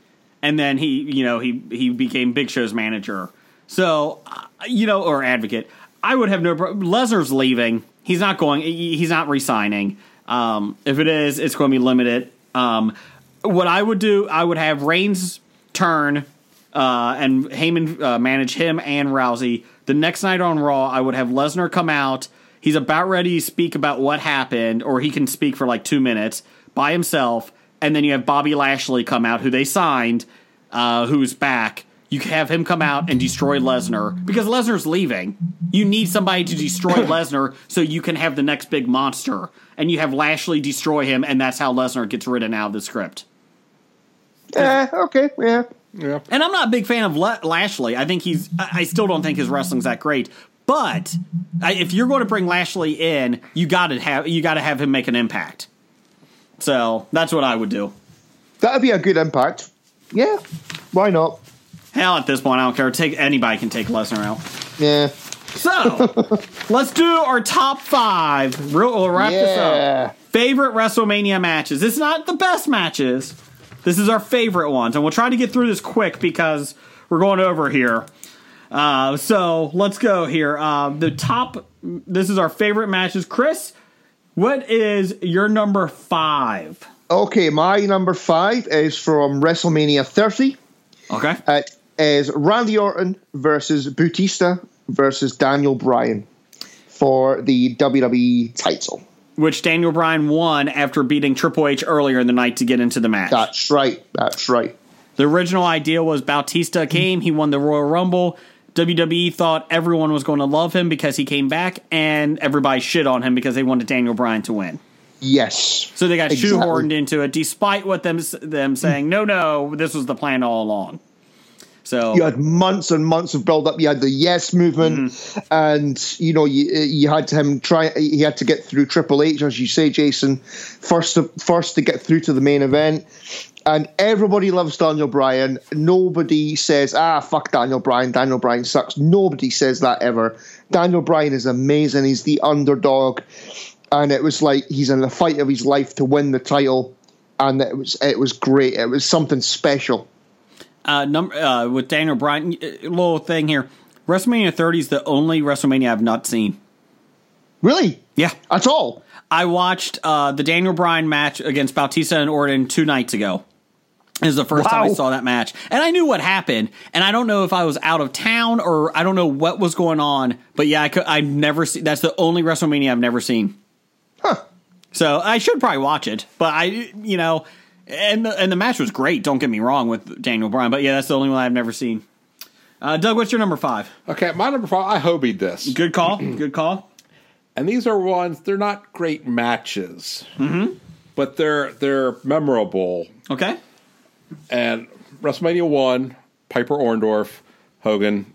Speaker 4: then he, you know, he he became Big Show's manager. So, uh, you know, or advocate. I would have no problem. Lesnar's leaving. He's not going. he- He's not resigning. Um, if it is, it's going to be limited. Um, what I would do, I would have Reigns turn uh, and Heyman uh, manage him and Rousey. The next night on Raw, I would have Lesnar come out. He's about ready to speak about what happened, or he can speak for like two minutes by himself. And then you have Bobby Lashley come out, who they signed, uh, who's back. You have him come out and destroy Lesnar because Lesnar's leaving. You need somebody to destroy Lesnar so you can have the next big monster. And you have Lashley destroy him, and that's how Lesnar gets written out of the script.
Speaker 6: yeah, Eh, okay, yeah.
Speaker 4: And I'm not a big fan of La- Lashley. I think he's. I I still don't think his wrestling's that great. But I, if you're going to bring Lashley in, you got to have you got to have him make an impact. So that's what I would do.
Speaker 6: That'd be a good impact. Yeah, why not?
Speaker 4: Hell, at this point, I don't care. Take anybody can take Lesnar out.
Speaker 6: Yeah,
Speaker 4: So let's do our top five. Real, we'll wrap this up.
Speaker 6: yeah.
Speaker 4: Favorite WrestleMania matches. It's not the best matches. This is our favorite ones, and we'll try to get through this quick because we're going over here. Uh, so let's go here. Uh, the top. This is our favorite matches. Chris, what is your number five?
Speaker 6: Okay, my number five is from WrestleMania 30.
Speaker 4: Okay.
Speaker 6: It is Randy Orton versus Bautista versus Daniel Bryan for the WWE title.
Speaker 4: Which Daniel Bryan won after beating Triple H earlier in the night to get into the match.
Speaker 6: That's right. That's right.
Speaker 4: The original idea was Bautista came, he won the Royal Rumble. WWE thought everyone was going to love him because he came back, and everybody shit on him because they wanted Daniel Bryan to win.
Speaker 6: Yes.
Speaker 4: So they got
Speaker 6: Exactly.
Speaker 4: shoehorned into it, despite what them them saying, no, no, this was the plan all along. So
Speaker 6: you had months and months of build up. You had the yes movement, and you know you you had him try. He had to get through Triple H, as you say, Jason, first to, first to get through to the main event. And everybody loves Daniel Bryan. Nobody says, "Ah, fuck Daniel Bryan. Daniel Bryan sucks." Nobody says that ever. Daniel Bryan is amazing. He's the underdog, and it was like he's in the fight of his life to win the title, and it was it was great. It was something special.
Speaker 4: uh, number uh, with Daniel Bryan, uh, little thing here, WrestleMania 30 is the only WrestleMania I've not seen.
Speaker 6: Really,
Speaker 4: Yeah,
Speaker 6: at all.
Speaker 4: I watched uh, the Daniel Bryan match against Bautista and Orton two nights ago. This is the first time I
Speaker 6: Wow.
Speaker 4: saw that match, and I knew what happened. And I don't know if I was out of town or I don't know what was going on, but yeah, I could, I've never seen. That's the only WrestleMania I've never seen. So I should probably watch it, but I, you know, and the, and the match was great. Don't get me wrong with Daniel Bryan, but yeah, that's the only one I've never seen. Uh, Doug, what's your number five?
Speaker 5: Okay, my number five, I hobied this.
Speaker 4: Good call. Good call.
Speaker 5: and these are ones they're not great matches, mm-hmm. but they're they're memorable.
Speaker 4: Okay.
Speaker 5: And WrestleMania one, Piper Orndorff, Hogan,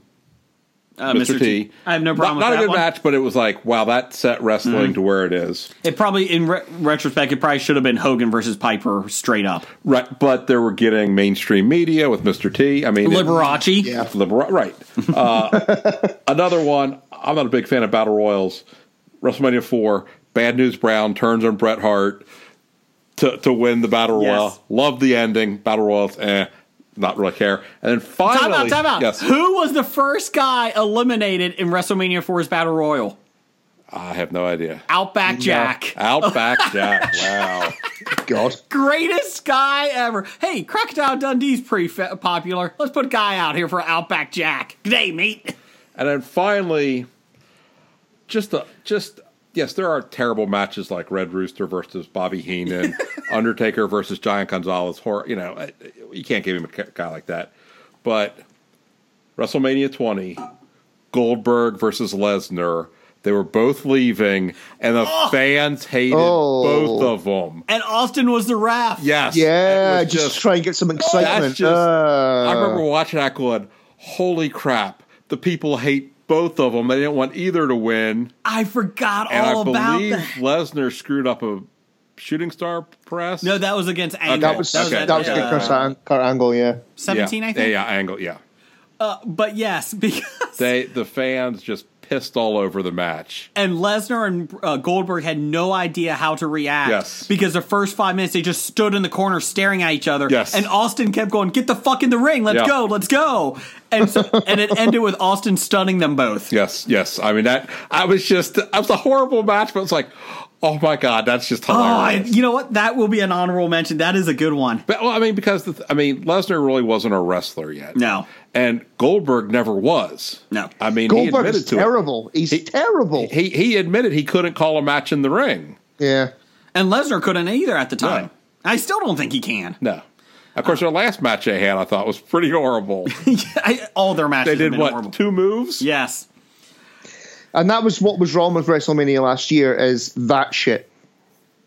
Speaker 4: Uh,
Speaker 5: Mr. T.
Speaker 4: I have no problem with
Speaker 5: Not, not a
Speaker 4: that
Speaker 5: good
Speaker 4: one. Mm-hmm.
Speaker 5: match, but it was like, wow, that set wrestling to where it is.
Speaker 4: It probably, in re- retrospect, it probably should have been Hogan versus Piper straight up.
Speaker 5: Right, but they were getting mainstream media with Mr. T. I mean, it-
Speaker 4: Liberace.
Speaker 6: Yeah.
Speaker 5: Libera- right. Uh, another one. I'm not a big fan of battle royals. WrestleMania four. Bad News Brown turns on Bret Hart to to win the battle
Speaker 4: Yes.
Speaker 5: royal. Love the ending. Battle royals. Eh, not really care. And then
Speaker 4: Time
Speaker 5: finally,
Speaker 4: out, time out.
Speaker 5: Yes,
Speaker 4: Who was the first guy eliminated in WrestleMania 4's Battle Royal?
Speaker 5: I have no idea.
Speaker 4: Outback Jack.
Speaker 5: Outback Jack. Wow.
Speaker 6: God.
Speaker 4: Greatest guy ever. Hey, Crocodile Dundee's pretty fa- popular. Let's put a guy out here for Outback Jack. G'day, mate.
Speaker 5: And then finally, just the just yes, there are terrible matches like Red Rooster versus Bobby Heenan, Undertaker versus Giant Gonzalez. Hor- you know, I- you can't give him a ca- guy like that. But WrestleMania 20, Goldberg versus Lesnar. They were both leaving, and the fans hated
Speaker 6: Oh.
Speaker 5: both of them.
Speaker 4: And Austin was the ref.
Speaker 5: Yes,
Speaker 6: Yeah,
Speaker 5: it was
Speaker 6: just, try and get some excitement.
Speaker 5: that's just.
Speaker 6: Uh,
Speaker 5: I remember watching that going, "Holy crap! The people hate both of them. They didn't want either to win."
Speaker 4: I forgot
Speaker 5: And
Speaker 4: all
Speaker 5: I
Speaker 4: about
Speaker 5: believe
Speaker 4: that.
Speaker 5: Lesnar screwed up a shooting star press.
Speaker 4: No, that was against Angle.
Speaker 6: that was
Speaker 5: Okay.
Speaker 4: at,
Speaker 6: that was
Speaker 5: yeah.
Speaker 6: a good Kurt, Ang- Kurt Angle, yeah.
Speaker 5: yeah.
Speaker 4: 17, I think.
Speaker 5: Yeah, yeah, angle. Yeah,
Speaker 4: But yes, because
Speaker 5: they the fans just pissed all over the match.
Speaker 4: and Lesnar and uh, Goldberg had no idea how to react.
Speaker 5: Yes.
Speaker 4: Because the first five minutes they just stood in the corner staring at each other.
Speaker 5: Yes.
Speaker 4: And Austin kept going, "Get the fuck in the ring, let's
Speaker 5: Yeah.
Speaker 4: go, let's go," and so, and it ended with Austin stunning them both.
Speaker 5: Yes, yes. I mean that. I was just. I was a horrible match, but it's like, oh my god, that's just
Speaker 4: Oh, I,
Speaker 5: hilarious.
Speaker 4: you know what? That will be an honorable mention. That is a good one.
Speaker 5: but, well, I mean, because the, th- I mean, Lesnar really wasn't a wrestler yet.
Speaker 4: No.
Speaker 5: and Goldberg never was.
Speaker 4: No.
Speaker 5: I mean, he
Speaker 6: Goldberg
Speaker 5: admitted
Speaker 6: is
Speaker 5: to
Speaker 6: terrible. He's terrible.
Speaker 5: it. He he admitted he couldn't call a match in the ring.
Speaker 6: yeah.
Speaker 4: And Lesnar couldn't either at the time.
Speaker 5: No.
Speaker 4: I still don't think he can.
Speaker 5: No. Of course, their last match they had, I thought, was pretty horrible.
Speaker 4: I- all their matches
Speaker 5: They
Speaker 4: have
Speaker 5: did
Speaker 4: been
Speaker 5: what
Speaker 4: horrible.
Speaker 5: two moves?
Speaker 4: Yes.
Speaker 6: And that was what was wrong with WrestleMania last year is that shit.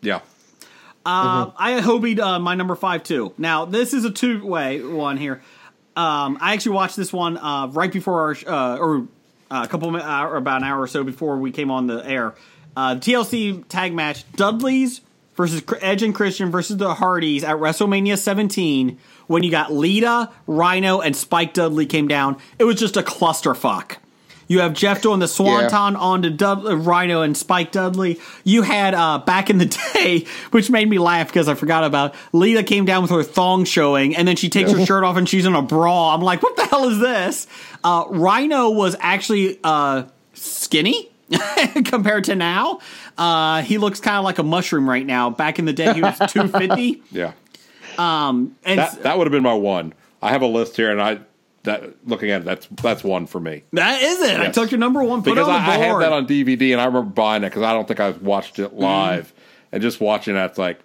Speaker 5: yeah.
Speaker 4: Uh, I hobied uh, my number five too. Now this is a two way one here. Um, I actually watched this one uh, right before our sh- uh, or uh, a couple mi- hour, about an hour or so before we came on the air. Uh, TLC tag match: Dudley's versus Cr- Edge and Christian versus the Hardys at WrestleMania 17. When you got Lita, Rhino, and Spike Dudley came down, it was just a clusterfuck. You have Jeff doing the Swanton on to Dud- uh, Rhino and Spike Dudley. You had uh, back in the day, which made me laugh because I forgot about. it, Lita came down with her thong showing, and then she takes her shirt off and she's in a bra. I'm like, what the hell is this? Uh, Rhino was actually uh, skinny. compared to now uh he looks kind of like a mushroom right now back in the day he was 250
Speaker 5: Yeah.
Speaker 4: and
Speaker 5: That that would have been my one. I have a list here and I that looking at it, that's that's one for me.
Speaker 4: that is it i
Speaker 5: Yes.
Speaker 4: took your number one put
Speaker 5: Because
Speaker 4: it
Speaker 5: I,
Speaker 4: on the
Speaker 5: I had
Speaker 4: board Mm-hmm.
Speaker 5: that on DVD and I remember buying it because I don't think I watched it live. And just watching that, it's like,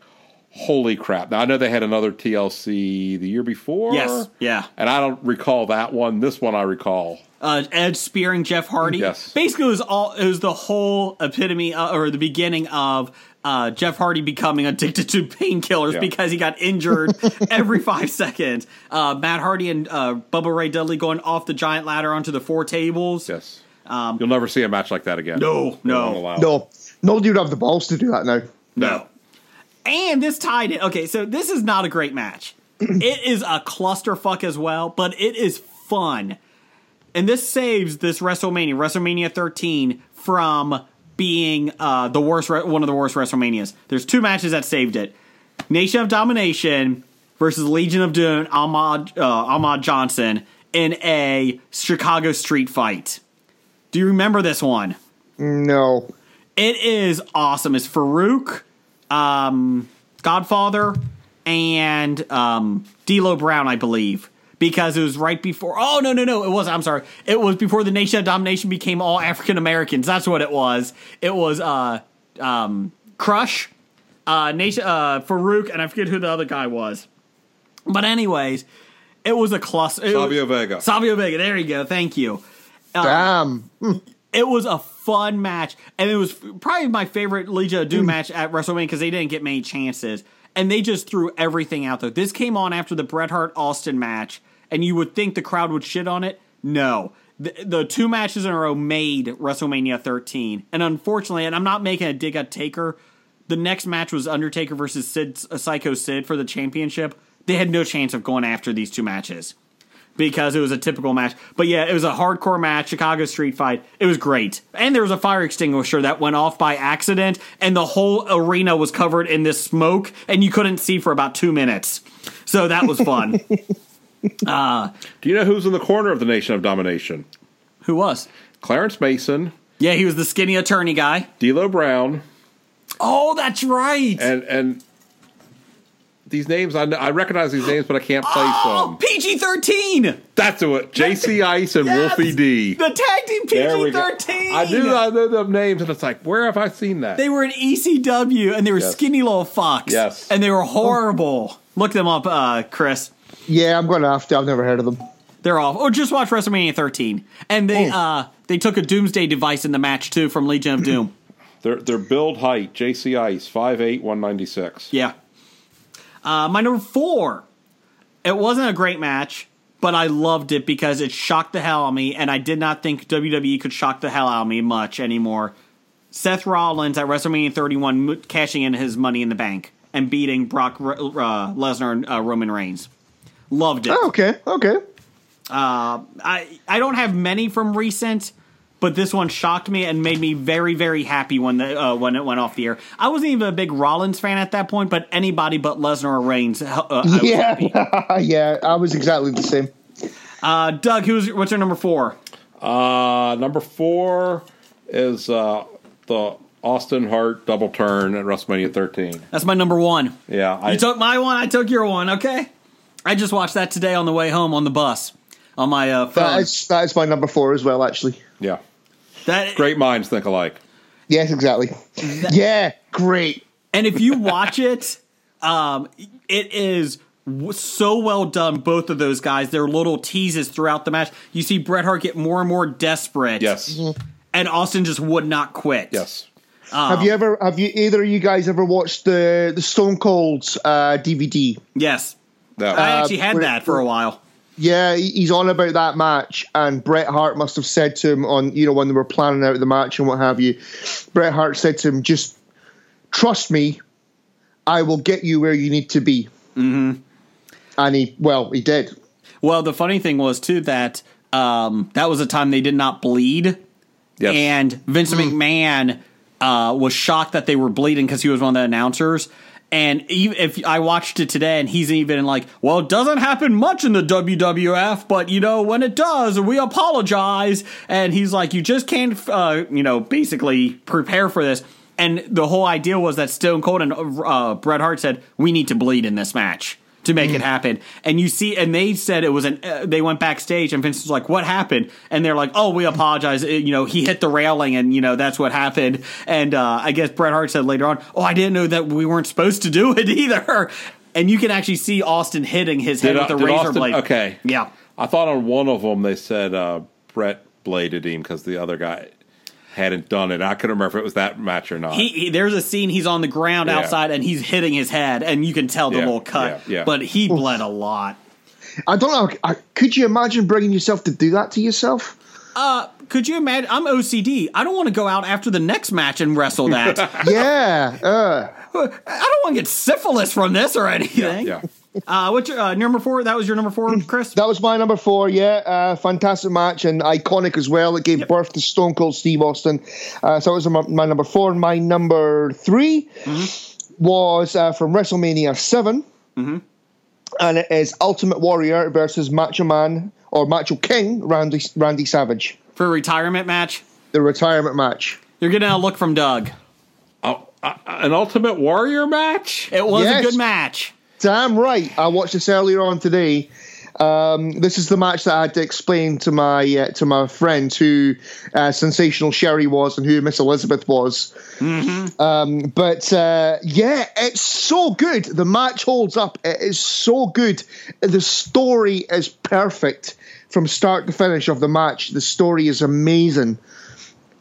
Speaker 5: holy crap. Now I know they had another TLC the year before.
Speaker 4: Yes. Yeah.
Speaker 5: And I don't recall that one. This one I recall.
Speaker 4: uh, Edge spearing Jeff Hardy.
Speaker 5: Yes.
Speaker 4: Basically, it was all it was the whole epitome uh, or the beginning of uh, Jeff Hardy becoming addicted to painkillers
Speaker 5: Yeah.
Speaker 4: because he got injured every five seconds. Uh, Matt Hardy and uh, Bubba Ray Dudley going off the giant ladder onto the four tables.
Speaker 5: Yes. You'll never see a match like that again.
Speaker 4: Um, No,
Speaker 5: They
Speaker 4: no.
Speaker 5: won't allow it.
Speaker 6: No, nobody would have the balls to do that now.
Speaker 4: No. And this tied it. Okay, so this is not a great match. it is a clusterfuck as well, but it is fun. And this saves this WrestleMania, WrestleMania 13, from being uh, the worst, re- one of the worst WrestleManias. There's two matches that saved it: Nation of Domination versus Legion of Doom, Ahmad uh, Ahmad Johnson in a Chicago street fight. Do you remember this one?
Speaker 6: No.
Speaker 4: It is awesome. It's Farouk, um, Godfather, and um, D'Lo Brown, I believe, because it was right before. Oh no, no, no! It was. I'm sorry. It was before the Nation of Domination became all African Americans. That's what it was. It was uh, um, Crush, uh, Nation, uh, Farouk, and I forget who the other guy was. But anyways, it was a cluster. it was-
Speaker 5: Savio Vega.
Speaker 4: Savio Vega. There you go. Thank you
Speaker 5: Ah.
Speaker 6: Damn.
Speaker 4: it was a fun match, and it was probably my favorite Legion of Doom match at WrestleMania because they didn't get many chances, and they just threw everything out there. This came on after the Bret Hart Austin match, and you would think the crowd would shit on it. No, the, the two matches in a row made WrestleMania 13, and unfortunately, and I'm not making a dig at Taker. The next match was Undertaker versus Sid, uh, Psycho Sid for the championship. They had no chance of going after these two matches because it was a typical match. But yeah, it was a hardcore match, Chicago street fight. It was great. And there was a fire extinguisher that went off by accident, and the whole arena was covered in this smoke, and you couldn't see for about two minutes. So that was fun.
Speaker 5: Do you know who's in the corner of the Nation of Domination?
Speaker 4: Who was?
Speaker 5: Clarence Mason,
Speaker 4: Yeah, he was the skinny attorney guy.
Speaker 5: D'Lo Brown,
Speaker 4: Oh, that's right.
Speaker 5: and and these names I know, I recognize these names, but I can't place
Speaker 4: oh,
Speaker 5: them.
Speaker 4: PG 13.
Speaker 5: That's what J.C. Ice and
Speaker 4: Yes!
Speaker 5: Wolfie D.
Speaker 4: The tag team PG 13.
Speaker 5: I knew I know them names, and it's like, where have I seen that?
Speaker 4: They were in ECW and they were
Speaker 5: Yes.
Speaker 4: skinny little fox.
Speaker 5: Yes.
Speaker 4: And they were horrible. Look them up, uh, Chris.
Speaker 6: Yeah, I'm going to have to. I've never heard of them.
Speaker 4: They're off. Or just watch WrestleMania 13. And they
Speaker 6: Oh. Mm-hmm.
Speaker 4: uh they took a Doomsday device in the match too from Legion of Doom.
Speaker 5: Their their build height, J.C. Ice, 5'8", 196.
Speaker 4: yeah. Uh, my number four. It wasn't a great match, but I loved it because it shocked the hell out of me, and I did not think WWE could shock the hell out of me much anymore. Seth Rollins at WrestleMania 31 mo- cashing in his Money in the Bank and beating Brock Re- uh, Lesnar and uh, Roman Reigns. Loved it.
Speaker 6: Oh, okay, okay.
Speaker 4: I I don't have many from recent, but this one shocked me and made me very very happy when the uh, when it went off the air. I wasn't even a big Rollins fan at that point, but anybody but Lesnar or Reigns. Uh, I was
Speaker 6: Yeah,
Speaker 4: happy.
Speaker 6: yeah. I was exactly the same.
Speaker 4: Uh, Doug, who's what's your number four?
Speaker 5: Uh, number four is uh, the Austin Hart double turn at WrestleMania 13.
Speaker 4: That's my number one.
Speaker 5: Yeah, I,
Speaker 4: You took my one. I took your one. Okay. I just watched that today on the way home on the bus on my uh, phone.
Speaker 6: That is that is my number four as well, actually.
Speaker 5: yeah.
Speaker 4: that
Speaker 5: Great minds think alike.
Speaker 6: Yes, exactly. yeah, great.
Speaker 4: And if you watch it, um, it is w- so well done. Both of those guys, their little teases throughout the match. You see Bret Hart get more and more desperate.
Speaker 5: Yes.
Speaker 4: And Austin just would not quit.
Speaker 5: Yes.
Speaker 6: have you ever? Have you either of you guys ever watched the the Stone Cold's uh, DVD?
Speaker 4: Yes.
Speaker 5: That
Speaker 4: I actually had
Speaker 6: we're-
Speaker 4: that for a while.
Speaker 6: Yeah, he- he's on about that match, and Bret Hart must have said to him on you know when they were planning out the match and what have you. Bret Hart said to him, "Just trust me, I will get you where you need to be." Mm-hmm. And he, well, he did.
Speaker 4: Well, the funny thing was too that um, that was a time they did not bleed,
Speaker 5: yes.
Speaker 4: and Vince McMahon uh, was shocked that they were bleeding because he was one of the announcers. And even if I watched it today, and he's even like, "Well, it doesn't happen much in the WWF, but you know when it does, we apologize." And he's like, "You just can't, uh, you know, basically prepare for this." And the whole idea was that Stone Cold and uh, Bret Hart said, "We need to bleed in this match." to make it
Speaker 5: Mm.
Speaker 4: happen. And you see, and they said it was an. Uh, they went backstage, and Vince was like, "What happened?" And they're like, "Oh, we apologize. It- you know, he hit the railing, and you know that's what happened." And uh, I guess Bret Hart said later on, "Oh, I didn't know that we weren't supposed to do it either." And you can actually see Austin hitting his head
Speaker 5: Did,
Speaker 4: with
Speaker 5: uh,
Speaker 4: a
Speaker 5: did
Speaker 4: razor
Speaker 5: Austin-
Speaker 4: blade.
Speaker 5: Okay.
Speaker 4: Yeah.
Speaker 5: I thought on one of them they said uh, Brett bladed him because the other guy hadn't done it. I couldn't remember if it was that match or not.
Speaker 4: He, he- there's a scene he's on the ground
Speaker 5: Yeah.
Speaker 4: outside and he's hitting his head and you can tell the
Speaker 5: Yeah,
Speaker 4: little cut
Speaker 5: yeah, yeah.
Speaker 4: but he bled a lot
Speaker 6: I don't know. I, could you imagine bringing yourself to do that to yourself?
Speaker 4: could you imagine i'm ocd i don't want to go out after the next match and wrestle that
Speaker 6: Yeah. Uh,
Speaker 4: I don't want to get syphilis from this or anything.
Speaker 5: yeah.
Speaker 4: Uh, what's your uh, number four? That was your number four, Chris.
Speaker 6: that was my number four. Yeah, uh, fantastic match and iconic as well. It gave birth to Stone Cold Steve Austin. Uh, so that was my, my number four. And my number 3
Speaker 4: Mm-hmm.
Speaker 6: was uh, from WrestleMania 7 and it is Ultimate Warrior versus Macho Man or Macho King Randy Randy Savage,
Speaker 4: For a retirement match,
Speaker 6: the retirement match.
Speaker 4: you're getting a look from Doug.
Speaker 5: Oh, uh, an Ultimate Warrior match?
Speaker 4: It was
Speaker 6: Yes.
Speaker 4: a good match.
Speaker 6: Damn right. I watched this earlier on today. Um, this is the match that I had to explain to my uh, to my friend who uh, sensational Sherry was and who Miss Elizabeth was. Um, but uh, yeah, it's so good. The match holds up. It is so good. The story is perfect from start to finish of the match. The story is amazing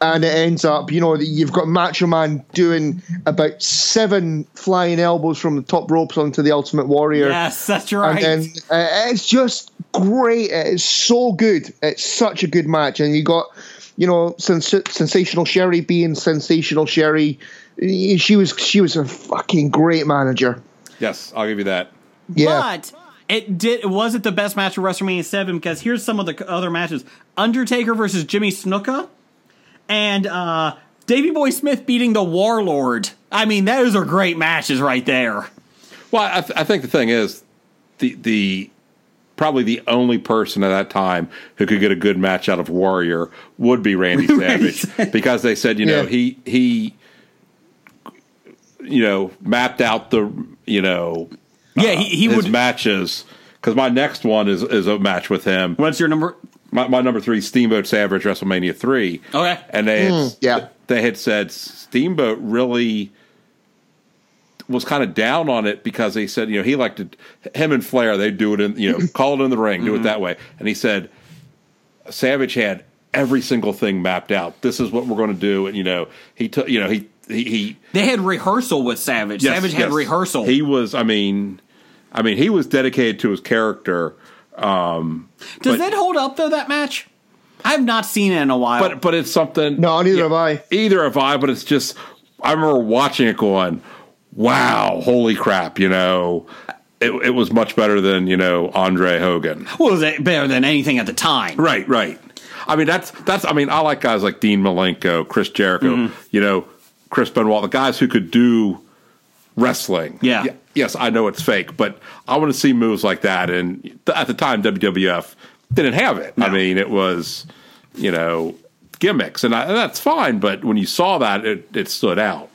Speaker 6: and it ends up, you know, that you've got Macho Man doing about seven flying elbows from the top ropes onto the Ultimate Warrior.
Speaker 4: Yes, that's right.
Speaker 6: And then uh, it's just great. It's so good. It's such a good match, and you got you know sens- sensational Sherry being sensational Sherry. She was she was a fucking great manager.
Speaker 5: Yes, I'll give you that.
Speaker 6: Yeah.
Speaker 7: But it did it wasn't the best match of WrestleMania 7 because here's some of the c- other matches. Undertaker versus Jimmy Snuka and uh Davey Boy Smith beating the Warlord. I mean, those are great matches right there.
Speaker 5: Well, I, th- I think the thing is, the the probably the only person at that time who could get a good match out of Warrior would be Randy Savage because they said, you know,
Speaker 6: Yeah.
Speaker 5: he he, you know, mapped out the you know
Speaker 7: Yeah, he, he
Speaker 5: his
Speaker 7: would
Speaker 5: matches because my next one is is a match with him.
Speaker 7: What's your number?
Speaker 5: My, my number three, Steamboat Savage, WrestleMania three.
Speaker 7: Okay.
Speaker 5: and they had,
Speaker 6: yeah.
Speaker 5: they had said Steamboat really was kind of down on it because they said you know he liked to him and Flair they do it in you know call it in the ring
Speaker 7: Mm-hmm.
Speaker 5: do it that way and he said Savage had every single thing mapped out this is what we're going to do and you know he took you know he he, he
Speaker 7: They had rehearsal with Savage.
Speaker 5: Yes,
Speaker 7: Savage had
Speaker 5: yes.
Speaker 7: rehearsal.
Speaker 5: he was I mean I mean he was dedicated to his character um,
Speaker 7: Does
Speaker 5: but-
Speaker 7: that hold up though? That match? I've not seen it in a while.
Speaker 5: but but it's something
Speaker 6: No, neither have I.
Speaker 5: either have I, but it's just I remember watching it going, Wow, holy crap, you know. It, it was much better than, you know, Andre Hogan.
Speaker 7: was it better than anything at the time?
Speaker 5: Right, right. I mean that's that's I mean, I like guys like Dean Malenko, Chris Jericho,
Speaker 7: Mm-hmm.
Speaker 5: you know, Chris Benoit, the guys who could do wrestling.
Speaker 7: Yeah.
Speaker 5: Ye- yes, I know it's fake, but I want to see moves like that and th- at the time WWF didn't have it. I mean, it was, you know, gimmicks and, I, and that's fine, but when you saw that it, it stood out.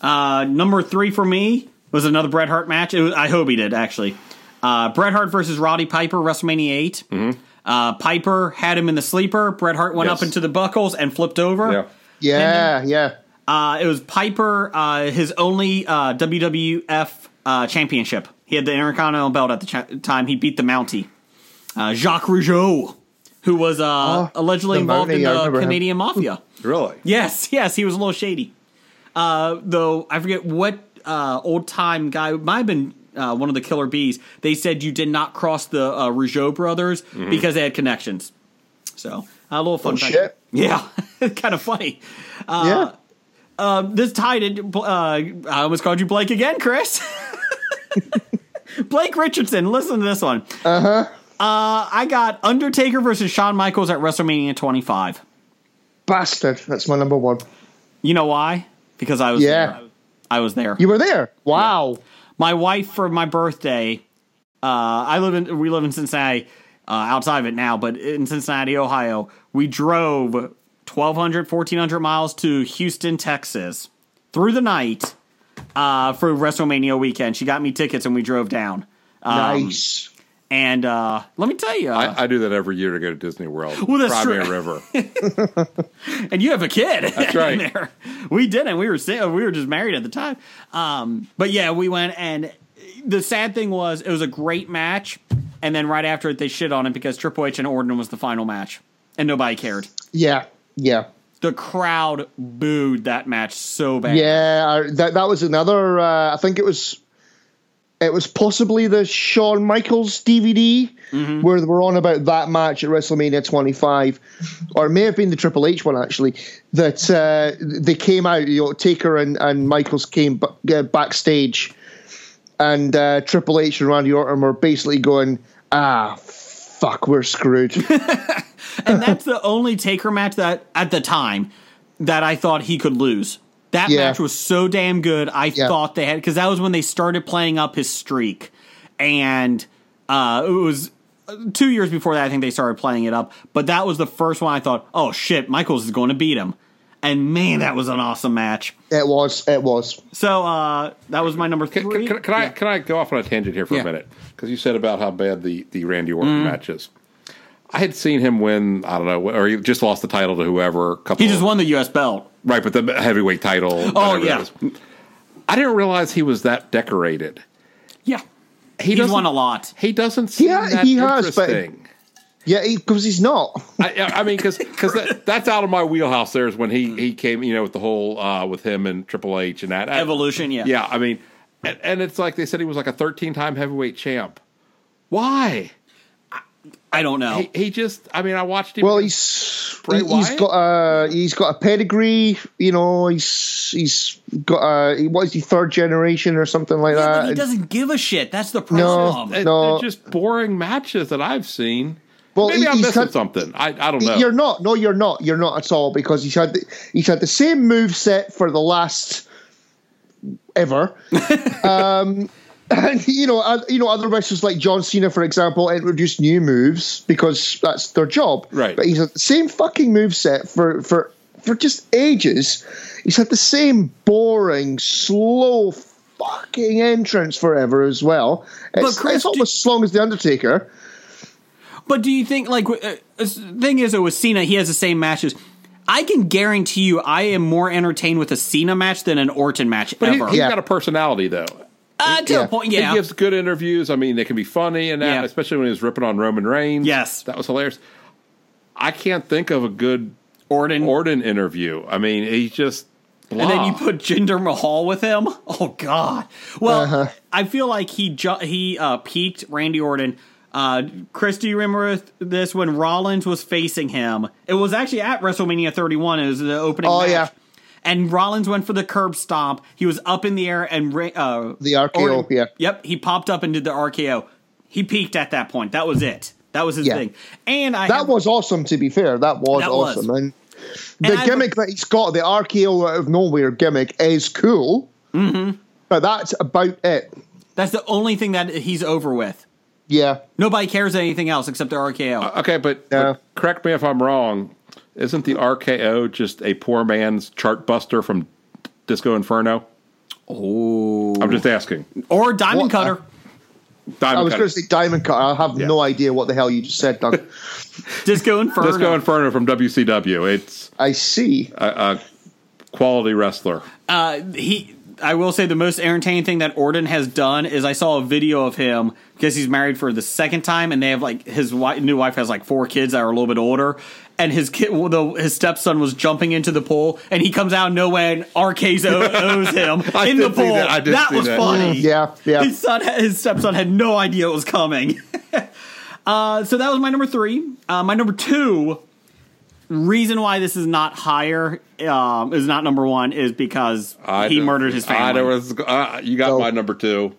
Speaker 7: Uh, number three for me was another Bret Hart match. It was, I hope he did actually. Uh, Bret Hart versus Roddy Piper, WrestleMania 8 Uh, Piper had him in the sleeper. Bret Hart went
Speaker 5: Mm-hmm. Yes.
Speaker 7: up into the buckles and flipped over.
Speaker 5: Yeah.
Speaker 6: Yeah, yeah.
Speaker 7: Uh, it was Piper, uh, his only uh, WWF uh, championship. He had the Intercontinental belt at the cha- time. He beat the Mountie, uh, Jacques Rougeau, who was uh,
Speaker 6: Oh,
Speaker 7: allegedly
Speaker 6: the
Speaker 7: involved
Speaker 6: Mountie,
Speaker 7: in
Speaker 6: I
Speaker 7: the
Speaker 6: remember him.
Speaker 7: Canadian Mafia.
Speaker 5: Really?
Speaker 7: Yes, yes, he was a little shady. Uh, though I forget what uh, old time guy might have been uh, one of the Killer Bees. They said you did not cross the uh, Rougeau brothers because they had connections. So a little fun
Speaker 6: Mm-hmm. Oh,
Speaker 7: fact.
Speaker 6: shit.
Speaker 7: Yeah, kind of funny. Uh,
Speaker 6: yeah.
Speaker 7: This tied in. Uh, I almost called you Blake again, Chris. Blake Richardson. Listen to this one. Uh-huh. Uh I got Undertaker versus Shawn Michaels at WrestleMania 25.
Speaker 6: Bastard. That's my number one.
Speaker 7: You know why? Because I was
Speaker 6: Yeah.
Speaker 7: there. I was there.
Speaker 6: You were there. Wow.
Speaker 7: my wife for my birthday. Uh, I live in we live in Cincinnati, uh, outside of it now, but in Cincinnati, Ohio, we drove 1,200, 1,400 miles to Houston, Texas, through the night uh, for WrestleMania weekend. She got me tickets, and we drove down. Um,
Speaker 6: nice.
Speaker 7: And uh, let me tell you,
Speaker 5: I, I do that every year to go to Disney World.
Speaker 7: Well, that's
Speaker 5: Cry Me
Speaker 7: true.
Speaker 5: a river.
Speaker 7: and you have a kid. That's
Speaker 5: right.
Speaker 7: We didn't. We were si- uh, we were just married at the time. Um, but yeah, we went, and the sad thing was it was a great match, and then right after it they shit on it because Triple H and Orton was the final match, and nobody cared.
Speaker 6: Yeah. Yeah.
Speaker 7: The crowd booed that match so bad.
Speaker 6: Yeah, I- that that was another. Uh, I think it was, it was possibly the Shawn Michaels DVD where they were on about that match at WrestleMania 25, or it may have been the Triple H one actually. That uh, they came out, you know, Taker and, and Michaels came b- uh, backstage, and uh, Triple H and Randy Orton were basically going, ah, fuck, we're screwed.
Speaker 7: and that's the only Taker match that at the time that I thought he could lose. That
Speaker 6: Yeah.
Speaker 7: match was so damn good. I
Speaker 6: Yeah.
Speaker 7: thought they had because that was when they started playing up his streak, and uh, it was uh, two years before that. I think they started playing it up, but that was the first one I thought, oh shit, Michaels is going to beat him, and man, that was an awesome match.
Speaker 6: it was, it was.
Speaker 7: So uh, that was my number
Speaker 5: Can,
Speaker 7: three.
Speaker 5: can, can, can I can I go off on a tangent here for
Speaker 7: Yeah. Mm-hmm.
Speaker 5: a minute? Because you said about how bad the the Randy Orton match is. I had seen him win. I don't know, or he just lost the title to whoever. a Couple,
Speaker 7: He just won the U.S. belt.
Speaker 5: right, but the heavyweight title.
Speaker 7: Oh
Speaker 5: whatever that
Speaker 7: yeah,
Speaker 5: is. I didn't realize he was that decorated.
Speaker 7: yeah.
Speaker 5: He
Speaker 7: He's
Speaker 5: doesn't-
Speaker 7: won a lot.
Speaker 5: He doesn't seem
Speaker 6: Yeah,
Speaker 5: that
Speaker 6: he has, but-
Speaker 5: interesting.
Speaker 6: Yeah, because he's not.
Speaker 5: I, I mean, because that, that's out of my wheelhouse. There's when he he came, you know, with the whole uh, with him and Triple H and that I-
Speaker 7: Evolution, yeah.
Speaker 5: yeah. I mean, and, and it's like they said he was like a 13 time heavyweight champ. Why?
Speaker 4: I don't know.
Speaker 5: He, he just, I mean, I watched him.
Speaker 6: Well, he's
Speaker 5: Bray
Speaker 6: he, has
Speaker 5: Wyatt?
Speaker 6: got a he's got a pedigree. You know, he's he's got a what is he third generation or something like
Speaker 4: Yeah,
Speaker 6: that.
Speaker 4: but he doesn't give a shit. That's the problem.
Speaker 5: It-
Speaker 6: no.
Speaker 5: They're just boring matches that I've seen.
Speaker 6: Well,
Speaker 5: Maybe
Speaker 6: he-
Speaker 5: I'm
Speaker 6: he's
Speaker 5: missing
Speaker 6: had-
Speaker 5: something. I, I don't know.
Speaker 6: You're not. No, you're not. You're not at all because he's had the, he's had the same move set for the last ever. um, and you know, uh, you know, other wrestlers like John Cena, for example, introduce new moves because that's their job.
Speaker 5: Right.
Speaker 6: But he's had the same fucking move set for for for just ages. He's had the same boring, slow. Fucking entrance forever as well. It's,
Speaker 4: Chris,
Speaker 6: it's
Speaker 4: do-
Speaker 6: almost as long as the Undertaker.
Speaker 4: But do you think like w- uh, uh, s- thing is, it was Cena. He has the same matches. I can guarantee you, I am more entertained with a Cena match than an Orton match
Speaker 5: but he,
Speaker 4: ever.
Speaker 5: has
Speaker 6: Yeah.
Speaker 5: got a personality, though.
Speaker 4: uh, to
Speaker 6: yeah.
Speaker 4: a point,
Speaker 5: He
Speaker 4: yeah.
Speaker 5: gives good interviews. I mean, they can be funny and that,
Speaker 4: Yeah.
Speaker 5: especially when he was ripping on Roman Reigns.
Speaker 4: Yes.
Speaker 5: That was hilarious. I can't think of a good
Speaker 4: Orton,
Speaker 5: Orton interview. I mean, he's just. Blah.
Speaker 4: and then you put Jinder Mahal with him. Oh God. Well,
Speaker 6: Uh-huh.
Speaker 4: I feel like he ju- he uh, peaked Randy Orton. Uh, Chris, do you remember th- this when Rollins was facing him? It was actually at WrestleMania 31. It was the opening.
Speaker 6: Oh,
Speaker 4: match.
Speaker 6: yeah.
Speaker 4: And Rollins went for the curb stomp. He was up in the air and Ra- uh,
Speaker 6: The RKO,
Speaker 4: Orton-
Speaker 6: yeah.
Speaker 4: Yep, he popped up and did the RKO. He peaked at that point. That was it. That was his
Speaker 6: Yeah.
Speaker 4: thing. And I
Speaker 6: That
Speaker 4: have-
Speaker 6: was awesome. To be fair, that was
Speaker 4: That was.
Speaker 6: awesome. And the
Speaker 4: I-
Speaker 6: gimmick that he's got, the RKO out of nowhere gimmick, is cool. Mm-hmm. But that's about it.
Speaker 4: that's the only thing that he's over with.
Speaker 6: Yeah.
Speaker 4: Nobody cares anything else except the RKO.
Speaker 5: Okay, but,
Speaker 6: No.
Speaker 5: but correct me if I'm wrong. Isn't the RKO just a poor man's chart buster from Disco Inferno? Oh, I'm just asking.
Speaker 4: or Diamond
Speaker 6: What-
Speaker 4: Cutter.
Speaker 5: Diamond
Speaker 6: I was
Speaker 5: Cutter.
Speaker 6: going to say Diamond Cut. I have
Speaker 5: Yeah.
Speaker 6: no idea what the hell you just said, Doug.
Speaker 4: Disco Inferno.
Speaker 5: Disco Inferno from WCW. It's
Speaker 6: I see.
Speaker 5: quality wrestler.
Speaker 4: uh, he. I will say the most entertaining thing that Orton has done is I saw a video of him because he's married for the second time, and they have like his wife, new wife has like four kids that are a little bit older, and his kid, well, the, his stepson was jumping into the pool, and he comes out of nowhere and RK's o- owes him
Speaker 5: I
Speaker 4: in
Speaker 5: did
Speaker 4: the
Speaker 5: see
Speaker 4: pool.
Speaker 5: that. I did see
Speaker 4: was
Speaker 5: that.
Speaker 4: funny.
Speaker 6: yeah, yeah.
Speaker 4: His son, his stepson, had no idea it was coming. uh, so that was my number three. Uh, my number two reason why this is not higher um, is not number one is because he
Speaker 5: don't-
Speaker 4: murdered his family.
Speaker 5: I know where this is go- uh, you got
Speaker 6: No.
Speaker 5: my number two.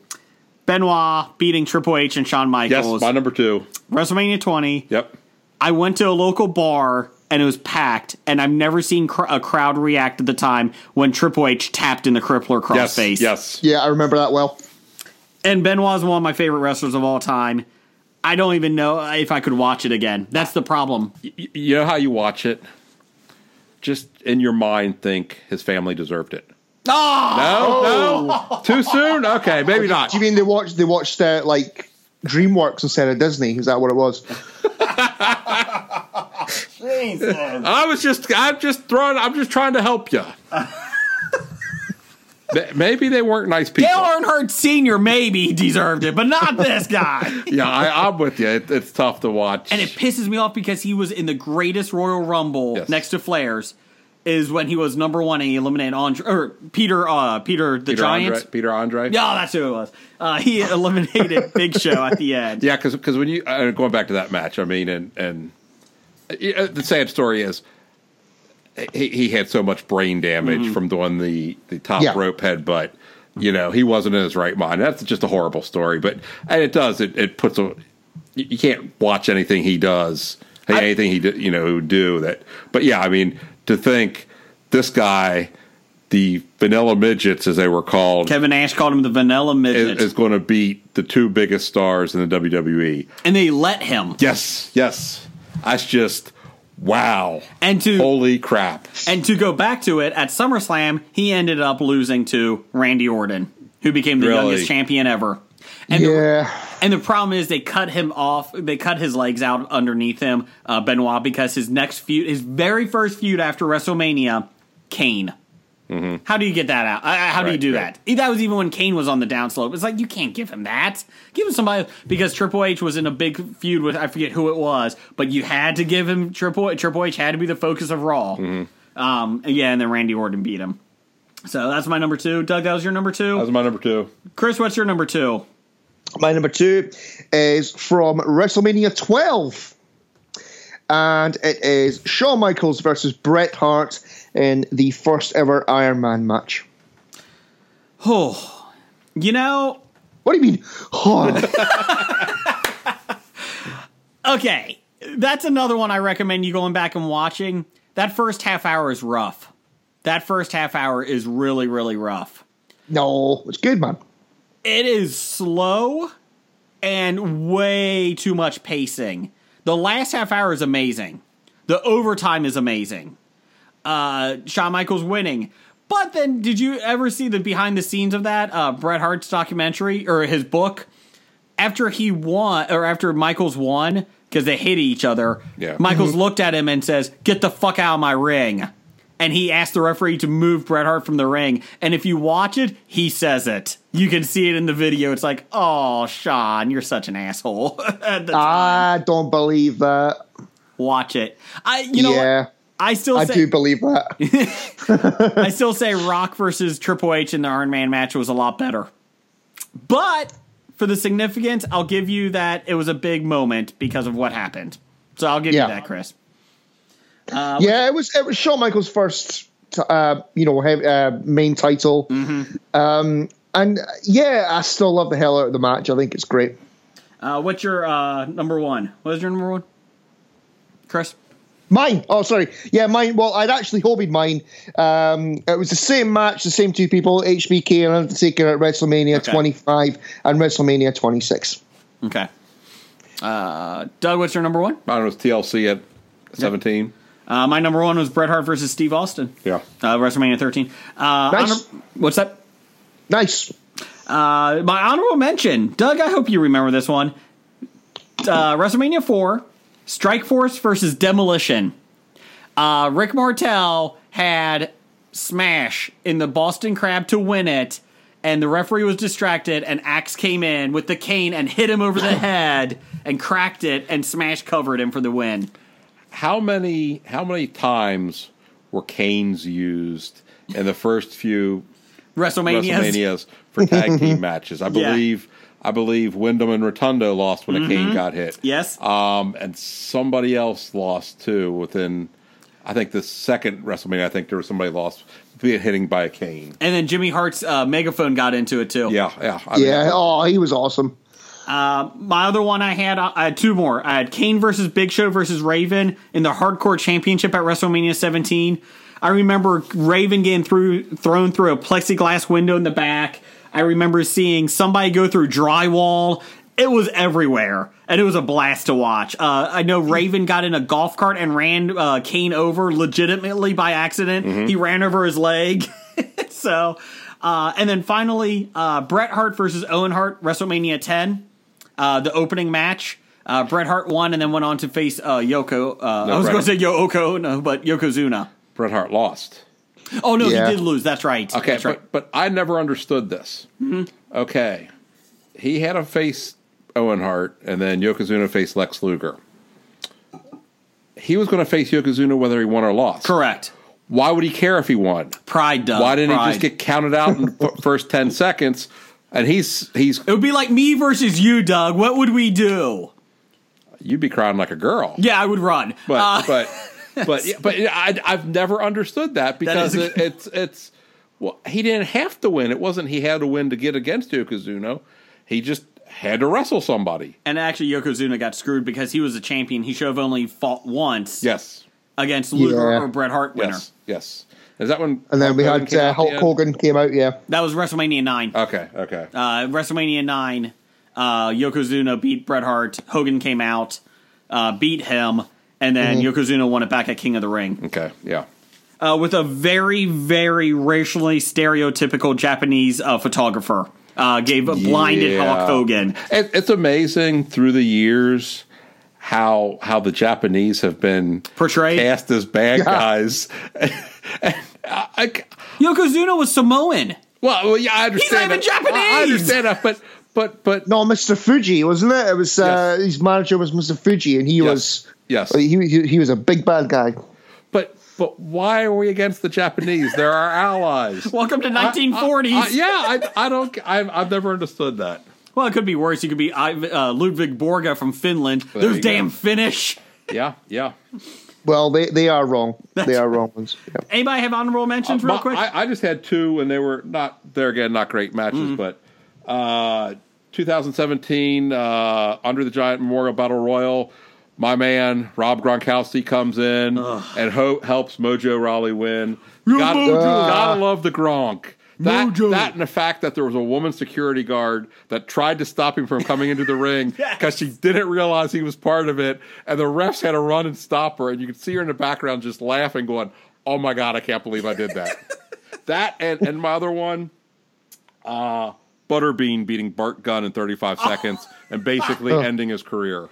Speaker 4: Benoit beating Triple H and Shawn
Speaker 5: Yes,
Speaker 4: Michaels.
Speaker 5: my number two.
Speaker 4: WrestleMania 20.
Speaker 5: Yep.
Speaker 4: I went to a local bar and it was packed, and I've never seen cr- a crowd react at the time when Triple H tapped in the Crippler
Speaker 5: Yes.
Speaker 4: crossface.
Speaker 5: Yes.
Speaker 6: yeah, I remember that well.
Speaker 4: And Benoit's one of my favorite wrestlers of all time. I don't even know if I could watch it again. That's the problem.
Speaker 5: Y- You know how you watch it. Just in your mind, think his family deserved it.
Speaker 4: Ah!
Speaker 5: No,
Speaker 4: Oh.
Speaker 5: no, too soon. Okay, maybe not.
Speaker 6: Do you mean they watched they watched uh, like DreamWorks instead of Disney? Is that what it was?
Speaker 5: I was just, I'm just throwing, I'm just trying to help you. Ma- maybe they weren't nice people.
Speaker 4: Dale Earnhardt Sr. maybe deserved it, but not this guy.
Speaker 5: Yeah, I, I'm with you. It, it's tough to watch.
Speaker 4: And it pisses me off because he was in the greatest Royal Rumble
Speaker 5: Yes.
Speaker 4: next to Flair's, is when he was number one and he eliminated Andre or Peter uh Peter the
Speaker 5: Peter
Speaker 4: Giant.
Speaker 5: Andre, Peter Andre.
Speaker 4: Yeah, that's who it was. Uh, he eliminated Big Show at the end.
Speaker 5: Yeah, because when you uh, going back to that match, I mean, and and uh, the sad story is he, he had so much brain damage from doing the the top
Speaker 6: Yeah.
Speaker 5: rope headbutt. You know, he wasn't in his right mind. That's just a horrible story. But and it does it it puts a you you can't watch anything he does, anything he do, you know would do that. But yeah, I mean, to think this guy, the vanilla midgets as they were called,
Speaker 4: Kevin Nash called him the Vanilla Midget,
Speaker 5: is, is going to beat the two biggest stars in the E. WWE.
Speaker 4: and they let him.
Speaker 5: Yes, yes. That's just wow.
Speaker 4: And to
Speaker 5: Holy crap.
Speaker 4: And to go back to it, at SummerSlam, he ended up losing to Randy Orton, who became the
Speaker 5: Really?
Speaker 4: youngest champion ever. And,
Speaker 6: yeah.
Speaker 4: the, and the problem is they cut him off. They cut his legs out underneath him, uh, Benoit, because his next feud, his very first feud after WrestleMania, Kane. How do you get that out? Uh, how do you
Speaker 5: Mm-hmm. Right,
Speaker 4: do
Speaker 5: right.
Speaker 4: that? That was even when Kane was on the downslope. It's like you can't give him that. Give him somebody because Triple H was in a big feud with I forget who it was, but you had to give him Triple Triple H had to be the focus of Raw.
Speaker 5: Mm-hmm.
Speaker 4: Um, yeah, and then Randy Orton beat him.
Speaker 5: Uh,
Speaker 4: So that's my number two. Doug, that was your number two.
Speaker 5: That was my number two.
Speaker 4: Chris, what's your number two?
Speaker 6: My number two is from WrestleMania 12. And it is Shawn Michaels versus Bret Hart in the first ever Iron Man match.
Speaker 4: Oh, you know,
Speaker 6: What do you mean? Oh,
Speaker 4: okay, that's another one I recommend you going back and watching. That first half hour is rough. That first half hour is really, really rough.
Speaker 6: no, it's good, man.
Speaker 4: It is slow and way too much pacing. The last half hour is amazing. The overtime is amazing. Uh, Shawn Michaels winning. But then, did you ever see the behind the scenes of that? Uh, Bret Hart's documentary or his book? After he won, or after Michaels won, because they hit each other,
Speaker 5: Yeah.
Speaker 4: Michaels looked at him and says, Get the fuck out of my ring. And he asked the referee to move Bret Hart from the ring. And if you watch it, he says it. You can see it in the video. It's like, Oh, Sean, you're such an asshole. At the time.
Speaker 6: I don't believe that.
Speaker 4: Watch it. I, you know, what?
Speaker 6: yeah,
Speaker 4: I still
Speaker 6: I
Speaker 4: say,
Speaker 6: do believe that.
Speaker 4: I still say Rock versus Triple H in the Iron Man match was a lot better. But for the significance, I'll give you that it was a big moment because of what happened. So I'll give
Speaker 6: Yeah.
Speaker 4: you that, Chris.
Speaker 6: yeah, it was it was Shawn Michaels' first, t- uh, you know, heavy, uh, main title.
Speaker 4: Mm-hmm.
Speaker 6: Um, and uh, yeah, I still love the hell out of the match. I think it's great.
Speaker 4: Uh, what's your uh, number one? What is your number one? Chris?
Speaker 6: Mine. Oh, sorry. Yeah, mine. Well, I'd actually hobbied mine. Um, it was the same match, the same two people, HBK and Undertaker at WrestleMania
Speaker 4: Okay.
Speaker 6: 25 and WrestleMania 26.
Speaker 4: Okay. Uh, Doug, what's your number one?
Speaker 5: Mine was TLC at 17.
Speaker 4: Uh, my number one was Bret Hart versus Steve Austin.
Speaker 5: Yeah.
Speaker 4: Uh, WrestleMania 13. Uh,
Speaker 6: Nice.
Speaker 4: honor- what's that?
Speaker 6: Nice.
Speaker 4: Uh, my honorable mention, Doug. I hope you remember this one. Uh, WrestleMania four, Strike Force versus Demolition. Uh, Rick Martel had Smash in the Boston Crab to win it, and the referee was distracted, and Axe came in with the cane and hit him over the head and cracked it, and Smash covered him for the win.
Speaker 5: How many how many times were canes used in the first few
Speaker 4: WrestleMania.
Speaker 5: WrestleManias for tag team matches? I
Speaker 4: Yeah.
Speaker 5: believe I believe Wyndham and Rotundo lost when a cane got hit.
Speaker 4: Yes.
Speaker 5: Um, and somebody else lost too within I think the second WrestleMania, I think there was somebody lost being hitting by a cane.
Speaker 4: and then Jimmy Hart's uh, megaphone got into it too.
Speaker 5: Yeah, yeah. I mean,
Speaker 6: Yeah. Oh, he was awesome.
Speaker 4: My other one I had, uh, I had two more. I had Kane versus Big Show versus Raven in the Hardcore Championship at WrestleMania 17. I remember Raven getting through thrown through a plexiglass window in the back. I remember seeing somebody go through drywall. It was everywhere, and it was a blast to watch. Uh, I know Raven got in a golf cart and ran uh, Kane over legitimately by accident. He ran over his leg. so, uh, and then finally, uh, Bret Hart versus Owen Hart, WrestleMania 10 uh, the opening match. Uh, Bret Hart won and then went on to face uh, Yoko. Uh, I was going
Speaker 5: Bret
Speaker 4: to
Speaker 5: Hart.
Speaker 4: say Yoko, no, but Yokozuna.
Speaker 5: Bret Hart lost.
Speaker 4: Oh no,
Speaker 6: Yeah.
Speaker 4: he did lose. That's right.
Speaker 5: Okay,
Speaker 4: That's right. Mm-hmm.
Speaker 5: but, but I never understood this. Okay, he had a face Owen Hart, and then Yokozuna faced Lex Luger. He was going to face Yokozuna whether he won or lost.
Speaker 4: Correct.
Speaker 5: Why would he care if he won?
Speaker 4: Pride does.
Speaker 5: Why didn't he
Speaker 4: Pride.
Speaker 5: just get counted out in the f- first ten seconds? And he's he's
Speaker 4: It would be like me versus you, Doug. What would we do?
Speaker 5: you'd be crying like a girl.
Speaker 4: Yeah, I would run.
Speaker 5: but
Speaker 4: Uh,
Speaker 5: but but yeah, but yeah, I, I've never understood that because
Speaker 4: is a-
Speaker 5: it, it's it's well, he didn't have to win. It wasn't he had to win to get against Yokozuna. He just had to wrestle somebody.
Speaker 4: and actually, Yokozuna got screwed because he was a champion. He should have only fought once
Speaker 5: Yes,
Speaker 4: against Luger
Speaker 6: Yeah.
Speaker 4: or Bret Hart winner.
Speaker 5: yes, yes. Is that when?
Speaker 6: And then we
Speaker 5: Hogan
Speaker 6: had
Speaker 5: came
Speaker 6: uh,
Speaker 5: out
Speaker 6: Hulk
Speaker 5: the end?
Speaker 6: Hogan came out. Yeah.
Speaker 4: That was WrestleMania nine.
Speaker 5: Okay, okay.
Speaker 4: Uh, WrestleMania 9, uh, Yokozuna beat Bret Hart. Hogan came out, uh, beat him, and then
Speaker 5: Mm-hmm.
Speaker 4: Yokozuna won it back at King of the Ring
Speaker 5: okay, yeah.
Speaker 4: uh, with a very, very racially stereotypical Japanese uh, photographer. Uh, gave a blinded
Speaker 5: Yeah.
Speaker 4: Hulk Hogan.
Speaker 5: It, it's amazing through the years how how the Japanese have been
Speaker 4: Portrayed?
Speaker 5: cast as bad guys. And uh, I- I-
Speaker 4: Yokozuna was Samoan.
Speaker 5: Well, well, yeah, I understand.
Speaker 4: not
Speaker 5: that.
Speaker 4: even
Speaker 5: I- I
Speaker 4: Japanese!
Speaker 5: understand that, but but but
Speaker 6: No, Mr. Fuji, wasn't it? It was uh,
Speaker 5: Yes.
Speaker 6: his manager was Mr. Fuji, and he was
Speaker 5: yes,
Speaker 6: he, he he was a big bad guy.
Speaker 5: but but why are we against the Japanese? They're our allies.
Speaker 4: Welcome to
Speaker 5: I- I-
Speaker 4: 1940s.
Speaker 5: uh, I- yeah, I, I don't. I've, I've never understood that.
Speaker 4: Well, it could be worse. You could be I- uh, Ludwig Borga from Finland. Those
Speaker 5: you go.
Speaker 4: damn Finnish.
Speaker 5: Yeah, yeah.
Speaker 6: Well, they, they are wrong. They are wrong ones. Yeah.
Speaker 4: Anybody have honorable mentions, real
Speaker 5: My-
Speaker 4: quick?
Speaker 5: Uh, I, I just had two, and they were not there again, not great matches, but uh, 2017 uh, Under the Giant Memorial Battle Royal. My man Rob Gronkowski comes in and ho- helps Mojo Raleigh win. Gotta, gotta love the Gronk. That,
Speaker 4: Mojo.
Speaker 5: that and the fact that there was a woman security guard that tried to stop him from coming into the ring because she didn't realize he was part of it, and the refs had to run and stop her, and you could see her in the background just laughing, going, "Oh my god, I can't believe I did that." that and and my other one, uh, Butterbean beating Bart Gunn in 35
Speaker 6: Oh.
Speaker 5: seconds and basically ending his career.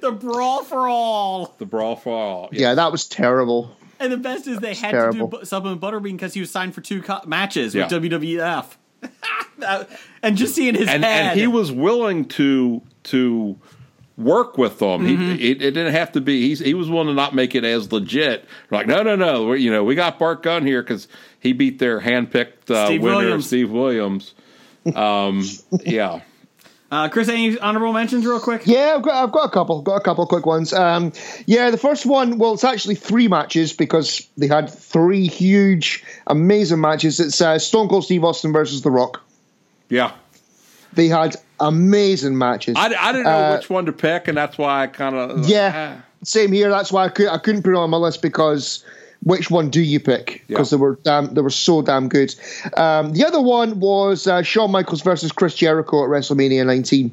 Speaker 4: the brawl for all.
Speaker 5: The brawl for all.
Speaker 6: yeah, that was terrible.
Speaker 4: And the best is they had
Speaker 6: terrible.
Speaker 4: to do bu- Sublime Butterbean because he was signed for two co- matches
Speaker 5: Yeah.
Speaker 4: with WWF. That- and just seeing his
Speaker 5: and
Speaker 4: head.
Speaker 5: and he was willing to to work with them.
Speaker 6: Mm-hmm.
Speaker 5: He it, it didn't have to be. He's, he was willing to not make it as legit. Like no, no, no. We, you know, we got Bart Gunn here because he beat their handpicked uh,
Speaker 4: Steve
Speaker 5: winner,
Speaker 4: Williams.
Speaker 5: Steve Williams. Um, yeah,
Speaker 4: Uh, Chris, any honorable mentions, real quick?
Speaker 6: Yeah, I've got I've got a couple, got a couple quick ones. Um, yeah, the first one, well, it's actually three matches because they had three huge, amazing matches. It's uh, Stone Cold Steve Austin versus The Rock.
Speaker 5: yeah.
Speaker 6: They had amazing matches.
Speaker 5: I, I didn't know
Speaker 6: Uh,
Speaker 5: which one to pick, and that's why I ah, kind of uh,
Speaker 6: yeah, same here. That's why I, could, I couldn't put it on my list because which one do you pick? Because
Speaker 5: Yeah.
Speaker 6: they were damn, they were so damn good. Um, the other one was uh, Shawn Michaels versus Chris Jericho at WrestleMania 19,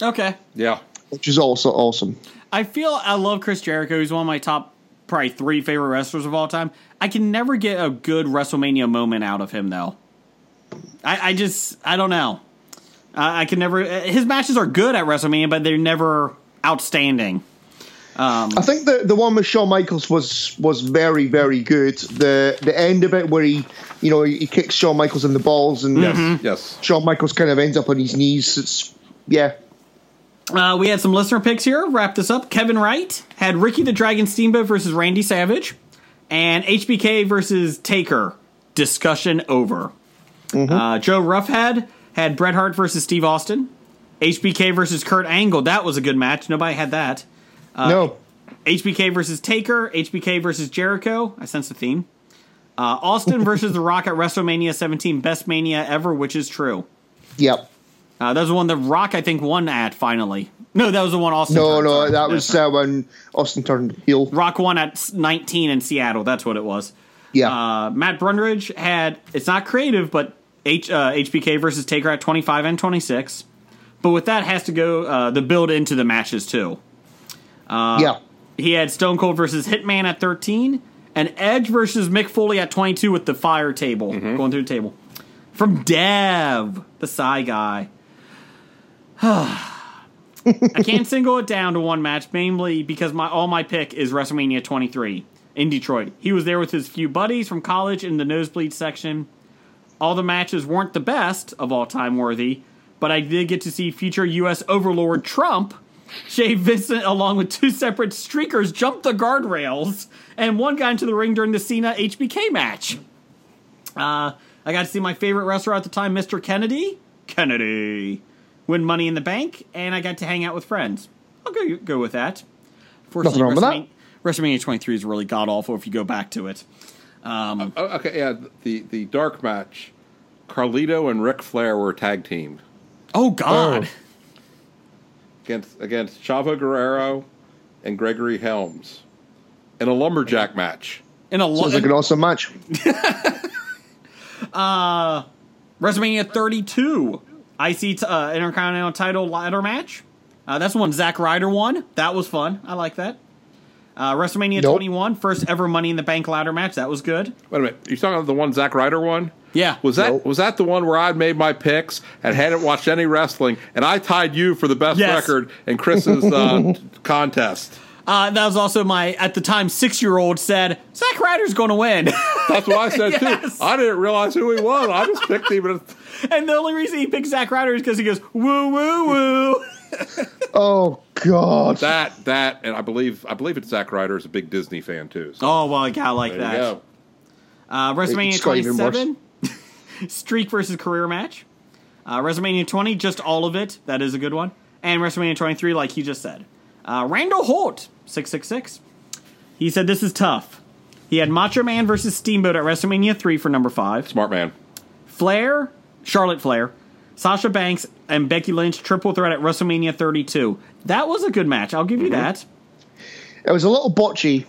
Speaker 4: Okay.
Speaker 5: yeah.
Speaker 6: which is also awesome.
Speaker 4: I feel I love Chris Jericho. He's one of my top probably three favorite wrestlers of all time. I can never get a good WrestleMania moment out of him though. I, I just I don't know. I, I can never. His matches are good at WrestleMania, but they're never outstanding.
Speaker 6: I think the the one with Shawn Michaels was was very very good. The the end of it where he you know he kicks Shawn Michaels in the balls and
Speaker 5: Yes.
Speaker 6: Shawn Michaels kind of ends up on his knees. It's yeah.
Speaker 4: Uh, we had some listener picks here. Wrap this up. Kevin Wright had Ricky the Dragon Steamboat versus Randy Savage, and HBK versus Taker. Discussion over.
Speaker 6: Mm-hmm.
Speaker 4: Uh, Joe Roughhead had Bret Hart versus Steve Austin. HBK versus Kurt Angle. That was a good match. Nobody had that.
Speaker 6: no.
Speaker 4: HBK versus Taker. HBK versus Jericho. I sense a theme. Uh, Austin versus The Rock at WrestleMania 17. Best Mania ever, which is true.
Speaker 6: Yep.
Speaker 4: Uh, that was the one The Rock, I think, won at finally. No, that was the one Austin.
Speaker 6: No,
Speaker 4: turned,
Speaker 6: no,
Speaker 4: sorry.
Speaker 6: that
Speaker 4: Yeah.
Speaker 6: was uh, when Austin turned heel.
Speaker 4: Rock won at s- 19 in Seattle. That's what it was.
Speaker 6: Yeah,
Speaker 4: Uh, Matt Brundridge had it's not creative, but H, uh, HBK versus Taker at 25 and 26. But with that has to go uh, the build into the matches too.
Speaker 6: yeah.
Speaker 4: He had Stone Cold versus Hitman at 13, and Edge versus Mick Foley at 22 with the fire table going through the table. From Dev, the Psy guy. I can't single it down to one match, mainly because my all my pick is WrestleMania 23 in Detroit. He was there with his few buddies from college in the nosebleed section. All the matches weren't the best of all time worthy, but I did get to see future U.S. Overlord Trump Jay Vincent, along with two separate streakers, jumped the guardrails, and one got into the ring during the Cena HBK match. Uh, I got to see my favorite wrestler at the time, Mr. Kennedy. Kennedy. Win Money in the Bank, and I got to hang out with friends. I'll go, go with that. Fortunately,
Speaker 6: wrong with that.
Speaker 4: WrestleMania, WrestleMania 23 is really god awful if you go back to it.
Speaker 5: Oh, okay. Yeah. The the dark match, Carlito and Ric Flair were tag teamed.
Speaker 4: Oh, God.
Speaker 5: against against Chavo Guerrero and Gregory Helms in a lumberjack match.
Speaker 4: In a lo-
Speaker 6: Sounds like an awesome match.
Speaker 4: WrestleMania 32 IC t- uh, Intercontinental Title ladder match. Uh, that's the one Zack Ryder won. That was fun. I like that. Uh, WrestleMania
Speaker 6: Nope.
Speaker 4: 21 first ever Money in the Bank ladder match. That was good.
Speaker 5: Wait a minute, you talking about the one Zack Ryder one?
Speaker 4: Yeah.
Speaker 5: Was that
Speaker 6: Nope.
Speaker 5: was that the one where I made my picks and hadn't watched any wrestling and I tied you for the best
Speaker 4: Yes.
Speaker 5: record in Chris's uh, contest?
Speaker 4: Uh, that was also my at the time six year old said Zack Ryder's going to win,
Speaker 5: That's what I said
Speaker 4: Yes.
Speaker 5: too. I didn't realize who he was. I just picked him. And
Speaker 4: and the only reason he picked Zack Ryder is because he goes woo woo woo.
Speaker 6: Oh God.
Speaker 5: that that and I believe I believe it's Zack Ryder is a big Disney fan too. So
Speaker 4: oh well, I gotta like
Speaker 5: there
Speaker 4: that.
Speaker 5: you go.
Speaker 4: Uh, WrestleMania
Speaker 6: It's got even worse.
Speaker 4: 27, streak versus career match.
Speaker 7: Uh, WrestleMania 20, just all of it. That is a good one. And WrestleMania 23, like you just said. Uh, Randall Holt, 666. He said, This is tough. He had Macho Man versus Steamboat at WrestleMania 3 for number 5.
Speaker 5: Smart man.
Speaker 7: Flair, Charlotte Flair, Sasha Banks, and Becky Lynch triple threat at WrestleMania 32. That was a good match. I'll give
Speaker 5: Mm-hmm.
Speaker 7: you that.
Speaker 6: It was a little botchy.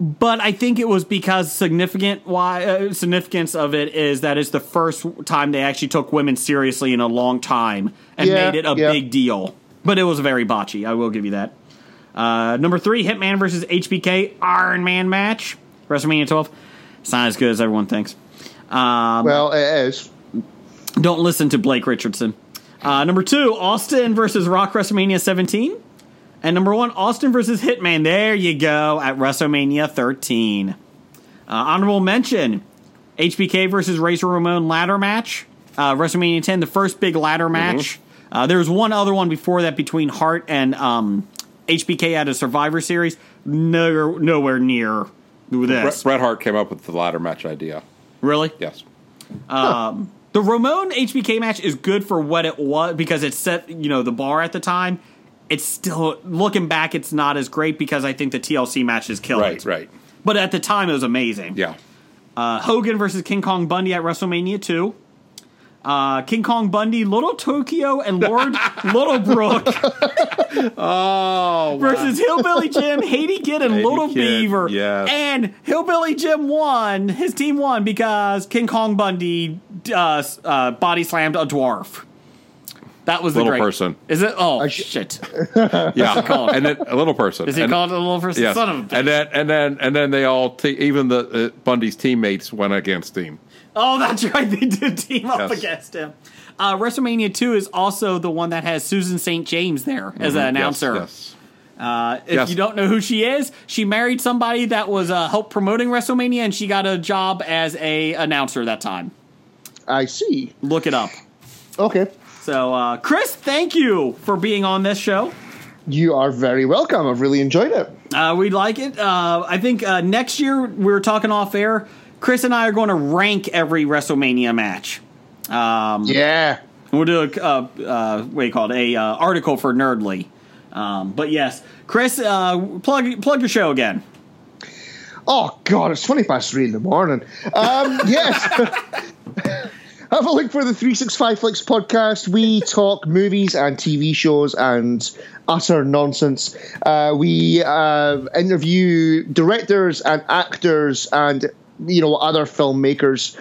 Speaker 7: But I think it was because significant why uh, significance of it is that it's the first time they actually took women seriously in a long time and
Speaker 6: Yeah,
Speaker 7: made it a
Speaker 6: yeah.
Speaker 7: big deal. But it was very botchy. I will give you that. Uh, number three, Hitman versus HBK Iron Man match WrestleMania 12. It's not as good as everyone thinks.
Speaker 6: well, it is.
Speaker 7: Don't listen to Blake Richardson. Uh, number two, Austin versus Rock WrestleMania 17. And number one, Austin versus Hitman. There you go at WrestleMania 13. Uh, honorable mention HBK versus Razor Ramon ladder match. Uh, WrestleMania 10, the first big ladder match. Uh, there was one other one before that between Hart and um, HBK at a Survivor Series. No, nowhere near
Speaker 5: Bret,
Speaker 7: this.
Speaker 5: Bret Hart came up with the ladder match idea.
Speaker 7: Really?
Speaker 5: Yes.
Speaker 7: The Ramon HBK match is good for what it was because it set, you know, the bar at the time. It's still looking back, it's not as great because I think the TLC matches killed
Speaker 5: Right,
Speaker 7: it.
Speaker 5: right.
Speaker 7: But at the time, it was amazing.
Speaker 5: Yeah.
Speaker 7: Uh, Hogan versus King Kong Bundy at WrestleMania 2. Uh, King Kong Bundy, Little Tokyo, and Lord Littlebrook
Speaker 5: Oh,
Speaker 7: versus Hillbilly Jim, Haiti Kid, and
Speaker 5: Haiti
Speaker 7: Little
Speaker 5: Kid,
Speaker 7: Beaver.
Speaker 5: yes.
Speaker 7: And Hillbilly Jim won. His team won because King Kong Bundy uh, s- uh, body slammed a dwarf. That was the
Speaker 5: Little
Speaker 7: great-
Speaker 5: person.
Speaker 7: Is it? Oh
Speaker 6: sh-
Speaker 7: shit!
Speaker 5: yeah. and then a little person.
Speaker 7: Is he
Speaker 5: and,
Speaker 7: called a little person?
Speaker 5: Yes.
Speaker 7: Son of a bitch.
Speaker 5: and then and then and then they all te- even the uh, Bundy's teammates went against him.
Speaker 7: Oh, that's right. They did team up
Speaker 5: Yes.
Speaker 7: against him. Uh, WrestleMania 2 is also the one that has Susan St. James there as an
Speaker 5: Mm-hmm. Yes,
Speaker 7: announcer.
Speaker 5: Yes.
Speaker 7: Uh, if
Speaker 5: Yes.
Speaker 7: you don't know who she is, she married somebody that was uh, help promoting WrestleMania, and she got a job as a announcer that time.
Speaker 6: I see.
Speaker 7: Look it up.
Speaker 6: Okay.
Speaker 7: So, uh, Chris, thank you for being on this show.
Speaker 6: You are very welcome. I've really enjoyed it.
Speaker 7: Uh, we like it. Uh, I think uh, next year we were talking off air. Chris and I are going to rank every WrestleMania match. Um,
Speaker 6: Yeah.
Speaker 7: We'll do a uh, uh, what do you call it? A uh, article for Nerdly. Um, but yes, Chris, uh, plug plug your show again.
Speaker 6: Oh God, it's twenty past three in the morning. Um, yes. Have a look for the 365 Flicks podcast. We talk movies and TV shows and utter nonsense. Uh, we uh, interview directors and actors and you know other filmmakers,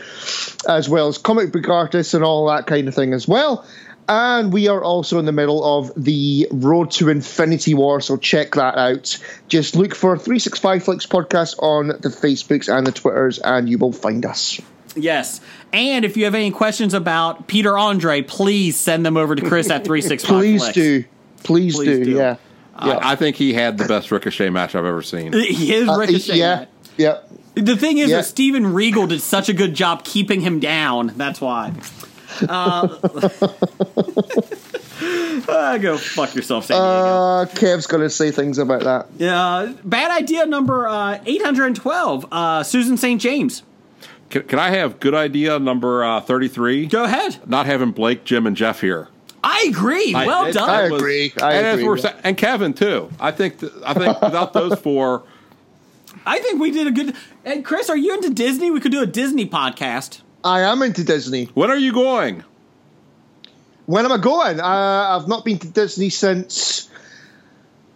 Speaker 6: as well as comic book artists and all that kind of thing as well. And we are also in the middle of the Road to Infinity War, so check that out. Just look for 365 Flicks podcast on the Facebooks and the Twitters, and you will find us.
Speaker 7: Yes, and if you have any questions about Peter Andre, please send them over to Chris at three six five.
Speaker 6: Please do. Please,
Speaker 7: Please
Speaker 6: do,
Speaker 7: do.
Speaker 6: Yeah.
Speaker 5: I, I think he had the best Ricochet match I've ever seen.
Speaker 7: His
Speaker 6: Uh,
Speaker 7: ricochet.
Speaker 6: yeah. Yeah.
Speaker 7: The thing is
Speaker 6: Yeah.
Speaker 7: that Steven Regal did such a good job keeping him down. That's why. Uh, uh, go fuck yourself, San Diego.
Speaker 6: Uh, Kev's going to say things about that.
Speaker 7: Uh, bad idea number uh, 812, uh, Susan St. James.
Speaker 5: Can, can I have good idea number uh, thirty-three?
Speaker 7: Go ahead.
Speaker 5: Not having Blake, Jim, and Jeff here.
Speaker 7: I agree.
Speaker 5: I-
Speaker 7: well
Speaker 5: it-
Speaker 7: done.
Speaker 5: that
Speaker 6: I agree. I
Speaker 5: and as
Speaker 6: agree
Speaker 5: we're
Speaker 6: with
Speaker 5: sa- and Kevin too. I think th- I think without those four,
Speaker 7: I think we did a good. And Chris, are you into Disney? We could do a Disney podcast.
Speaker 6: I am into Disney.
Speaker 5: when are you going?
Speaker 6: When am I going? Uh, I've not been to Disney since,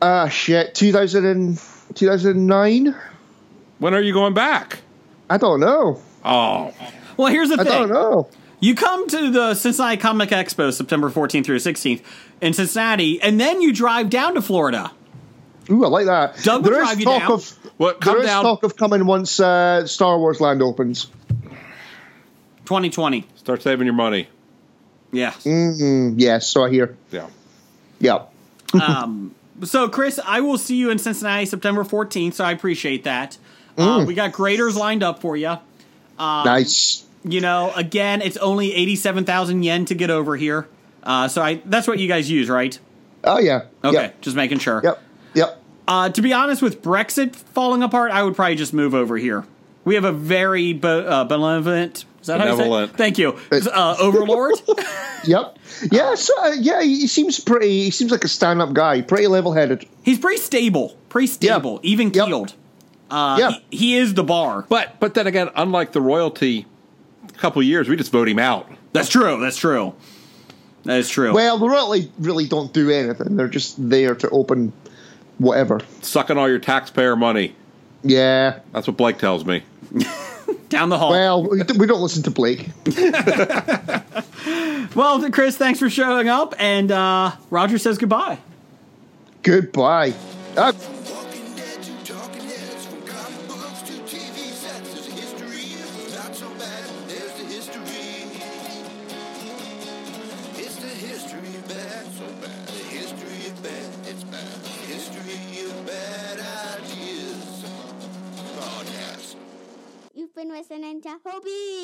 Speaker 6: uh, shit, 2000 and, 2009?
Speaker 5: When are you going back?
Speaker 6: I don't know.
Speaker 5: Oh,
Speaker 7: Well, here's the
Speaker 6: I don't
Speaker 7: thing.
Speaker 6: know.
Speaker 7: You come to the Cincinnati Comic Expo September 14th through 16th in Cincinnati, and then you drive down to Florida.
Speaker 6: Ooh, I like that.
Speaker 7: Doug will
Speaker 6: there is
Speaker 7: drive you
Speaker 6: talk
Speaker 7: down.
Speaker 6: of
Speaker 5: Well, come
Speaker 6: there is
Speaker 5: down.
Speaker 6: talk of coming once uh, Star Wars Land opens.
Speaker 7: 2020.
Speaker 5: start saving your money.
Speaker 7: Yeah.
Speaker 6: Mm. Yes, so I hear.
Speaker 5: Yeah.
Speaker 6: Yeah.
Speaker 7: So, Chris, I will see you in Cincinnati September 14th, so I appreciate that.
Speaker 6: Mm.
Speaker 7: Uh, we got graders lined up for you.
Speaker 6: nice.
Speaker 7: You know, again, it's only 87,000 yen to get over here. Uh, so I that's what you guys use, right?
Speaker 6: Oh yeah.
Speaker 7: Okay,
Speaker 6: Yep.
Speaker 7: just making sure.
Speaker 6: Yep. Yep.
Speaker 7: Uh, to be honest, with Brexit falling apart, I would probably just move over here. We have a very be- uh, benevolent
Speaker 4: Is that how you say? it?
Speaker 5: Benevolent.
Speaker 4: Thank you, uh, Overlord.
Speaker 6: Yep. Yeah.
Speaker 4: Um,
Speaker 6: So uh, yeah, he he seems pretty. He seems like a stand-up guy. Pretty level-headed.
Speaker 4: He's pretty stable, pretty stable, even keeled. Uh,
Speaker 6: Yeah.
Speaker 4: he, he is the bar.
Speaker 5: But but then again, unlike the royalty, a couple years we just vote him out.
Speaker 4: That's true. That's true. That is true.
Speaker 6: Well, they really, really don't do anything. They're just there to open whatever.
Speaker 5: Sucking all your taxpayer money.
Speaker 6: Yeah.
Speaker 4: Oh.
Speaker 5: That's what Blake tells me.
Speaker 4: Down the hall.
Speaker 6: Well, we we don't listen to Blake.
Speaker 4: Well, Chris, thanks for showing up. And uh, Roger says goodbye.
Speaker 6: Goodbye. Uh,
Speaker 3: Walking dead to talking heads, from comic books to TV sets. There's a history, if not so bad, there's the history. It's the history of bad, so bad. The history of bad, it's bad. History of bad ideas. Podcast.
Speaker 7: You've been listening to Hobie.